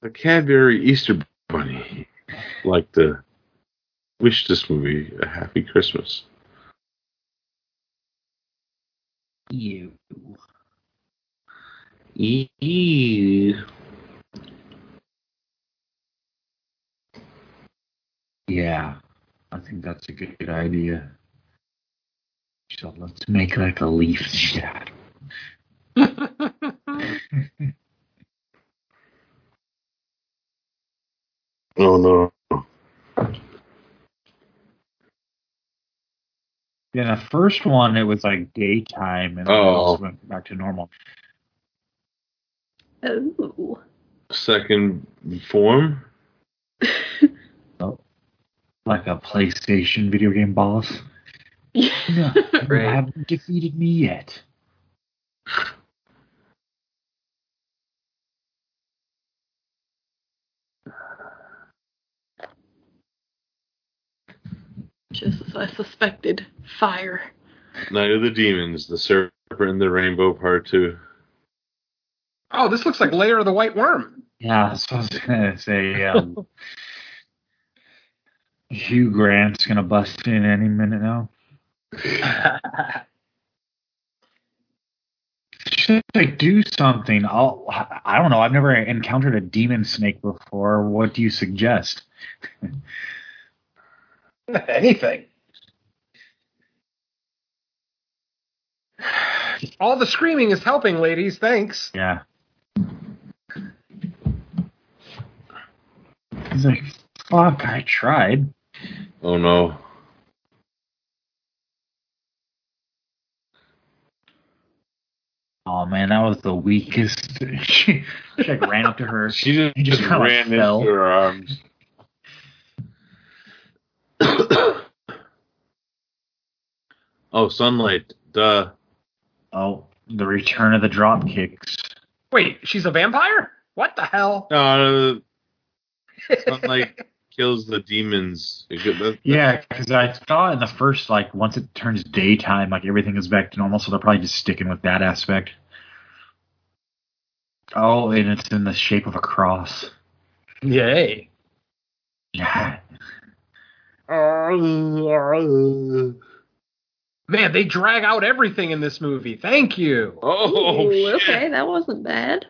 Speaker 7: the Cadbury Easter Bunny. Like to wish this movie a happy Christmas.
Speaker 3: You.
Speaker 7: Ew.
Speaker 3: Yeah, I think that's a good idea. So let's make like a leaf and get out.
Speaker 7: Oh no.
Speaker 3: Yeah, the first one it was like daytime and
Speaker 7: Oh.
Speaker 3: it just went back to normal.
Speaker 8: Oh,
Speaker 7: Second form?
Speaker 3: Like a PlayStation video game boss. No, you
Speaker 8: right.
Speaker 3: haven't defeated me yet.
Speaker 8: Just as I suspected, fire.
Speaker 7: Night of the Demons, the Serpent and the Rainbow Part 2.
Speaker 6: Oh, this looks like Layer of the White Worm.
Speaker 3: Yeah, that's what I was gonna say. Um, Hugh Grant's gonna bust in any minute now. Should I do something? I'll, I don't know. I've never encountered a demon snake before. What do you suggest?
Speaker 6: Anything. All the screaming is helping, ladies. Thanks.
Speaker 3: Yeah. He's like, fuck, I tried.
Speaker 7: Oh no.
Speaker 3: Oh man, that was the weakest. she like ran up to her.
Speaker 7: She just,
Speaker 3: You just
Speaker 7: just
Speaker 3: kinda
Speaker 7: ran
Speaker 3: fell.
Speaker 7: into her arms. oh, sunlight. Duh.
Speaker 3: Oh, the return of the drop kicks.
Speaker 6: Wait, she's a vampire? What the hell?
Speaker 7: No, uh, sunlight kills the demons. It could- that-
Speaker 3: Yeah, because I thought in the first like once it turns daytime, like everything is back to normal, so they're probably just sticking with that aspect. Oh, and it's in the shape of a cross.
Speaker 6: Yay.
Speaker 3: Yeah.
Speaker 6: Man, they drag out everything in this movie. Thank you.
Speaker 7: Oh,
Speaker 8: Ooh,
Speaker 7: shit.
Speaker 8: okay, that wasn't bad.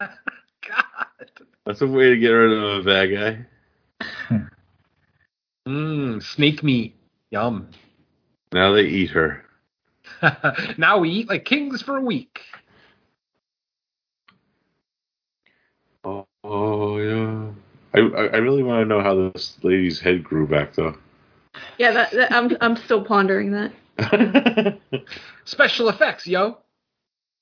Speaker 6: God.
Speaker 7: That's a way to get rid of a bad guy.
Speaker 6: Mmm, snake meat. Yum.
Speaker 7: Now they eat her.
Speaker 6: now we eat like kings for a week.
Speaker 7: Oh, oh yeah. I, I I really want to know how this lady's head grew back, though.
Speaker 8: Yeah, that, that, I'm I'm still pondering that.
Speaker 6: Special effects, yo.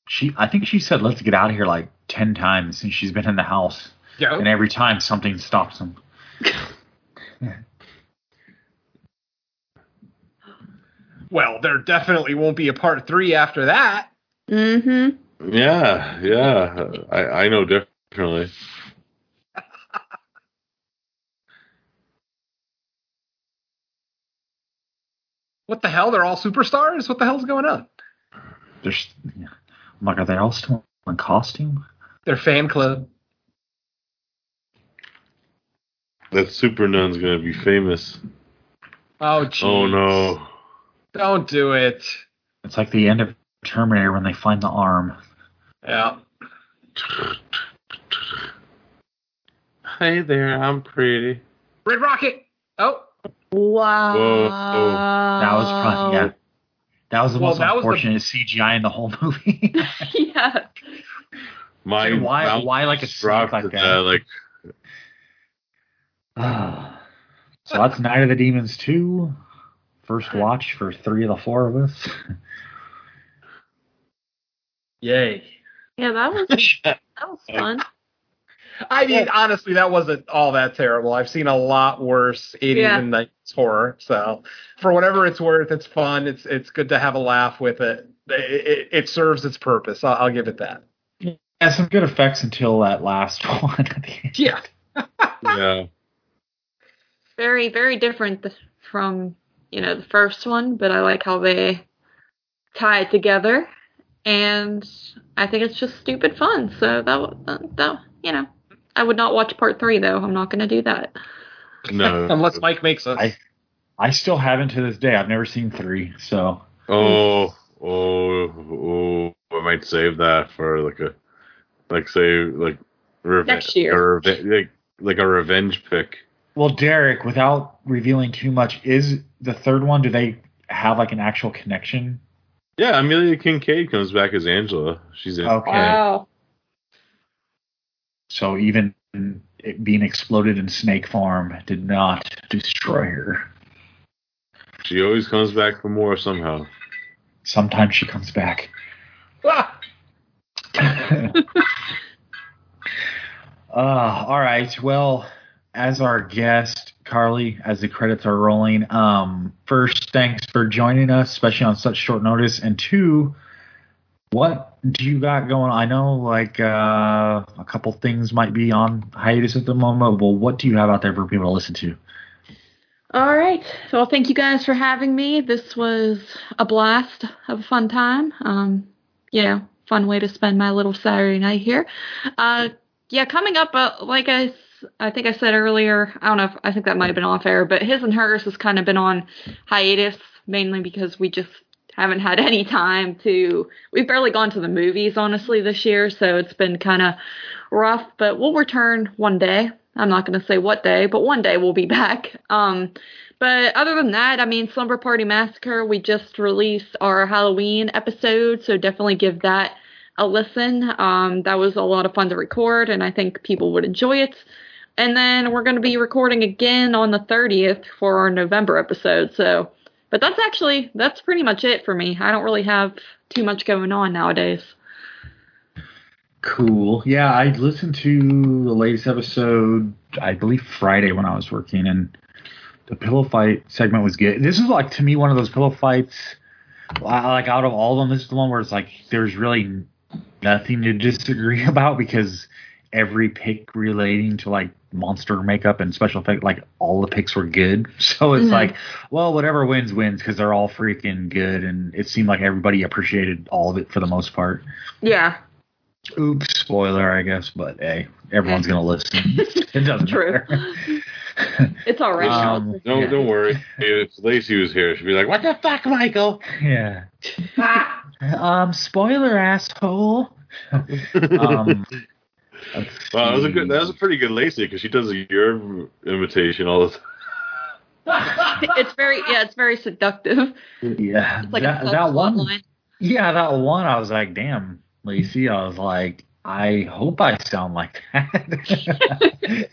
Speaker 3: She I think she said let's get out of here like ten times since she's been in the house.
Speaker 6: Yo.
Speaker 3: And every time something stops them.
Speaker 6: Well, there definitely won't be a part three after that.
Speaker 8: Mm-hmm.
Speaker 7: yeah, yeah. I, I know definitely.
Speaker 6: What the hell? They're all superstars? What the hell's going on?
Speaker 3: There's yeah. I'm like, are they all still in costume?
Speaker 6: They're fan club.
Speaker 7: That super nun's gonna be famous.
Speaker 6: Oh, jeez.
Speaker 7: Oh no.
Speaker 6: Don't do it.
Speaker 3: It's like the end of Terminator when they find the arm.
Speaker 6: Yeah.
Speaker 7: Hey there, I'm pretty.
Speaker 6: Red Rocket. Oh,
Speaker 8: Wow.
Speaker 7: Whoa.
Speaker 3: That was probably yeah. That was the
Speaker 6: Oh. Well,
Speaker 3: most
Speaker 6: that was the-
Speaker 3: unfortunate CGI in the whole movie.
Speaker 8: yeah.
Speaker 7: My
Speaker 3: Dude, why-
Speaker 7: mouth
Speaker 3: why like a snake
Speaker 7: dropped
Speaker 3: like
Speaker 7: to
Speaker 3: that?
Speaker 7: like
Speaker 3: Ah. so that's Night of the Demons 2. First watch for three of the four of us.
Speaker 6: yay.
Speaker 8: Yeah, that was that was fun.
Speaker 6: I mean, honestly, that wasn't all that terrible. I've seen a lot worse 80s
Speaker 8: Yeah.
Speaker 6: and 90s horror. So, for whatever it's worth, it's fun. It's it's good to have a laugh with it. It, it, it serves its purpose. I'll, I'll give it that.
Speaker 3: Has some good effects until that last one. at the end.
Speaker 6: Yeah.
Speaker 7: yeah.
Speaker 8: Very very different th- from you know the first one, but I like how they tie it together, and I think it's just stupid fun. So that w- that, that you know. I would not watch part three though. I'm not going to do that.
Speaker 7: No.
Speaker 6: Unless Mike makes us.
Speaker 3: I- I still haven't to this day. I've never seen three, so
Speaker 7: Oh, oh, oh! I might save that for like a, like say like reve-
Speaker 8: Next year.
Speaker 7: a reve- like like a revenge pick.
Speaker 3: well, Derek, without revealing too much, is the third one? Do they have like an actual connection?
Speaker 7: Yeah, Amelia Kincaid comes back as Angela. She's in.
Speaker 3: Okay, so even it being exploded in snake form did not destroy her.
Speaker 7: She always comes back for more somehow.
Speaker 3: Sometimes she comes back.
Speaker 6: Ah!
Speaker 3: uh, all right. Well, as our guest, Carly, as the credits are rolling, um, first, thanks for joining us, especially on such short notice. And two, what do you got going? I know, like, uh, a couple things might be on hiatus at the moment. Well, what do you have out there for people to listen to?
Speaker 8: All right. So, well, thank you guys for having me. This was a blast of a fun time. Um, you know, fun way to spend my little Saturday night here. Uh, yeah, coming up, uh, like I, s- I think I said earlier, I don't know if I think that might have been off air, but his and hers has kind of been on hiatus mainly because we just haven't had any time to. We've barely gone to the movies, honestly, this year, so it's been kind of rough, but we'll return one day. I'm not going to say what day, but one day we'll be back. Um, but other than that, I mean, Slumber Party Massacre, we just released our Halloween episode, so definitely give that a listen. Um, that was a lot of fun to record, and I think people would enjoy it. And then we're going to be recording again on the 30th for our November episode. So, but that's actually that's pretty much it for me. I don't really have too much going on nowadays.
Speaker 3: Cool. Yeah, I listened to the latest episode, I believe Friday when I was working, and the pillow fight segment was good. This is like to me one of those pillow fights. I- Like out of all of them, this is the one where it's like there's really nothing to disagree about because every pick relating to like monster makeup and special effect, like all the picks were good. So it's
Speaker 8: Mhm.
Speaker 3: like, well, whatever wins wins because they're all freaking good, and it seemed like everybody appreciated all of it for the most part.
Speaker 8: Yeah.
Speaker 3: Oops, spoiler, I guess, but hey, everyone's gonna listen. It doesn't
Speaker 8: True.
Speaker 3: matter.
Speaker 8: It's all right.
Speaker 3: Um,
Speaker 8: Charles.
Speaker 7: No,
Speaker 3: Yeah.
Speaker 7: don't worry. If Lacey was here, she'd be like, "What the fuck, Michael?"
Speaker 3: Yeah. um, spoiler, asshole. Um, let's
Speaker 7: Wow, that was a good. That was a
Speaker 3: see.
Speaker 7: pretty good Lacey because she does your imitation all the time.
Speaker 8: it's very yeah, it's very seductive.
Speaker 3: yeah.
Speaker 8: It's like
Speaker 3: that,
Speaker 8: a sub
Speaker 3: that one.
Speaker 8: plot line.
Speaker 3: Yeah, that one. I was like, damn, Lacey. I was like, I hope I sound like that.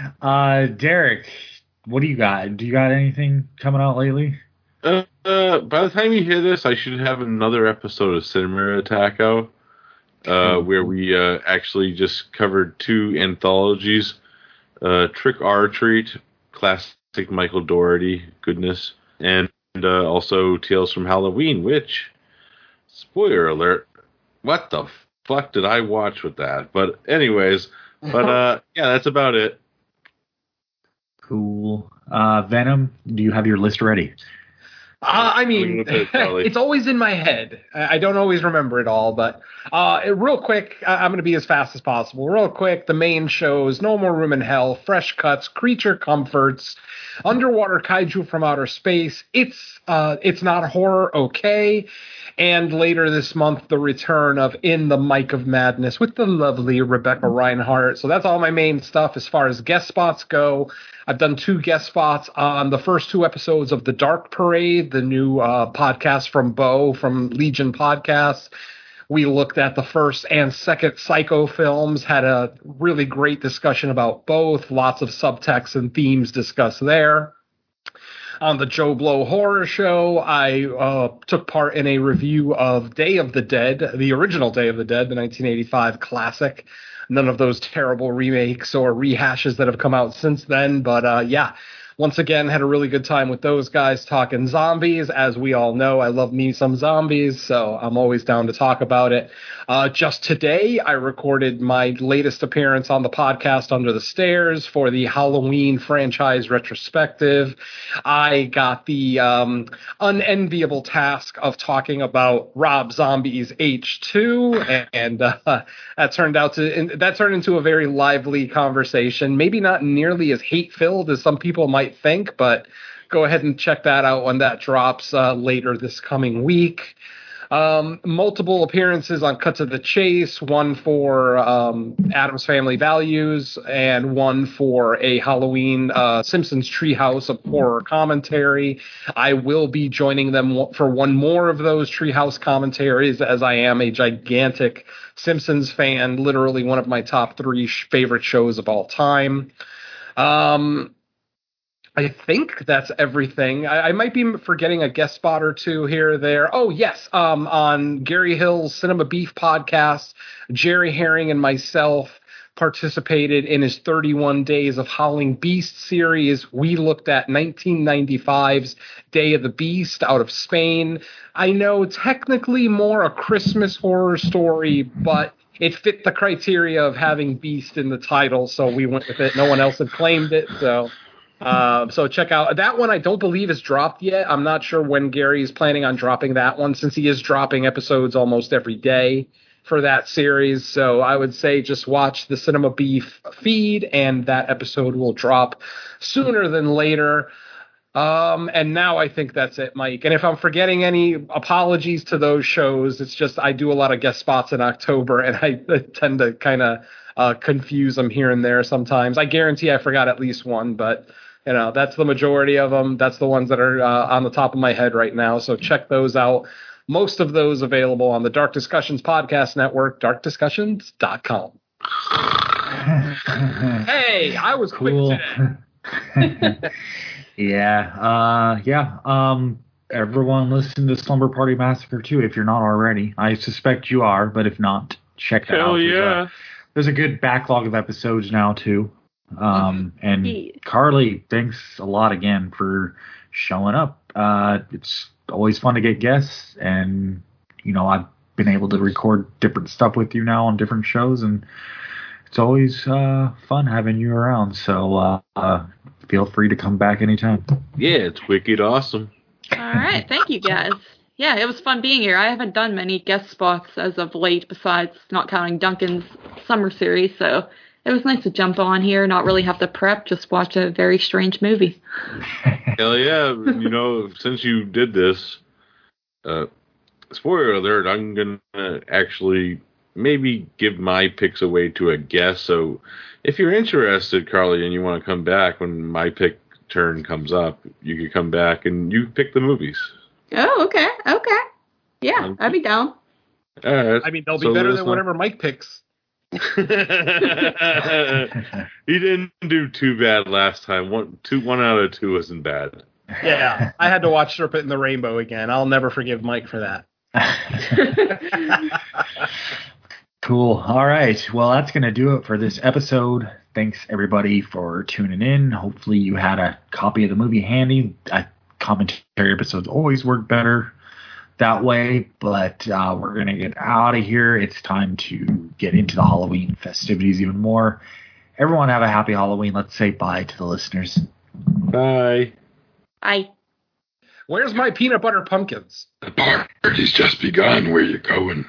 Speaker 3: uh, Derek, what do you got? Do you got anything coming out lately?
Speaker 7: Uh, uh, by the time you hear this, I should have another episode of Cinema Attack out, uh, where we uh, actually just covered two anthologies: uh, Trick or Treat, classic Michael Doherty goodness, and, and, uh, also Tales from Halloween. Which, spoiler alert, what the fuck did I watch with that? But anyways, but uh, yeah, that's about it.
Speaker 3: Cool. Uh, Venom, do you have your list ready?
Speaker 6: Uh, I
Speaker 7: What do you
Speaker 6: mean,
Speaker 7: look at, Charlie?
Speaker 6: it's always in my head. I I don't always remember it all, but uh, real quick, I- I'm going to be as fast as possible. Real quick, the main shows No More Room in Hell, Fresh Cuts, Creature Comforts, Underwater Kaiju from Outer Space, It's uh, It's Not Horror, Okay, and later this month, the return of In the Mic of Madness with the lovely Rebecca Reinhart. So that's all my main stuff as far as guest spots go. I've done two guest spots on the first two episodes of The Dark Parade, the new uh, podcast from Bo from Legion Podcasts. We looked at the first and second Psycho films, had a really great discussion about both, lots of subtext and themes discussed there. On the Joe Blow Horror Show, I uh, took part in a review of Day of the Dead, the original Day of the Dead, the 1985 classic none of those terrible remakes or rehashes that have come out since then. But uh, yeah, once again, had a really good time with those guys talking zombies. As we all know, I love me some zombies, so I'm always down to talk about it. Uh, just today, I recorded my latest appearance on the podcast Under the Stairs for the Halloween franchise retrospective. I got the um, unenviable task of talking about Rob Zombie's H2, and uh, that turned out to and that turned into a very lively conversation. Maybe not nearly as hate filled as some people might think, but go ahead and check that out when that drops uh, later this coming week. Um, multiple appearances on Cut to the Chase, one for um, Adam's Family Values, and one for a Halloween uh, Simpsons Treehouse of Horror commentary. I will be joining them w- for one more of those Treehouse commentaries, as I am a gigantic Simpsons fan, literally one of my top three sh- favorite shows of all time. Um, I think that's everything. I, I might be forgetting a guest spot or two here or there. Oh yes, um, on Gary Hill's Cinema Beef podcast, Jerry Herring and myself participated in his 31 Days of Howling Beast series. We looked at 1995's Day of the Beast out of Spain. I know technically more a Christmas horror story, but it fit the criteria of having Beast in the title, so we went with it. No one else had claimed it, so. Uh, so check out that one. I don't believe is dropped yet. I'm not sure when Gary is planning on dropping that one, since he is dropping episodes almost every day for that series. So I would say just watch the Cinema Beef feed, and that episode will drop sooner than later. Um, and now I think that's it, Mike. And if I'm forgetting any, apologies to those shows. It's just I do a lot of guest spots in October, and I tend to kind of uh, confuse them here and there sometimes. I guarantee I forgot at least one, but you know that's the majority of them. That's the ones that are uh, on the top of my head right now. So check those out. Most of those available on the Dark Discussions Podcast Network, darkdiscussions.com. Hey, I was
Speaker 3: cool.
Speaker 6: quick today.
Speaker 3: yeah, uh, yeah. Um, everyone, listen to Slumber Party Massacre too if you're not already. I suspect you are, but if not, check that out.
Speaker 7: Hell
Speaker 3: There's a-
Speaker 7: yeah.
Speaker 3: there's a good backlog of episodes now too.
Speaker 7: Mm-hmm.
Speaker 3: Um, and
Speaker 8: Yeah.
Speaker 3: Carly, thanks a lot again for showing up. Uh, it's always fun to get guests, and you know I've been able to record different stuff with you now on different shows, and it's always uh, fun having you around. So uh, uh, feel free to come back anytime.
Speaker 7: Yeah, it's wicked awesome.
Speaker 8: All right. Thank you guys. Yeah, it was fun being here. I haven't done many guest spots as of late, besides not counting Duncan's summer series. So it was nice to jump on here, not really have to prep, just watch a very strange movie.
Speaker 7: Hell yeah. you know, since you did this, uh, spoiler alert, I'm going to actually maybe give my picks away to a guest. So if you're interested, Carly, and you want to come back when my pick turn comes up, you could come back and you pick the movies.
Speaker 8: Oh, okay. Okay. Yeah, I'd be down.
Speaker 7: All right.
Speaker 6: I mean, they'll be
Speaker 7: So
Speaker 6: better
Speaker 7: let us
Speaker 6: than
Speaker 7: know.
Speaker 6: whatever Mike picks.
Speaker 7: he didn't do too bad last time. One, two, one out of two wasn't bad.
Speaker 6: Yeah, I had to watch Serpent in the Rainbow again. I'll never forgive Mike for that.
Speaker 3: Cool. All right. Well, that's going to do it for this episode. Thanks everybody for tuning in. Hopefully, you had a copy of the movie handy. I, commentary episodes always work better that way, but uh, we're going to get out of here. It's time to get into the Halloween festivities even more. Everyone, have a happy Halloween. Let's say bye to the listeners.
Speaker 7: Bye.
Speaker 8: I
Speaker 6: Where's my peanut butter pumpkins?
Speaker 1: The party's just begun. Where you going?